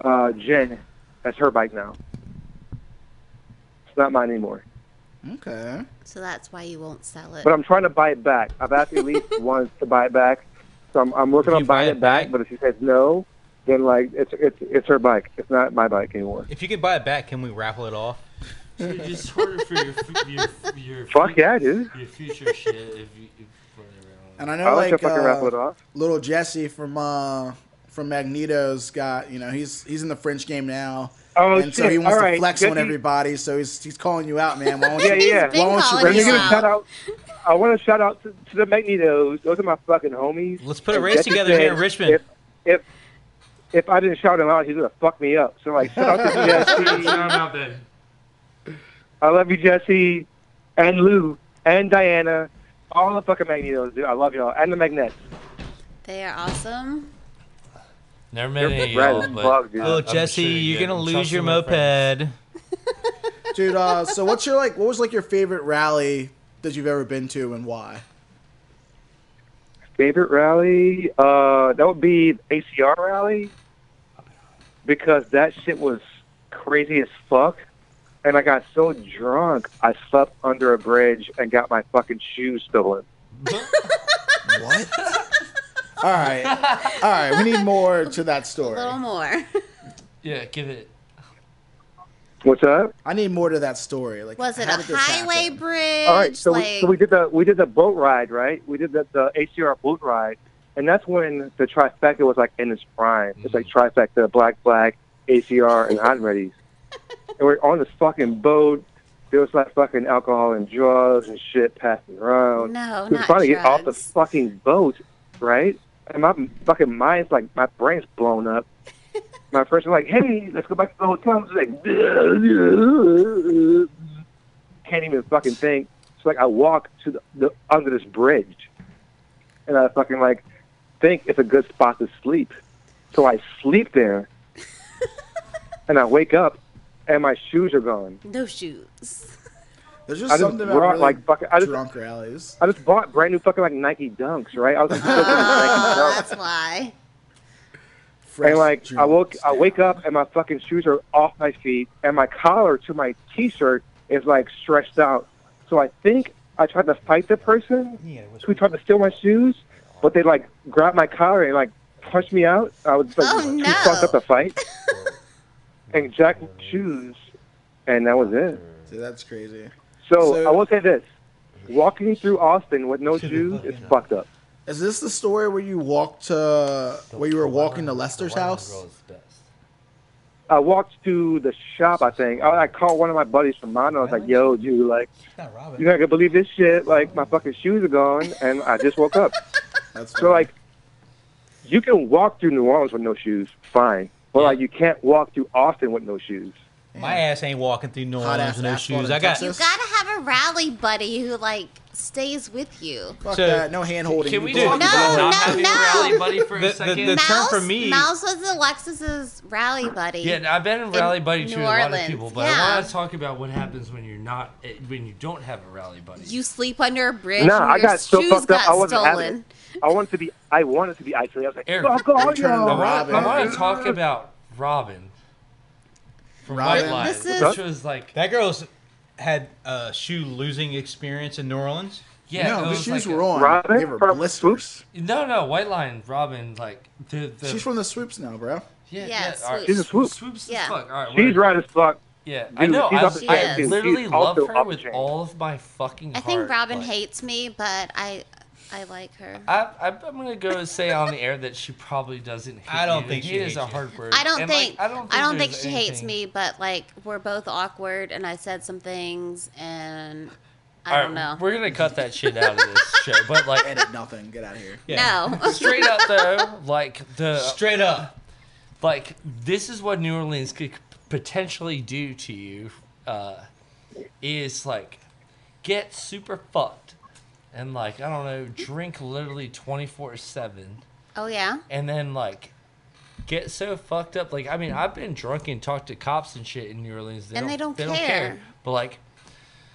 Speaker 1: uh, Jen. That's her bike now. It's not mine anymore.
Speaker 6: Okay.
Speaker 4: So that's why you won't sell it.
Speaker 1: But I'm trying to buy it back. I've [laughs] asked Elise once to buy it back, so I'm, I'm working
Speaker 7: If
Speaker 1: on
Speaker 7: you buy
Speaker 1: buying
Speaker 7: it
Speaker 1: it back,
Speaker 7: back-
Speaker 1: But if she says no, then like it's it's it's her bike. It's not my bike anymore.
Speaker 7: If you could buy it back, can we raffle it off?
Speaker 8: You just order for your fu- your your,
Speaker 1: [laughs] Fuck
Speaker 8: fu-
Speaker 1: yeah, dude.
Speaker 8: your future shit if you if whatever. I don't
Speaker 6: And I
Speaker 8: know.
Speaker 6: know
Speaker 1: I like to
Speaker 6: like
Speaker 1: fucking raffle it
Speaker 6: uh,
Speaker 1: off.
Speaker 6: little Jesse from uh, from Magneto's got you know he's he's in the French game now.
Speaker 1: Oh
Speaker 6: and
Speaker 1: shit!
Speaker 6: so he wants
Speaker 1: All
Speaker 6: to
Speaker 1: right.
Speaker 6: flex on
Speaker 1: Jesse-
Speaker 6: everybody. So he's he's calling you out, man. Why won't
Speaker 1: Yeah, [laughs]
Speaker 6: you,
Speaker 1: yeah.
Speaker 6: Why won't you
Speaker 4: Been calling
Speaker 1: Let
Speaker 6: bring
Speaker 1: me
Speaker 4: you
Speaker 1: get
Speaker 6: it
Speaker 1: a
Speaker 4: out.
Speaker 1: shout out. I want to shout out to, to the Magnetos. Those are my fucking homies.
Speaker 7: Let's put a
Speaker 1: And
Speaker 7: race
Speaker 1: Jesse
Speaker 7: together here in
Speaker 1: James,
Speaker 7: Richmond.
Speaker 1: If, if if I didn't shout him out, he's gonna fuck me up. So like, shout out to Jesse. I love you, Jesse, and Lou, and Diana, all the fucking Magnetos, dude. I love y'all, and the Magnets.
Speaker 4: They are awesome.
Speaker 8: Never met any of
Speaker 1: rad
Speaker 8: y'all,
Speaker 1: as
Speaker 8: but
Speaker 1: fuck, dude.
Speaker 8: uh,
Speaker 7: Oh,
Speaker 8: I'm
Speaker 7: Jesse,
Speaker 8: sure
Speaker 7: you're
Speaker 8: did.
Speaker 7: gonna
Speaker 8: I'm
Speaker 7: lose
Speaker 8: talking
Speaker 7: your
Speaker 8: to my friends.
Speaker 7: moped.
Speaker 6: dude. Uh, so what's your like? What was like your favorite rally that you've ever been to, and why?
Speaker 1: Favorite rally? Uh, that would be the ACR rally, because that shit was crazy as fuck, and I got so drunk I slept under a bridge and got my fucking shoes stolen.
Speaker 6: What? [laughs] all right, all right. We need more to that
Speaker 4: A little
Speaker 1: [laughs]
Speaker 6: story.
Speaker 4: more. [laughs]
Speaker 8: Yeah, give it.
Speaker 1: What's up?
Speaker 6: I need more to that story. Like,
Speaker 4: Was it
Speaker 6: how
Speaker 4: a
Speaker 6: did this
Speaker 4: highway
Speaker 6: happen?
Speaker 4: bridge?
Speaker 1: All right, so, we,
Speaker 4: like,
Speaker 1: so we did the we did the boat ride, right? We did the, the ACR boat ride, and that's when the trifecta was like in its prime. It's like trifecta, Black Flag, ACR, and Hot and Ready's. and we're on this fucking boat. There was like fucking alcohol and drugs and shit passing around.
Speaker 4: no,
Speaker 1: we
Speaker 4: not
Speaker 1: finally get off the
Speaker 4: drugs.
Speaker 1: fucking boat, right? And my fucking mind's like my brain's blown
Speaker 4: [laughs]
Speaker 1: up. my friends are like, "Hey, let's go back to the hotel." I'm just like, can't even fucking think. It's like I walk to the, the under this bridge, and I fucking like think it's a good spot to sleep. So I sleep
Speaker 4: [laughs]
Speaker 1: there, and I wake up, and my shoes are gone. [laughs]
Speaker 4: No shoes.
Speaker 6: There's
Speaker 1: I
Speaker 6: just
Speaker 1: just
Speaker 6: something about
Speaker 1: brought,
Speaker 6: really
Speaker 1: like, fucking- I just-
Speaker 6: drunk rallies.
Speaker 1: I just bought brand new fucking like Nike Dunks, right? I was
Speaker 4: [laughs]
Speaker 1: like, looking at Nike Dunks.
Speaker 4: Oh, that's why.
Speaker 6: Fresh
Speaker 1: and like I
Speaker 6: drunk
Speaker 1: woke, I
Speaker 6: style.
Speaker 1: wake up and my fucking shoes are off my feet, and my collar to my t-shirt is like stretched out. So I think I tried to fight the person who tried to steal my shoes, but they like grabbed my collar and like pushed me out. I was like
Speaker 4: Oh,
Speaker 1: too
Speaker 4: no.
Speaker 1: fucked up to
Speaker 6: [laughs]
Speaker 1: fight, and jacked my shoes, and that was it.
Speaker 6: Dude, that's crazy.
Speaker 1: So,
Speaker 6: So-
Speaker 1: I will say this: walking through Austin with
Speaker 6: [laughs]
Speaker 1: no shoes is fucked up.
Speaker 6: Is this the story where you walked to where you were walking to Lester's house?
Speaker 1: I walked to the shop. I think I, I called one of my buddies from Mono. I was like, "Yo, dude, like."
Speaker 7: Not Robin.
Speaker 1: You're not gonna believe this shit. Like my fucking shoes are gone, and I just woke up.
Speaker 6: That's
Speaker 1: So like, you can walk through New Orleans with no shoes, fine. But like, you can't walk through Austin with no shoes.
Speaker 7: My ass ain't walking through New
Speaker 6: Hot
Speaker 7: Orleans
Speaker 6: ass
Speaker 7: with no
Speaker 6: asphalt
Speaker 7: shoes.
Speaker 6: in
Speaker 7: I got
Speaker 6: Texas.
Speaker 4: Gotta have a rally buddy who like stays with you.
Speaker 6: fuck
Speaker 7: so-
Speaker 6: that. No hand holding.
Speaker 8: Can we
Speaker 7: Dude,
Speaker 8: talk
Speaker 7: no,
Speaker 8: about
Speaker 4: no,
Speaker 8: not having
Speaker 4: no.
Speaker 8: a rally buddy for
Speaker 7: The-
Speaker 8: a
Speaker 7: the-
Speaker 8: second?
Speaker 7: the-
Speaker 4: Mouse,
Speaker 7: term for me-
Speaker 4: Mouse was Alexis's rally buddy.
Speaker 8: yeah, I've been in rally buddy
Speaker 4: New
Speaker 8: to a lot of
Speaker 4: Orleans,
Speaker 8: people, but
Speaker 4: yeah.
Speaker 8: I want to talk about what happens when you're not eh, when you don't have a rally buddy.
Speaker 4: You sleep under a bridge.
Speaker 1: Nah,
Speaker 4: and
Speaker 1: I
Speaker 4: your
Speaker 1: got so
Speaker 4: shoes
Speaker 1: fucked up,
Speaker 4: got
Speaker 1: I wasn't having
Speaker 4: stolen.
Speaker 1: I wanted to be. I wanted to be isolated. I was like,
Speaker 8: Eric,
Speaker 1: fuck all
Speaker 6: turn
Speaker 8: I
Speaker 6: around.
Speaker 1: y'all.
Speaker 8: want, I
Speaker 6: Robin.
Speaker 8: want to talk about Robin from
Speaker 6: Robin.
Speaker 8: White Lies,
Speaker 4: This is-
Speaker 8: which was like
Speaker 7: that girl's had a shoe losing experience in New Orleans.
Speaker 8: yeah, it
Speaker 6: no, the
Speaker 8: was
Speaker 6: shoes
Speaker 8: like a-
Speaker 6: were on.
Speaker 1: Robin
Speaker 6: they were
Speaker 1: from
Speaker 6: blisters.
Speaker 8: No, no, White Line, Robin, like the, the
Speaker 6: She's from the swoops now, bro.
Speaker 8: yeah,
Speaker 4: Yeah,
Speaker 8: all right.
Speaker 4: She's
Speaker 1: a swoop.
Speaker 8: Swoops as
Speaker 4: Yeah.
Speaker 8: fuck. All right,
Speaker 1: She's
Speaker 8: whatever.
Speaker 1: right as fuck.
Speaker 8: Yeah, I know.
Speaker 1: she's
Speaker 8: I,
Speaker 1: up the
Speaker 8: I
Speaker 4: chain,
Speaker 1: dude.
Speaker 8: literally
Speaker 1: She's
Speaker 8: love
Speaker 1: also
Speaker 8: her
Speaker 1: up the
Speaker 8: with
Speaker 1: chain.
Speaker 8: all of my fucking.
Speaker 4: I think
Speaker 8: heart,
Speaker 4: Robin
Speaker 8: like-
Speaker 4: hates me, but I I like her.
Speaker 8: I, I, I'm gonna go say on the air that she probably doesn't. Hate
Speaker 7: I don't
Speaker 8: you.
Speaker 7: think she
Speaker 8: hate is
Speaker 7: hates
Speaker 8: a
Speaker 7: you.
Speaker 8: hard word.
Speaker 4: I don't
Speaker 8: And, like,
Speaker 4: think I don't think,
Speaker 8: there's
Speaker 4: she hates
Speaker 8: anything-
Speaker 4: me, but like we're both awkward, and I said some things, and I
Speaker 8: All right,
Speaker 4: don't know.
Speaker 8: We're gonna cut that shit out of this show, but
Speaker 4: [laughs]
Speaker 8: like
Speaker 6: Edit nothing. Get out of here.
Speaker 8: [laughs]
Speaker 4: No,
Speaker 8: straight up though, like the
Speaker 7: Straight up.
Speaker 8: like this is what New Orleans could potentially do to you uh, is like get super fucked and like I don't know drink literally twenty four seven
Speaker 4: oh yeah,
Speaker 8: and then like get so fucked up like I mean I've been drunk and talked to cops and shit in New Orleans
Speaker 4: And they don't
Speaker 8: they don't
Speaker 4: care.
Speaker 8: care but like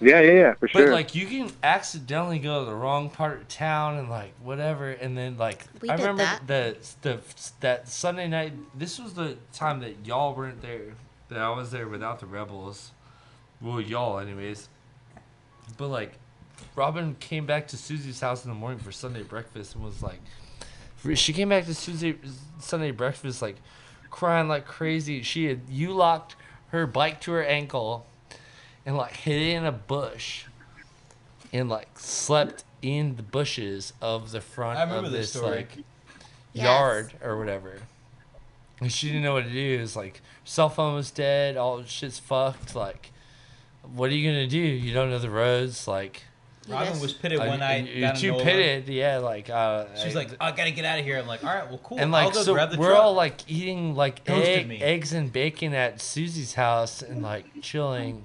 Speaker 1: Yeah, yeah, yeah, for
Speaker 8: but
Speaker 1: sure.
Speaker 8: like you can accidentally go to the wrong part of town and like whatever, and then like
Speaker 4: We
Speaker 8: I
Speaker 4: did
Speaker 8: remember
Speaker 4: that.
Speaker 8: the the that Sunday night. This was the time that y'all weren't there. That I was there without the rebels. Well, y'all, anyways. But like, Robin came back to Susie's house in the morning for Sunday breakfast and was like, she came back to Tuesday Sunday breakfast like crying like crazy. She had you locked her bike to her ankle and like hid it in a bush and like slept in the bushes of the front
Speaker 7: I remember
Speaker 8: of
Speaker 7: this
Speaker 8: this,
Speaker 7: story.
Speaker 8: like
Speaker 4: Yes.
Speaker 8: yard or whatever. And she didn't know what to do. It's like cell phone was dead, all shit's fucked, like what are you gonna do? You don't know the roads, like
Speaker 7: Robin
Speaker 4: Yes.
Speaker 7: was pitted
Speaker 8: Like,
Speaker 7: one night.
Speaker 8: Uh, you-
Speaker 7: down in
Speaker 8: you
Speaker 7: Nola.
Speaker 8: pitted, yeah, like uh,
Speaker 7: She's
Speaker 8: I-
Speaker 7: like, "Oh, I gotta get out of here. I'm like, all right, well, cool.
Speaker 8: and
Speaker 7: I'll
Speaker 8: like
Speaker 7: go
Speaker 8: so
Speaker 7: grab the
Speaker 8: we're
Speaker 7: truck."
Speaker 8: all like eating like
Speaker 7: Ghosted
Speaker 8: egg,
Speaker 7: me.
Speaker 8: eggs and bacon at Susie's house and like chilling.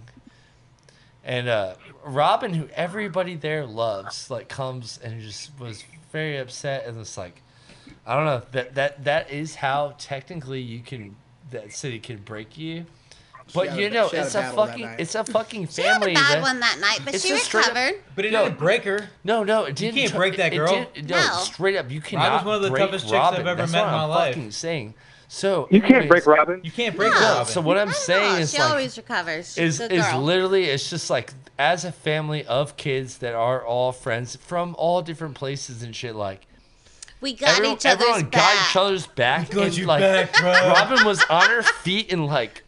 Speaker 8: And uh, Robin, who everybody there loves, like comes and just was very upset and it's like, I don't know that that that is how technically you can that city can break you, but
Speaker 6: had a-
Speaker 8: you know
Speaker 6: she had a
Speaker 8: it's a,
Speaker 6: battle that
Speaker 8: fucking
Speaker 6: night.
Speaker 8: it's a fucking
Speaker 4: She had
Speaker 8: family.
Speaker 4: a bad
Speaker 8: that-
Speaker 4: one that night, but
Speaker 8: It's
Speaker 4: she
Speaker 8: just straight up-
Speaker 4: recovered.
Speaker 7: but it
Speaker 8: no.
Speaker 7: didn't break her.
Speaker 8: No, no, it didn't.
Speaker 7: can't break that
Speaker 8: it
Speaker 7: girl.
Speaker 8: didn't- no,
Speaker 4: No.
Speaker 8: straight up, you cannot.
Speaker 7: one of the
Speaker 8: break
Speaker 7: toughest chicks I've
Speaker 8: Robin.
Speaker 7: ever
Speaker 8: That's
Speaker 7: met
Speaker 8: what
Speaker 7: in my
Speaker 8: I'm
Speaker 7: life.
Speaker 8: Fucking saying. So
Speaker 1: You can't break
Speaker 8: anyways,
Speaker 1: Robin.
Speaker 7: You can't break
Speaker 4: No.
Speaker 7: Robin.
Speaker 8: So what I'm
Speaker 4: I don't
Speaker 8: saying
Speaker 4: know.
Speaker 8: is
Speaker 4: she
Speaker 8: like
Speaker 4: always recovers. She's
Speaker 8: is
Speaker 4: a good
Speaker 8: is
Speaker 4: girl.
Speaker 8: literally it's just like as a family of kids that are all friends from all different places and shit like
Speaker 4: we got
Speaker 8: everyone,
Speaker 4: each other's
Speaker 8: everyone
Speaker 4: back.
Speaker 8: got each other's back
Speaker 7: got
Speaker 8: and
Speaker 7: your
Speaker 8: like
Speaker 7: back, bro.
Speaker 8: Robin was on her feet in like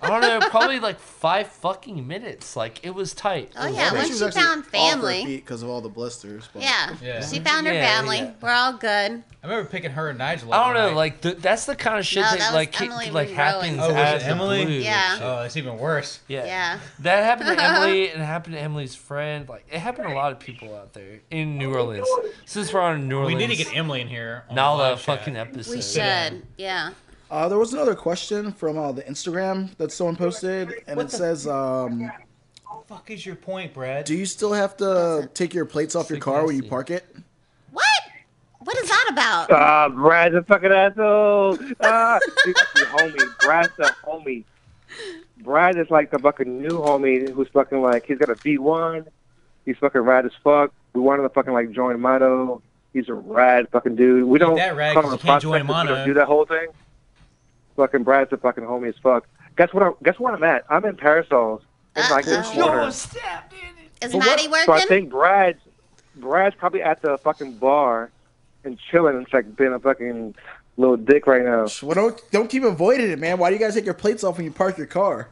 Speaker 8: I don't know probably like five fucking minutes like it was tight
Speaker 4: Oh,
Speaker 8: It was
Speaker 4: yeah,
Speaker 8: great.
Speaker 4: when
Speaker 6: She's
Speaker 4: she
Speaker 6: actually
Speaker 4: found
Speaker 6: off her
Speaker 4: family.
Speaker 6: feet 'cause of all the blisters. but-
Speaker 4: yeah.
Speaker 7: Yeah.
Speaker 4: she found her
Speaker 8: Yeah,
Speaker 4: family.
Speaker 8: yeah.
Speaker 4: We're all good.
Speaker 7: I remember picking her and Nigel.
Speaker 8: I
Speaker 7: up
Speaker 8: don't
Speaker 7: one
Speaker 8: know
Speaker 7: night.
Speaker 8: like th- that's the kind of shit
Speaker 4: No,
Speaker 8: that,
Speaker 4: that was
Speaker 8: like ki-
Speaker 4: Emily
Speaker 8: like
Speaker 4: Monroe, I
Speaker 8: happens
Speaker 7: think. Oh, was
Speaker 8: out
Speaker 7: it
Speaker 8: of the
Speaker 7: Emily?
Speaker 8: blue and
Speaker 4: Yeah.
Speaker 8: shit.
Speaker 7: Oh, it's even worse.
Speaker 8: yeah
Speaker 4: Yeah.
Speaker 8: That happened to
Speaker 4: [laughs]
Speaker 8: Emily, and it happened to Emily's friend. Like it happened to a lot of people out there in New Orleans. Since we're on New
Speaker 7: We
Speaker 8: Orleans,
Speaker 7: need to get Emily in here. on
Speaker 8: now
Speaker 7: the
Speaker 8: the
Speaker 7: live chat.
Speaker 8: fucking episode.
Speaker 4: We
Speaker 7: Yeah.
Speaker 4: should. Yeah.
Speaker 6: Uh, there was another question from uh, the Instagram that someone posted, and it says, um,
Speaker 7: Fuck is your point, Brad?
Speaker 6: "Do you still have to take your plates off your car when you
Speaker 8: Sick
Speaker 6: park it?"
Speaker 4: What? What is that about?
Speaker 1: Ah, Brad's a fucking asshole. Ah, dude, the homie. Brad's the homie. Brad is like the fucking new homie who's fucking like he's got a V one. He's fucking rad as fuck. We wanted to fucking like join Mono. He's a rad fucking dude. We don't
Speaker 7: that rad
Speaker 1: call
Speaker 7: 'cause
Speaker 1: him
Speaker 7: you can't join
Speaker 1: prospect 'cause we
Speaker 7: Mono.
Speaker 1: don't Do that whole thing. Fucking Brad's a fucking homie as fuck. Guess what? I'm, guess what I'm at? I'm in parasols. It's like this
Speaker 4: Uh-oh.
Speaker 1: corner.
Speaker 4: Is
Speaker 1: But what-
Speaker 4: Maddie
Speaker 1: So I
Speaker 4: working?
Speaker 1: think Brad's Brad's probably at the fucking bar and chilling. It's like being a fucking little dick right now.
Speaker 6: Well, don't don't keep avoiding it, man. Why do you guys take your plates off when you park your car?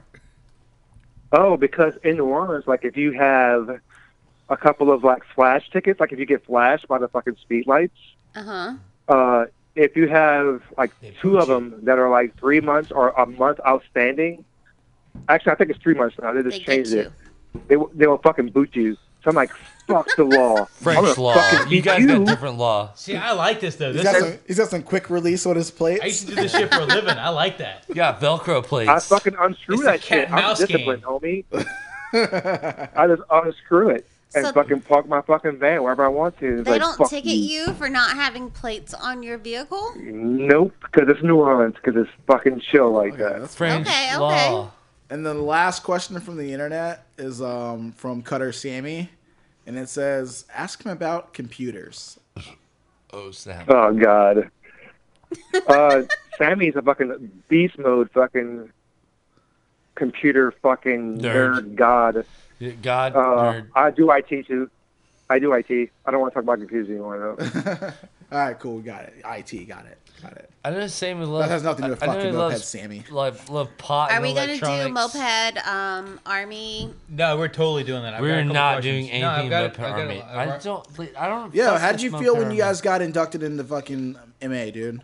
Speaker 1: Oh, because in New Orleans, like if you have a couple of like flash tickets, like if you get flashed by the fucking speed lights,
Speaker 4: Uh huh.
Speaker 1: uh, if you have like two of them that are like three months or a month outstanding, actually I think it's three months now. They just
Speaker 4: They get
Speaker 1: changed it.
Speaker 4: you.
Speaker 1: They w- they will fucking boot you. So I'm like, fuck the law. I'm
Speaker 8: [laughs] French
Speaker 1: gonna
Speaker 8: law.
Speaker 1: fucking
Speaker 8: You
Speaker 1: beat
Speaker 8: guys
Speaker 1: you.
Speaker 8: got different law.
Speaker 7: See, I like this though.
Speaker 6: He's
Speaker 7: This
Speaker 6: got,
Speaker 7: is,
Speaker 6: some, he's got some quick release on his
Speaker 7: I used
Speaker 6: plates.
Speaker 7: to do this shit for a living. I like that.
Speaker 8: You got Velcro plates.
Speaker 1: I fucking unscrew
Speaker 7: It's a
Speaker 1: that
Speaker 7: cat
Speaker 1: shit.
Speaker 7: and
Speaker 1: I'm
Speaker 7: mouse
Speaker 1: disciplined, homie. I just unscrew it and
Speaker 4: So-
Speaker 1: fucking park my fucking van wherever I want to. It's
Speaker 4: They
Speaker 1: like,
Speaker 4: don't
Speaker 1: fuck
Speaker 4: ticket you for not having plates on your vehicle?
Speaker 1: Nope, because it's New Orleans, because it's fucking chill like that.
Speaker 6: that's
Speaker 8: French
Speaker 4: Okay, okay.
Speaker 8: law.
Speaker 6: And then the last question from the internet is um, from Cutter Sammy, and it says, "Ask him about computers."
Speaker 8: Oh snap!
Speaker 1: Oh
Speaker 4: [laughs]
Speaker 1: god. uh, Sammy's a fucking beast mode fucking computer fucking nerd,
Speaker 8: Nerd.
Speaker 1: god.
Speaker 8: God,
Speaker 1: Uh,
Speaker 8: nerd.
Speaker 1: I do IT too. I do IT. I don't want to talk about computers anymore though.
Speaker 6: All right, cool, got it. It, got it, got it.
Speaker 8: I know Sammy loves.
Speaker 6: That has nothing to do with
Speaker 8: I- I know
Speaker 6: fucking
Speaker 8: he
Speaker 6: moped,
Speaker 8: loves-
Speaker 6: Sammy.
Speaker 8: Love, love pot.
Speaker 4: Are
Speaker 8: and
Speaker 4: we gonna do
Speaker 8: electronics.
Speaker 4: moped um army?
Speaker 7: No, we're totally doing that. I've got a
Speaker 8: We're
Speaker 7: couple
Speaker 8: not
Speaker 7: questions.
Speaker 8: doing anything
Speaker 7: No, I've got-
Speaker 8: about
Speaker 7: I've got a-
Speaker 8: Army.
Speaker 7: I've
Speaker 8: I
Speaker 7: got-
Speaker 8: don't. I don't.
Speaker 6: Yeah,
Speaker 8: fuck
Speaker 6: how
Speaker 8: with
Speaker 6: did you
Speaker 8: Moped
Speaker 6: feel when you
Speaker 8: Army.
Speaker 6: guys got inducted into fucking MA, dude?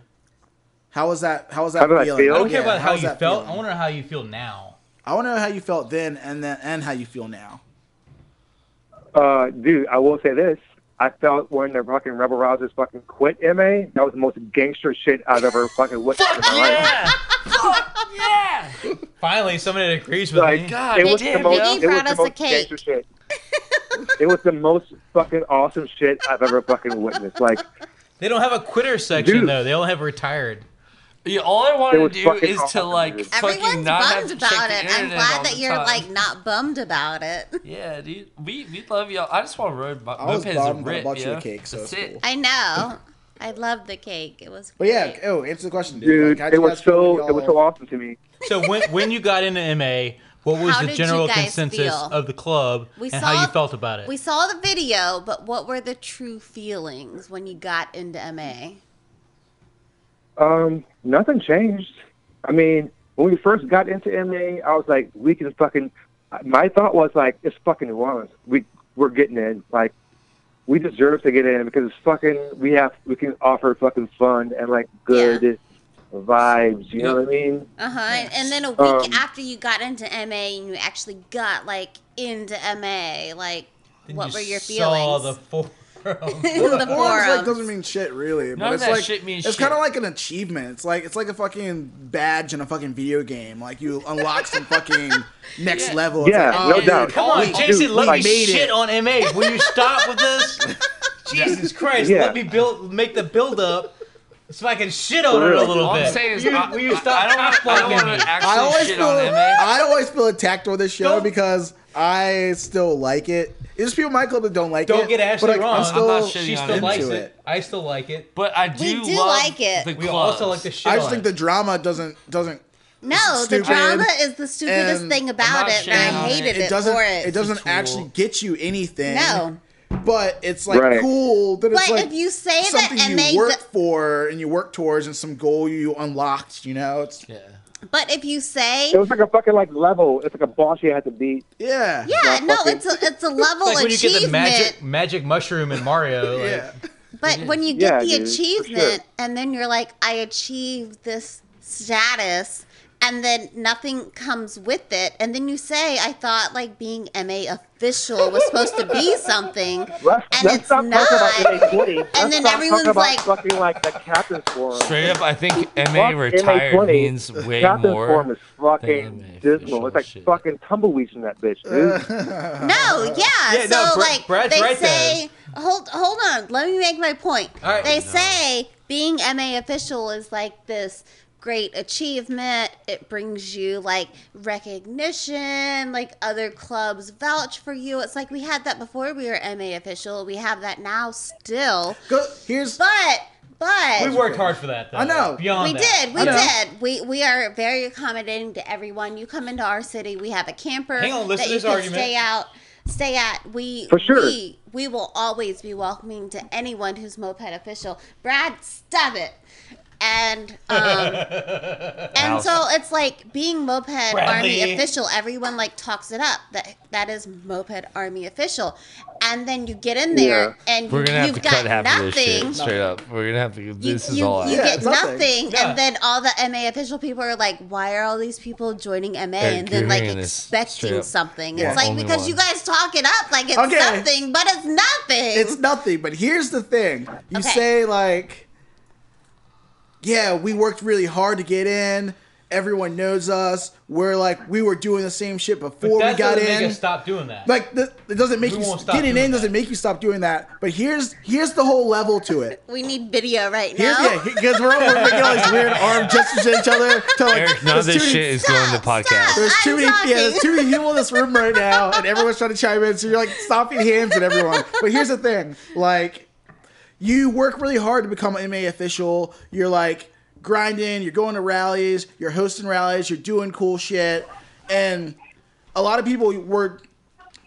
Speaker 6: How was that? How was that
Speaker 1: How did I
Speaker 6: feeling?
Speaker 1: feel?
Speaker 7: I don't care
Speaker 6: Yeah,
Speaker 7: about how
Speaker 6: was
Speaker 7: you
Speaker 6: that
Speaker 7: felt.
Speaker 6: feeling?
Speaker 7: I want to know how you feel now.
Speaker 6: I want to know how you felt then, and then and how you feel now.
Speaker 1: Uh, dude, I will say this. I felt when the fucking Rebel Rousers fucking quit MA, that was the most gangster shit I've ever fucking witnessed in my life.
Speaker 8: Yeah. Fuck yeah.
Speaker 7: Finally, somebody that agrees
Speaker 6: Oh
Speaker 7: with me.
Speaker 1: Like,
Speaker 8: God
Speaker 1: it was
Speaker 8: damn,
Speaker 1: the most,
Speaker 8: Biggie
Speaker 1: it was
Speaker 4: brought
Speaker 1: the
Speaker 4: us a
Speaker 1: most
Speaker 4: cake.
Speaker 1: gangster shit. it was the most fucking awesome shit I've ever fucking witnessed. Like,
Speaker 7: They don't have a quitter section
Speaker 1: Dude.
Speaker 7: though. They all have retired.
Speaker 8: Yeah, all I
Speaker 1: It
Speaker 8: want
Speaker 1: was
Speaker 8: to do
Speaker 1: fucking
Speaker 8: is to
Speaker 1: awesome,
Speaker 8: like
Speaker 1: dude.
Speaker 8: fucking
Speaker 4: Everyone's
Speaker 8: not have
Speaker 4: bummed
Speaker 8: to check
Speaker 4: about
Speaker 8: the
Speaker 4: it. I'm
Speaker 8: internet all
Speaker 4: glad that
Speaker 8: the
Speaker 4: you're
Speaker 8: time.
Speaker 4: like not bummed
Speaker 8: [laughs]
Speaker 4: about it.
Speaker 8: Yeah, dude, we we love y'all. I just want to road my
Speaker 6: I was
Speaker 8: mopeds
Speaker 6: bummed,
Speaker 8: and
Speaker 6: but I
Speaker 8: rip,
Speaker 6: bought you
Speaker 8: yeah.
Speaker 6: a cake, so
Speaker 8: That's
Speaker 6: it's
Speaker 8: it.
Speaker 6: cool.
Speaker 4: I know. I loved the cake. It was
Speaker 6: But yeah,
Speaker 4: great.
Speaker 6: oh, answer the question, dude.
Speaker 1: dude,
Speaker 6: Like, how'd
Speaker 1: it
Speaker 6: you
Speaker 1: was
Speaker 6: guys feel when
Speaker 1: so it was
Speaker 6: y'all-
Speaker 1: so awesome to me.
Speaker 7: So when when you got into MA, what was
Speaker 4: How
Speaker 7: the
Speaker 4: did you
Speaker 7: general
Speaker 4: guys
Speaker 7: consensus
Speaker 4: feel?
Speaker 7: of the club
Speaker 4: We
Speaker 7: and
Speaker 4: saw
Speaker 7: how you felt about it?
Speaker 4: We saw the video, but what were the true feelings when you got into MA?
Speaker 1: Um, nothing changed. I mean, when we first got into MA, I was like, we can fucking. My thought was like, it's fucking New Orleans. We we're getting in. Like, we deserve to get in because it's fucking. We have we can offer fucking fun and like good vibes. You know what I mean?
Speaker 4: Uh huh. And then a week
Speaker 1: Um,
Speaker 4: after you got into MA and you actually got like into MA, like what were your
Speaker 7: Saw
Speaker 4: feelings?
Speaker 7: the [laughs] forum.
Speaker 6: Well,
Speaker 4: the
Speaker 6: the forums like
Speaker 4: forums.
Speaker 6: doesn't mean shit really, but
Speaker 8: of
Speaker 6: it's
Speaker 8: that
Speaker 6: like
Speaker 8: shit means
Speaker 6: it's kind of
Speaker 8: shit.
Speaker 6: like an achievement. It's like it's like a fucking badge in a fucking video game. Like you unlock some fucking next level. It's
Speaker 1: Yeah,
Speaker 6: like, oh,
Speaker 1: no
Speaker 6: dude,
Speaker 1: doubt.
Speaker 7: Come on,
Speaker 1: Dude,
Speaker 7: Jason, let
Speaker 1: like-
Speaker 7: me
Speaker 1: Made
Speaker 7: shit on MH. Will you stop
Speaker 6: [laughs]
Speaker 7: with this? Jesus Christ,
Speaker 1: Yeah.
Speaker 7: let me build, make the build up so I can shit on
Speaker 1: For
Speaker 7: it a
Speaker 1: real.
Speaker 7: little
Speaker 8: All
Speaker 7: bit.
Speaker 8: I'm saying is,
Speaker 7: You-
Speaker 8: I,
Speaker 7: will you
Speaker 8: I,
Speaker 7: stop
Speaker 8: [laughs] I don't wanna- I don't
Speaker 7: cock-blocking
Speaker 8: want
Speaker 7: me?
Speaker 8: to
Speaker 6: I
Speaker 8: actually
Speaker 6: always
Speaker 8: shit
Speaker 6: feel
Speaker 8: on him, man.
Speaker 6: I always feel attacked on this show
Speaker 7: Don't-
Speaker 6: because I still like it. It's just people in my club that don't like
Speaker 7: Don't
Speaker 6: it.
Speaker 7: get Ashley
Speaker 6: but, like,
Speaker 7: wrong.
Speaker 6: I'm
Speaker 7: I'm
Speaker 6: still,
Speaker 8: not shitting
Speaker 7: She
Speaker 8: on
Speaker 7: still
Speaker 8: into
Speaker 7: likes it.
Speaker 6: it.
Speaker 7: I still like it.
Speaker 8: But I do,
Speaker 4: We do
Speaker 8: love
Speaker 4: like it.
Speaker 8: The
Speaker 7: We
Speaker 8: clubs.
Speaker 7: also like the shit
Speaker 6: I
Speaker 7: on
Speaker 6: just think
Speaker 7: it.
Speaker 6: the drama doesn't doesn't.
Speaker 4: No, the
Speaker 6: stupid.
Speaker 4: drama is the stupidest
Speaker 6: And
Speaker 4: thing about
Speaker 8: not
Speaker 4: it, and I
Speaker 8: ashamed.
Speaker 4: hated it,
Speaker 6: It doesn't.
Speaker 4: for
Speaker 6: It,
Speaker 4: it.
Speaker 8: It's a
Speaker 6: doesn't
Speaker 8: tool.
Speaker 6: actually get you anything.
Speaker 4: No.
Speaker 6: But it's like
Speaker 1: Right.
Speaker 6: cool that it's
Speaker 4: But
Speaker 6: like
Speaker 4: if you say that
Speaker 6: something
Speaker 4: and
Speaker 6: you
Speaker 4: they
Speaker 6: work
Speaker 4: d-
Speaker 6: for and you work towards and some goal you unlocked. You know, it's
Speaker 8: Yeah.
Speaker 4: but if
Speaker 1: [laughs]
Speaker 4: you say,
Speaker 1: It was like a fucking like level. It's like a boss you had to beat.
Speaker 6: yeah,
Speaker 4: yeah,
Speaker 1: not
Speaker 4: no,
Speaker 1: fucking-
Speaker 4: it's a it's a level
Speaker 7: It's like when you get the
Speaker 4: achievement.
Speaker 7: magic magic mushroom in Mario.
Speaker 6: [laughs]
Speaker 7: Like,
Speaker 6: yeah.
Speaker 4: But when you
Speaker 1: Yeah,
Speaker 4: get the
Speaker 1: dude, for
Speaker 4: achievement
Speaker 1: sure.
Speaker 4: and then you're like, I achieved this status and then nothing comes with it and then you say I thought like being MA official was supposed to be something
Speaker 1: Let's,
Speaker 4: and
Speaker 1: let's
Speaker 4: it's
Speaker 1: stop
Speaker 4: not
Speaker 1: talking about MA20. Let's
Speaker 4: and then
Speaker 1: stop
Speaker 4: everyone's
Speaker 1: talking about
Speaker 4: like-
Speaker 1: fucking like the captain's forum.
Speaker 8: Straight up, I think MA
Speaker 1: Fuck
Speaker 8: retired
Speaker 1: MA20.
Speaker 8: means way
Speaker 1: captain's forum
Speaker 8: more.
Speaker 1: is fucking
Speaker 8: than MA
Speaker 1: dismal. It's like
Speaker 8: official
Speaker 1: fucking tumbleweeds in that bitch, dude.
Speaker 4: No, yeah.
Speaker 7: Uh-huh. Yeah,
Speaker 4: so
Speaker 7: no, Br-
Speaker 4: like
Speaker 7: Brad's
Speaker 4: they
Speaker 7: right
Speaker 4: say, hold hold on, let me make my point.
Speaker 7: All right.
Speaker 4: they
Speaker 7: Oh, no.
Speaker 4: say being MA official is like this great achievement. It brings you like recognition, like other clubs vouch for you. It's like we had that before we were MA official. We have that now still.
Speaker 6: Go, here's
Speaker 4: But but
Speaker 7: We worked hard for that. Though.
Speaker 6: I know.
Speaker 7: Beyond
Speaker 4: we
Speaker 7: that.
Speaker 4: did. We did. We we are very accommodating to everyone. You come into our city, we have a camper
Speaker 7: Hang on, listen
Speaker 4: that
Speaker 7: to
Speaker 4: you
Speaker 7: this
Speaker 4: can
Speaker 7: argument.
Speaker 4: stay out, stay at. We
Speaker 1: For sure.
Speaker 4: We, we will always be welcoming to anyone who's moped official. Brad, stop it.
Speaker 7: [laughs]
Speaker 4: And um, and
Speaker 8: Wow.
Speaker 4: so it's like being moped army
Speaker 7: Bradley.
Speaker 4: official. Everyone like talks it up that that is moped army official, and then you get in there and
Speaker 8: We're gonna have
Speaker 4: you've
Speaker 8: to
Speaker 4: got
Speaker 8: cut half
Speaker 4: nothing
Speaker 8: of this shit. Straight up, we're gonna have to.
Speaker 4: you,
Speaker 8: This is
Speaker 4: you,
Speaker 8: all.
Speaker 4: you
Speaker 6: Yeah,
Speaker 8: out.
Speaker 4: get
Speaker 6: it's
Speaker 4: nothing.
Speaker 6: nothing.
Speaker 7: Yeah.
Speaker 4: And then all the MA official people are like, why are all these people joining MA and then
Speaker 8: you're
Speaker 4: like
Speaker 8: hearing this straight
Speaker 4: expecting
Speaker 8: up.
Speaker 4: something?
Speaker 6: Yeah.
Speaker 4: It's like
Speaker 8: Only
Speaker 4: because you
Speaker 8: one.
Speaker 4: guys talk it up like it's
Speaker 6: Okay.
Speaker 4: something, but it's nothing.
Speaker 6: it's nothing. But here's the thing: you
Speaker 4: Okay.
Speaker 6: say like, "Yeah, we worked really hard to get in. Everyone knows us. We're like, we were doing the same shit
Speaker 7: But
Speaker 6: before we
Speaker 7: that
Speaker 6: got
Speaker 7: doesn't
Speaker 6: in.
Speaker 7: make us stop doing that.
Speaker 6: like th- it doesn't make
Speaker 7: We
Speaker 6: you
Speaker 7: won't stop
Speaker 6: getting
Speaker 7: doing
Speaker 6: in
Speaker 7: that.
Speaker 6: doesn't make you stop doing that but here's here's the whole level to it
Speaker 4: we need video right
Speaker 6: here's
Speaker 4: now.
Speaker 6: yeah because we're, we're making all these weird arm gestures at each other to like
Speaker 8: Eric, none of
Speaker 6: there's too
Speaker 8: this
Speaker 6: many-
Speaker 8: shit is going to
Speaker 4: Stop,
Speaker 8: podcast.
Speaker 6: there's too
Speaker 4: I'm
Speaker 6: many yeah, there's
Speaker 4: talking.
Speaker 6: too many people in this room right now and everyone's trying to chime in so you're like stomping hands at everyone but here's the thing like you work really hard to become an MA official you're like grinding you're going to rallies you're hosting rallies you're doing cool shit and a lot of people were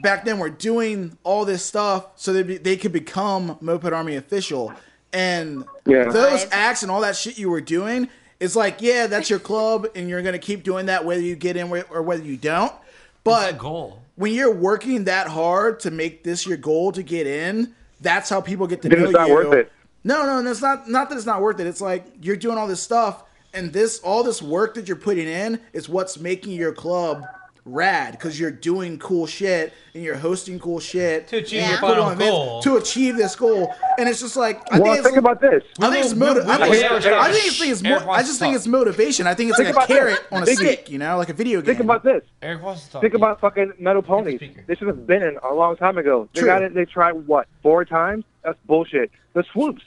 Speaker 6: back then were doing all this stuff so they, be, they could become moped army official and
Speaker 1: Yeah.
Speaker 6: those
Speaker 4: Right.
Speaker 6: acts and all that shit you were doing it's like yeah that's your club and you're gonna keep doing that whether you get in wh- or whether you don't
Speaker 8: It's a
Speaker 6: but
Speaker 8: goal.
Speaker 6: when you're working that hard to make this your goal to get in that's how people get to
Speaker 1: Then
Speaker 6: know
Speaker 1: it's not
Speaker 6: you
Speaker 1: worth it.
Speaker 6: no, no, no, it's not. Not that it's not worth it. It's like you're doing all this stuff, and this all this work that you're putting in is what's making your club rad because you're doing cool shit and you're hosting cool shit
Speaker 7: To achieve
Speaker 6: and
Speaker 4: your
Speaker 6: you're putting
Speaker 7: final
Speaker 6: on events
Speaker 7: goal.
Speaker 6: to achieve this goal. And it's just like I
Speaker 1: well,
Speaker 6: think it's.
Speaker 1: think about this.
Speaker 6: I think it's
Speaker 7: We will-
Speaker 6: motiv-
Speaker 7: we
Speaker 6: I
Speaker 7: will
Speaker 6: think
Speaker 7: never
Speaker 6: it's-
Speaker 7: stop.
Speaker 6: I think it's- think it's mo-
Speaker 8: Eric
Speaker 6: I
Speaker 8: wants
Speaker 6: just
Speaker 8: to
Speaker 6: think
Speaker 8: talk.
Speaker 6: it's motivation. I think it's
Speaker 1: Think
Speaker 6: like a
Speaker 1: about this.
Speaker 6: carrot on a
Speaker 1: Biggie.
Speaker 6: stick, you know, like a video game.
Speaker 1: Think about this.
Speaker 8: Eric wants to talk.
Speaker 1: Think about fucking metal ponies.
Speaker 7: speaker.
Speaker 1: They should have been in a long time ago. They
Speaker 6: True.
Speaker 1: got it. They tried what four times? That's bullshit. The swoops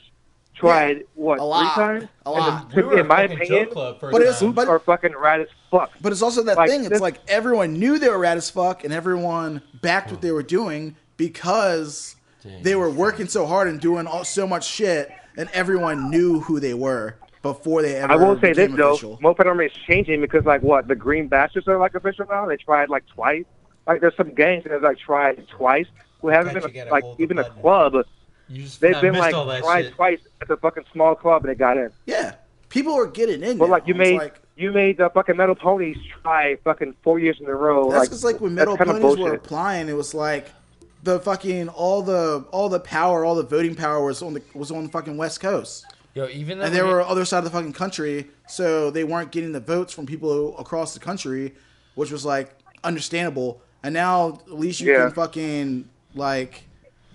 Speaker 1: tried what
Speaker 6: a lot,
Speaker 1: three times?
Speaker 6: a
Speaker 1: And the-
Speaker 6: lot.
Speaker 7: We were
Speaker 1: in
Speaker 7: a
Speaker 1: my
Speaker 7: fucking joke
Speaker 1: opinion,
Speaker 7: club for a
Speaker 6: But it's-
Speaker 7: time.
Speaker 1: swoops are fucking rad as fuck.
Speaker 6: But it's also that
Speaker 1: Like,
Speaker 6: thing. It's
Speaker 1: this-
Speaker 6: like everyone knew they were rad as fuck, and everyone backed what they were doing because they were working so hard and doing all, so much shit, and everyone knew who they were before they ever.
Speaker 1: I will say this
Speaker 6: became
Speaker 1: though,
Speaker 6: official.
Speaker 1: Moped Army is changing because like what the Green Bastards are like official now. They tried like twice. Like there's some gangs that have like tried twice who haven't
Speaker 7: Bet you
Speaker 1: been
Speaker 7: gotta
Speaker 1: like
Speaker 7: hold the
Speaker 1: even a
Speaker 7: button.
Speaker 1: club.
Speaker 7: You just
Speaker 1: They've
Speaker 7: I
Speaker 1: been
Speaker 7: missed
Speaker 1: like
Speaker 7: all that
Speaker 1: tried
Speaker 7: shit.
Speaker 1: twice at the fucking small club and they got in.
Speaker 6: Yeah, people are getting in.
Speaker 1: But
Speaker 6: now.
Speaker 1: like you
Speaker 6: It's
Speaker 1: made
Speaker 6: like,
Speaker 1: you made the fucking Metal Ponies try fucking four years in a row.
Speaker 6: That's
Speaker 1: like,
Speaker 6: because like when
Speaker 1: that's
Speaker 6: metal
Speaker 1: kinda
Speaker 6: ponies were
Speaker 1: bullshit.
Speaker 6: applying, it was like the fucking all the all the power, all the voting power was on the was on the fucking west coast.
Speaker 8: Yo, even though
Speaker 6: and they were other side of the fucking country, so they weren't getting the votes from people across the country, which was like understandable. And now at least you
Speaker 1: Yeah.
Speaker 6: can fucking Like,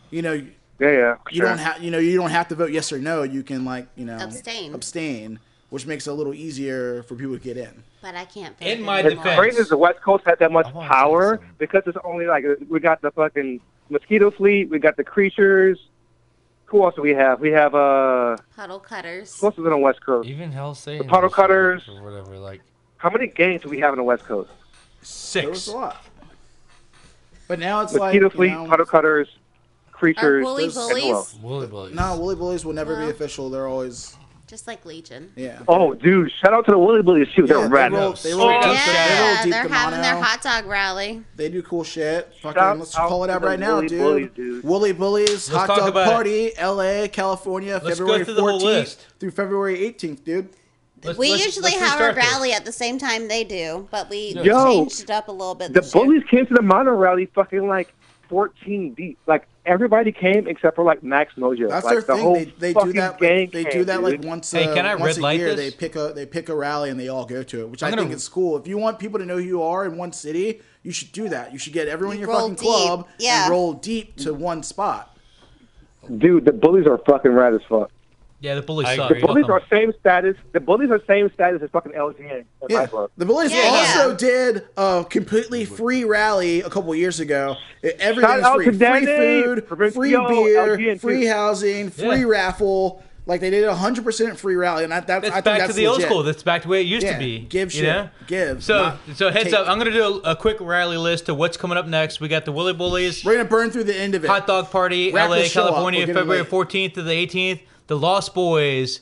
Speaker 6: you know,
Speaker 1: Yeah, yeah.
Speaker 6: you don't have you know you don't have to vote yes or no. You can like you know
Speaker 4: Abstain.
Speaker 6: abstain, which makes it a little easier for people to get in.
Speaker 4: but I can't.
Speaker 7: In
Speaker 4: vote
Speaker 7: my
Speaker 4: anymore.
Speaker 7: defense-
Speaker 1: crazy is the West Coast had that much
Speaker 8: I wanna
Speaker 1: power
Speaker 8: say something.
Speaker 1: because it's only like we got the fucking mosquito fleet, we got the creatures. Who else do we have? We have uh,
Speaker 4: puddle cutters.
Speaker 1: who else is on the West Coast?
Speaker 8: Even Hell Satan.
Speaker 1: The puddle
Speaker 8: or something,
Speaker 1: cutters.
Speaker 8: Or whatever. Like,
Speaker 1: How many gangs do we have on the West Coast?
Speaker 6: There was
Speaker 7: Six.
Speaker 6: a lot. But now it's like
Speaker 1: Mosquito
Speaker 6: you
Speaker 1: fleet,
Speaker 6: know,
Speaker 1: puddle cutters,
Speaker 4: Are
Speaker 1: creatures,
Speaker 4: woolly
Speaker 1: and who else?
Speaker 4: bullies?
Speaker 8: Wooly Bullies.
Speaker 6: No, Wooly Bullies will never be
Speaker 4: No.
Speaker 6: official. They're always
Speaker 4: Just like Legion.
Speaker 6: yeah.
Speaker 1: Oh, dude! Shout out to the Woolly Bullies too.
Speaker 6: Yeah,
Speaker 1: They're
Speaker 6: they
Speaker 1: rad.
Speaker 6: roll-
Speaker 1: Shout
Speaker 6: they roll
Speaker 7: Oh, Yeah,
Speaker 6: deep- they roll
Speaker 4: Yeah,
Speaker 6: deep
Speaker 4: they're
Speaker 6: to
Speaker 4: having their
Speaker 6: mono.
Speaker 4: hot dog rally.
Speaker 6: They do cool shit. Fucking,
Speaker 1: Shout
Speaker 6: let's
Speaker 1: out
Speaker 6: call it
Speaker 1: to
Speaker 6: out
Speaker 1: the
Speaker 6: right now,
Speaker 1: Woolly
Speaker 6: dude.
Speaker 1: Bullies, dude.
Speaker 6: Woolly Bullies,
Speaker 7: Let's
Speaker 6: Hot
Speaker 7: talk
Speaker 6: Dog
Speaker 7: about
Speaker 6: Party, L.A., California,
Speaker 7: Let's go
Speaker 6: February
Speaker 7: through the whole
Speaker 6: 14th
Speaker 7: list.
Speaker 6: through February 18th, dude.
Speaker 7: Let's-
Speaker 4: we
Speaker 7: let's-
Speaker 4: usually
Speaker 7: let's
Speaker 4: have our
Speaker 7: restart this.
Speaker 4: rally at the same time they do, but we
Speaker 1: Yo,
Speaker 4: changed it up a little bit.
Speaker 1: The
Speaker 4: this year.
Speaker 1: bullies came to the mono rally, fucking like fourteen deep. Like everybody came except for like Max Mojo.
Speaker 6: That's
Speaker 1: like,
Speaker 6: their
Speaker 1: the
Speaker 6: thing.
Speaker 1: Whole
Speaker 6: They, they do
Speaker 1: fucking
Speaker 6: that.
Speaker 1: Gang
Speaker 6: Like, they
Speaker 1: came,
Speaker 6: do that
Speaker 1: dude.
Speaker 6: like once.
Speaker 7: Hey,
Speaker 6: uh,
Speaker 7: can I
Speaker 6: once
Speaker 7: red
Speaker 6: a
Speaker 7: light
Speaker 6: year,
Speaker 7: this?
Speaker 6: They pick a they pick a rally and they all go to it, which i
Speaker 7: I'm gonna-
Speaker 6: think is cool. If you want people to know who you are in one city, you should do that. You should get everyone in your
Speaker 4: Roll
Speaker 6: fucking
Speaker 4: deep.
Speaker 6: club
Speaker 4: Yeah.
Speaker 6: and roll deep to one spot.
Speaker 1: Dude, the bullies are fucking rad as fuck.
Speaker 7: Yeah, the bullies suck.
Speaker 8: I
Speaker 1: The
Speaker 8: agree.
Speaker 7: Fuck
Speaker 1: bullies
Speaker 7: 'em.
Speaker 1: are same status. The bullies are same status as fucking LGN. in my
Speaker 6: Yeah.
Speaker 1: book.
Speaker 6: The Bullies
Speaker 4: Yeah,
Speaker 6: also
Speaker 4: yeah.
Speaker 6: did a completely free rally a couple years ago.
Speaker 1: Shout
Speaker 6: Everything's
Speaker 1: out
Speaker 6: free.
Speaker 1: to
Speaker 6: Free
Speaker 1: Danny,
Speaker 6: food, free
Speaker 1: Provincial,
Speaker 6: beer,
Speaker 1: LGN,
Speaker 6: free
Speaker 1: too.
Speaker 6: housing, free
Speaker 7: Yeah.
Speaker 6: raffle. Like they did a 100% free rally and I, that's, I
Speaker 7: That's
Speaker 6: think
Speaker 7: back
Speaker 6: that's
Speaker 7: to the old
Speaker 6: legit.
Speaker 7: school. That's back to the way it used
Speaker 6: Yeah,
Speaker 7: to be.
Speaker 6: give
Speaker 7: you
Speaker 6: shit.
Speaker 7: know?
Speaker 6: Give,
Speaker 7: So,
Speaker 6: not
Speaker 7: so heads
Speaker 6: take.
Speaker 7: up. I'm gonna do a, a quick rally list of what's coming up next. We got the Willy Bullies,
Speaker 6: We're going to burn through the end of it.
Speaker 7: Hot Dog Party,
Speaker 6: Wrap
Speaker 7: L.A.,
Speaker 6: this show up.
Speaker 7: California,
Speaker 6: We're getting
Speaker 7: February
Speaker 6: late.
Speaker 7: 14th to the 18th. The Lost Boys,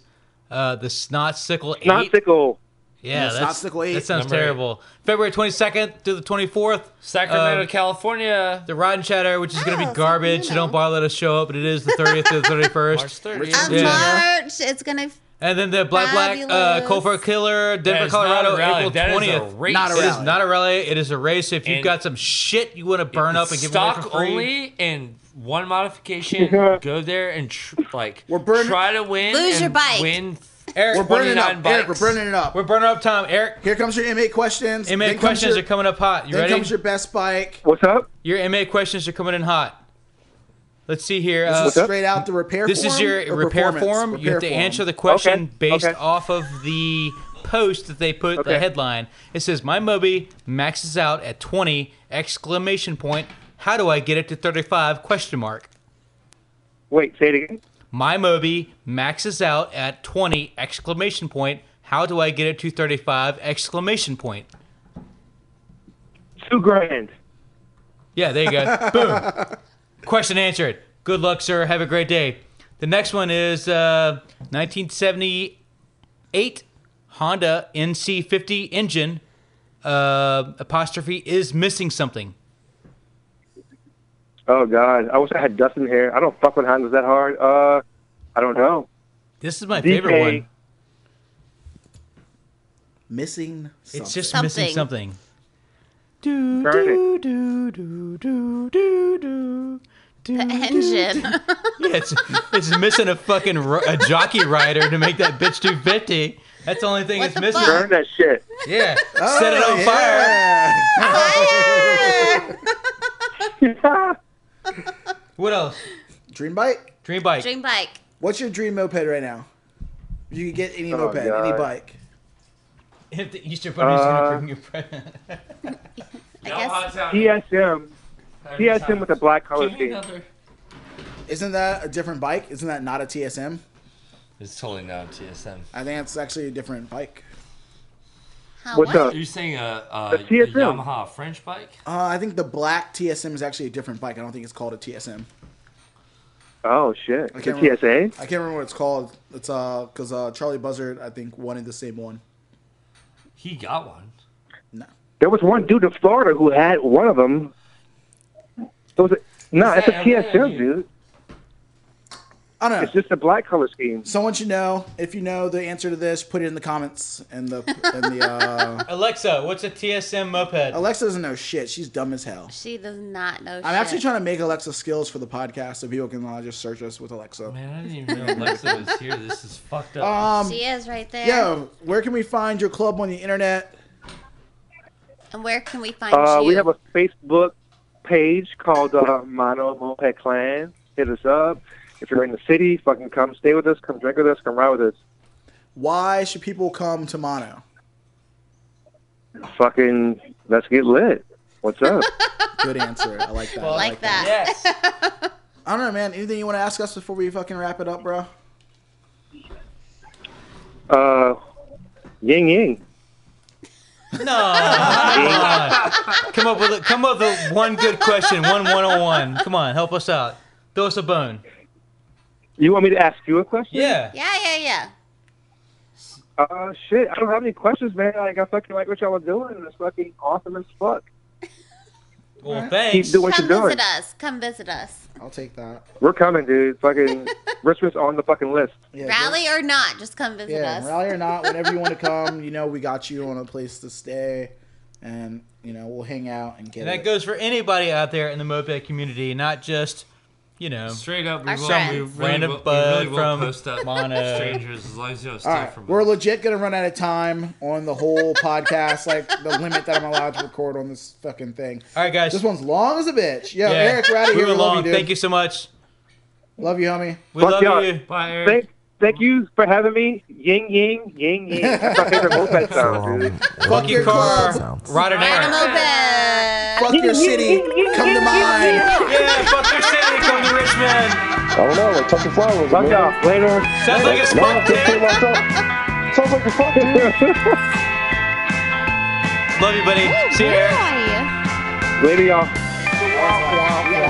Speaker 7: uh, the Snot Sickle Eight.
Speaker 1: Not sickle.
Speaker 7: yeah,
Speaker 6: The
Speaker 7: that's,
Speaker 6: Snot Sickle Eight.
Speaker 7: that sounds
Speaker 8: Number eight.
Speaker 7: terrible. February 22nd to the 24th.
Speaker 8: Sacramento,
Speaker 7: um,
Speaker 8: California.
Speaker 7: the Rod and Chatter, which is going
Speaker 4: Oh,
Speaker 7: to be
Speaker 4: Sacramento.
Speaker 7: garbage. So don't bother let us show up. But it is the 30th
Speaker 8: [laughs]
Speaker 7: to the 31st.
Speaker 8: March 30th.
Speaker 4: Of
Speaker 7: Yeah.
Speaker 4: March, it's gonna.
Speaker 7: And then the Black Black uh,
Speaker 4: Fabulous.
Speaker 7: Cofer Killer,
Speaker 8: That
Speaker 7: Denver,
Speaker 8: is not a
Speaker 7: Colorado,
Speaker 8: rally.
Speaker 7: April
Speaker 8: That is a
Speaker 7: 20th.
Speaker 8: race.
Speaker 6: Not a
Speaker 7: It is
Speaker 6: rally.
Speaker 7: not a rally. It is a race. If you've
Speaker 8: And-
Speaker 7: got some shit you want to burn up and give away
Speaker 8: stock
Speaker 7: for free,
Speaker 8: only and one modification.
Speaker 6: [laughs]
Speaker 8: go there and tr- like
Speaker 6: We're burning-
Speaker 8: try to win.
Speaker 4: Lose
Speaker 8: and
Speaker 4: your bike.
Speaker 8: Win.
Speaker 7: Eric,
Speaker 6: We're burning it up.
Speaker 8: 29
Speaker 6: Eric, we're
Speaker 8: bikes.
Speaker 6: burning it up.
Speaker 7: we're burning up time. Eric,
Speaker 6: Here comes your MA questions.
Speaker 7: MA
Speaker 6: Then comes
Speaker 7: questions
Speaker 6: your-
Speaker 7: are coming up hot. You
Speaker 6: Then
Speaker 7: ready?
Speaker 6: comes your best bike.
Speaker 1: What's up?
Speaker 7: Your-, MA questions are coming in hot. Let's see here.
Speaker 6: This
Speaker 7: Uh,
Speaker 6: is
Speaker 1: up?
Speaker 6: straight out the repair
Speaker 7: this
Speaker 6: form.
Speaker 7: is your
Speaker 6: or
Speaker 7: repair
Speaker 6: performance?
Speaker 7: form. you
Speaker 6: Repair
Speaker 7: have to
Speaker 6: form.
Speaker 7: answer the question
Speaker 1: Okay,
Speaker 7: based
Speaker 1: okay.
Speaker 7: off of the post that they put the
Speaker 1: Okay.
Speaker 7: headline. It says, "My Moby maxes out at 20 exclamation point. How do I get it to 35 question mark?"
Speaker 1: Wait, say it again.
Speaker 7: My Moby maxes out at 20 exclamation point. How do I get it to 35 exclamation point?
Speaker 1: Two grand.
Speaker 7: Yeah, there you go. Boom. Question answered. Good luck, sir. Have a great day. The next one is uh, 1978 Honda NC50 engine uh, apostrophe is missing something.
Speaker 1: Oh God, I wish I had Dustin here. I don't fuck with Hondas that hard. Uh, I don't know.
Speaker 7: This is my
Speaker 1: DK.
Speaker 7: favorite one.
Speaker 6: Missing. Something.
Speaker 7: It's just
Speaker 4: Something.
Speaker 7: missing something.
Speaker 1: Burn it.
Speaker 4: The engine.
Speaker 7: Yeah, it's, it's missing a fucking ro- a jockey rider to make that bitch 250. That's the only thing
Speaker 4: What
Speaker 7: it's
Speaker 4: the
Speaker 7: missing.
Speaker 4: fuck?
Speaker 1: Burn that shit.
Speaker 7: Yeah,
Speaker 1: Oh,
Speaker 7: set it on fire. What else?
Speaker 6: Dream bike.
Speaker 7: Dream bike.
Speaker 4: Dream bike.
Speaker 6: What's your dream moped right now? You could get any
Speaker 1: Oh,
Speaker 6: moped, any
Speaker 1: God.
Speaker 6: bike.
Speaker 7: If the Easter Bunny's
Speaker 1: Uh,
Speaker 7: gonna bring you present.
Speaker 4: I guess.
Speaker 1: TSM. TSM with the black color scheme.
Speaker 6: Isn't that a different bike? Isn't that not a TSM?
Speaker 8: It's totally not TSM.
Speaker 6: I think that's actually a different bike.
Speaker 4: How
Speaker 1: What's
Speaker 4: what?
Speaker 1: up?
Speaker 8: Are you saying a, a, a
Speaker 1: TSM.
Speaker 8: Yamaha French bike?
Speaker 6: Uh, I think the black TSM is actually a different bike. I don't think it's called a TSM.
Speaker 1: Oh shit.
Speaker 6: I
Speaker 1: The
Speaker 6: can't remember.
Speaker 1: TSA.
Speaker 6: I can't remember what it's called. It's uh, cause uh, Charlie Buzzard I think wanted the same one.
Speaker 8: He got one.
Speaker 6: No,
Speaker 1: There was one dude in Florida who had one of them. It was a, no,
Speaker 8: Is
Speaker 1: it's a
Speaker 8: that LA or
Speaker 1: TSM,
Speaker 8: you?
Speaker 1: dude.
Speaker 6: I don't know.
Speaker 1: It's just a black color scheme.
Speaker 6: Someone should know. If you know the answer to this, put it in the comments and the and the. Uh,
Speaker 1: [laughs]
Speaker 7: [laughs] Alexa, what's a TSM moped?
Speaker 6: Alexa doesn't know shit. She's dumb as hell.
Speaker 4: She does not know.
Speaker 6: I'm
Speaker 4: shit.
Speaker 6: actually trying to make Alexa skills for the podcast so people can uh, just search us with Alexa.
Speaker 8: Man, I didn't even know Alexa was here. This is fucked up.
Speaker 6: Um,
Speaker 4: She is right there.
Speaker 6: yo, where can we find your club on the internet?
Speaker 4: And where can we find
Speaker 1: Uh,
Speaker 4: you?
Speaker 1: we have a Facebook page called uh, Mono Moped Clan. Hit us up. If you're in the city, fucking come stay with us, come drink with us, come ride with us.
Speaker 6: Why should people come to Mono?
Speaker 1: Fucking let's get lit. What's up? [laughs]
Speaker 6: Good answer. I
Speaker 4: [laughs]
Speaker 6: like that. I
Speaker 4: like that.
Speaker 7: Yes.
Speaker 6: I don't know, man. Anything you want to ask us before we fucking wrap it up, bro?
Speaker 1: uh, ying ying.
Speaker 7: No. come up with a, come up with one good question, one 101. Come on, help us out. Throw us a bone.
Speaker 1: You want me to ask you a question?
Speaker 7: Yeah.
Speaker 4: Yeah, yeah, yeah.
Speaker 1: Uh, shit. I don't have any questions, man. Like I fucking like what y'all are doing. It's fucking awesome as fuck.
Speaker 7: Well,
Speaker 1: Keep
Speaker 7: thanks.
Speaker 1: doing what
Speaker 4: Come
Speaker 1: you're doing.
Speaker 4: visit us. Come visit us.
Speaker 6: I'll take that.
Speaker 1: We're coming, dude. Fucking Richmond's on the fucking list.
Speaker 6: Yeah,
Speaker 4: Rally or not, just come visit
Speaker 6: Yeah,
Speaker 4: us.
Speaker 6: rally or not, whenever you want
Speaker 4: [laughs]
Speaker 6: to come, you know we got you on a place to stay, and you know we'll hang out and get
Speaker 7: And that
Speaker 6: it.
Speaker 7: goes for anybody out there in the moped community, not just, you
Speaker 6: Oh.
Speaker 7: know,
Speaker 8: Straight up, we
Speaker 4: Our
Speaker 8: will, we
Speaker 4: friends.
Speaker 8: really
Speaker 7: Random
Speaker 8: will, we
Speaker 7: bud
Speaker 8: really will
Speaker 7: from
Speaker 8: post up
Speaker 7: Mono.
Speaker 8: strangers as long as you don't
Speaker 6: All
Speaker 8: steal
Speaker 6: right,
Speaker 8: from
Speaker 6: we're
Speaker 8: us.
Speaker 6: legit gonna run out of time on the whole podcast, like the limit that I'm allowed to record on this fucking thing.
Speaker 7: all right, guys.
Speaker 6: This one's long as a bitch. Yo,
Speaker 7: Yeah.
Speaker 6: Eric, we're out of
Speaker 7: we
Speaker 6: here.
Speaker 7: were
Speaker 6: We love you,
Speaker 7: long.
Speaker 6: dude.
Speaker 7: Thank you so much.
Speaker 6: Love you, homie.
Speaker 7: We
Speaker 1: Fuck
Speaker 7: love
Speaker 1: y'all.
Speaker 7: you.
Speaker 8: Bye, Eric.
Speaker 1: Thank, thank you for having me. Ying ying ying ying.
Speaker 6: [laughs]
Speaker 1: That's my favorite moped
Speaker 2: So,
Speaker 1: sound,
Speaker 2: um,
Speaker 1: dude.
Speaker 2: what
Speaker 7: Fuck
Speaker 2: do
Speaker 7: your
Speaker 2: you think
Speaker 7: car.
Speaker 2: moped sounds?
Speaker 7: Ride an
Speaker 4: Ride a
Speaker 7: air.
Speaker 4: moped.
Speaker 6: Fuck your city. Come to mine.
Speaker 7: Yeah, fuck your city. Come to Richmond.
Speaker 5: I don't know, like Touching Flowers was a
Speaker 1: Fuck
Speaker 5: movie.
Speaker 1: y'all. Later.
Speaker 7: Sounds like a
Speaker 5: No,
Speaker 7: spot
Speaker 5: feel free
Speaker 7: dick.
Speaker 5: locked up. Sounds like a fuck, dude.
Speaker 7: Love you, buddy. See you, Eric.
Speaker 3: Boy.
Speaker 1: Later, y'all.
Speaker 6: Wow, wow.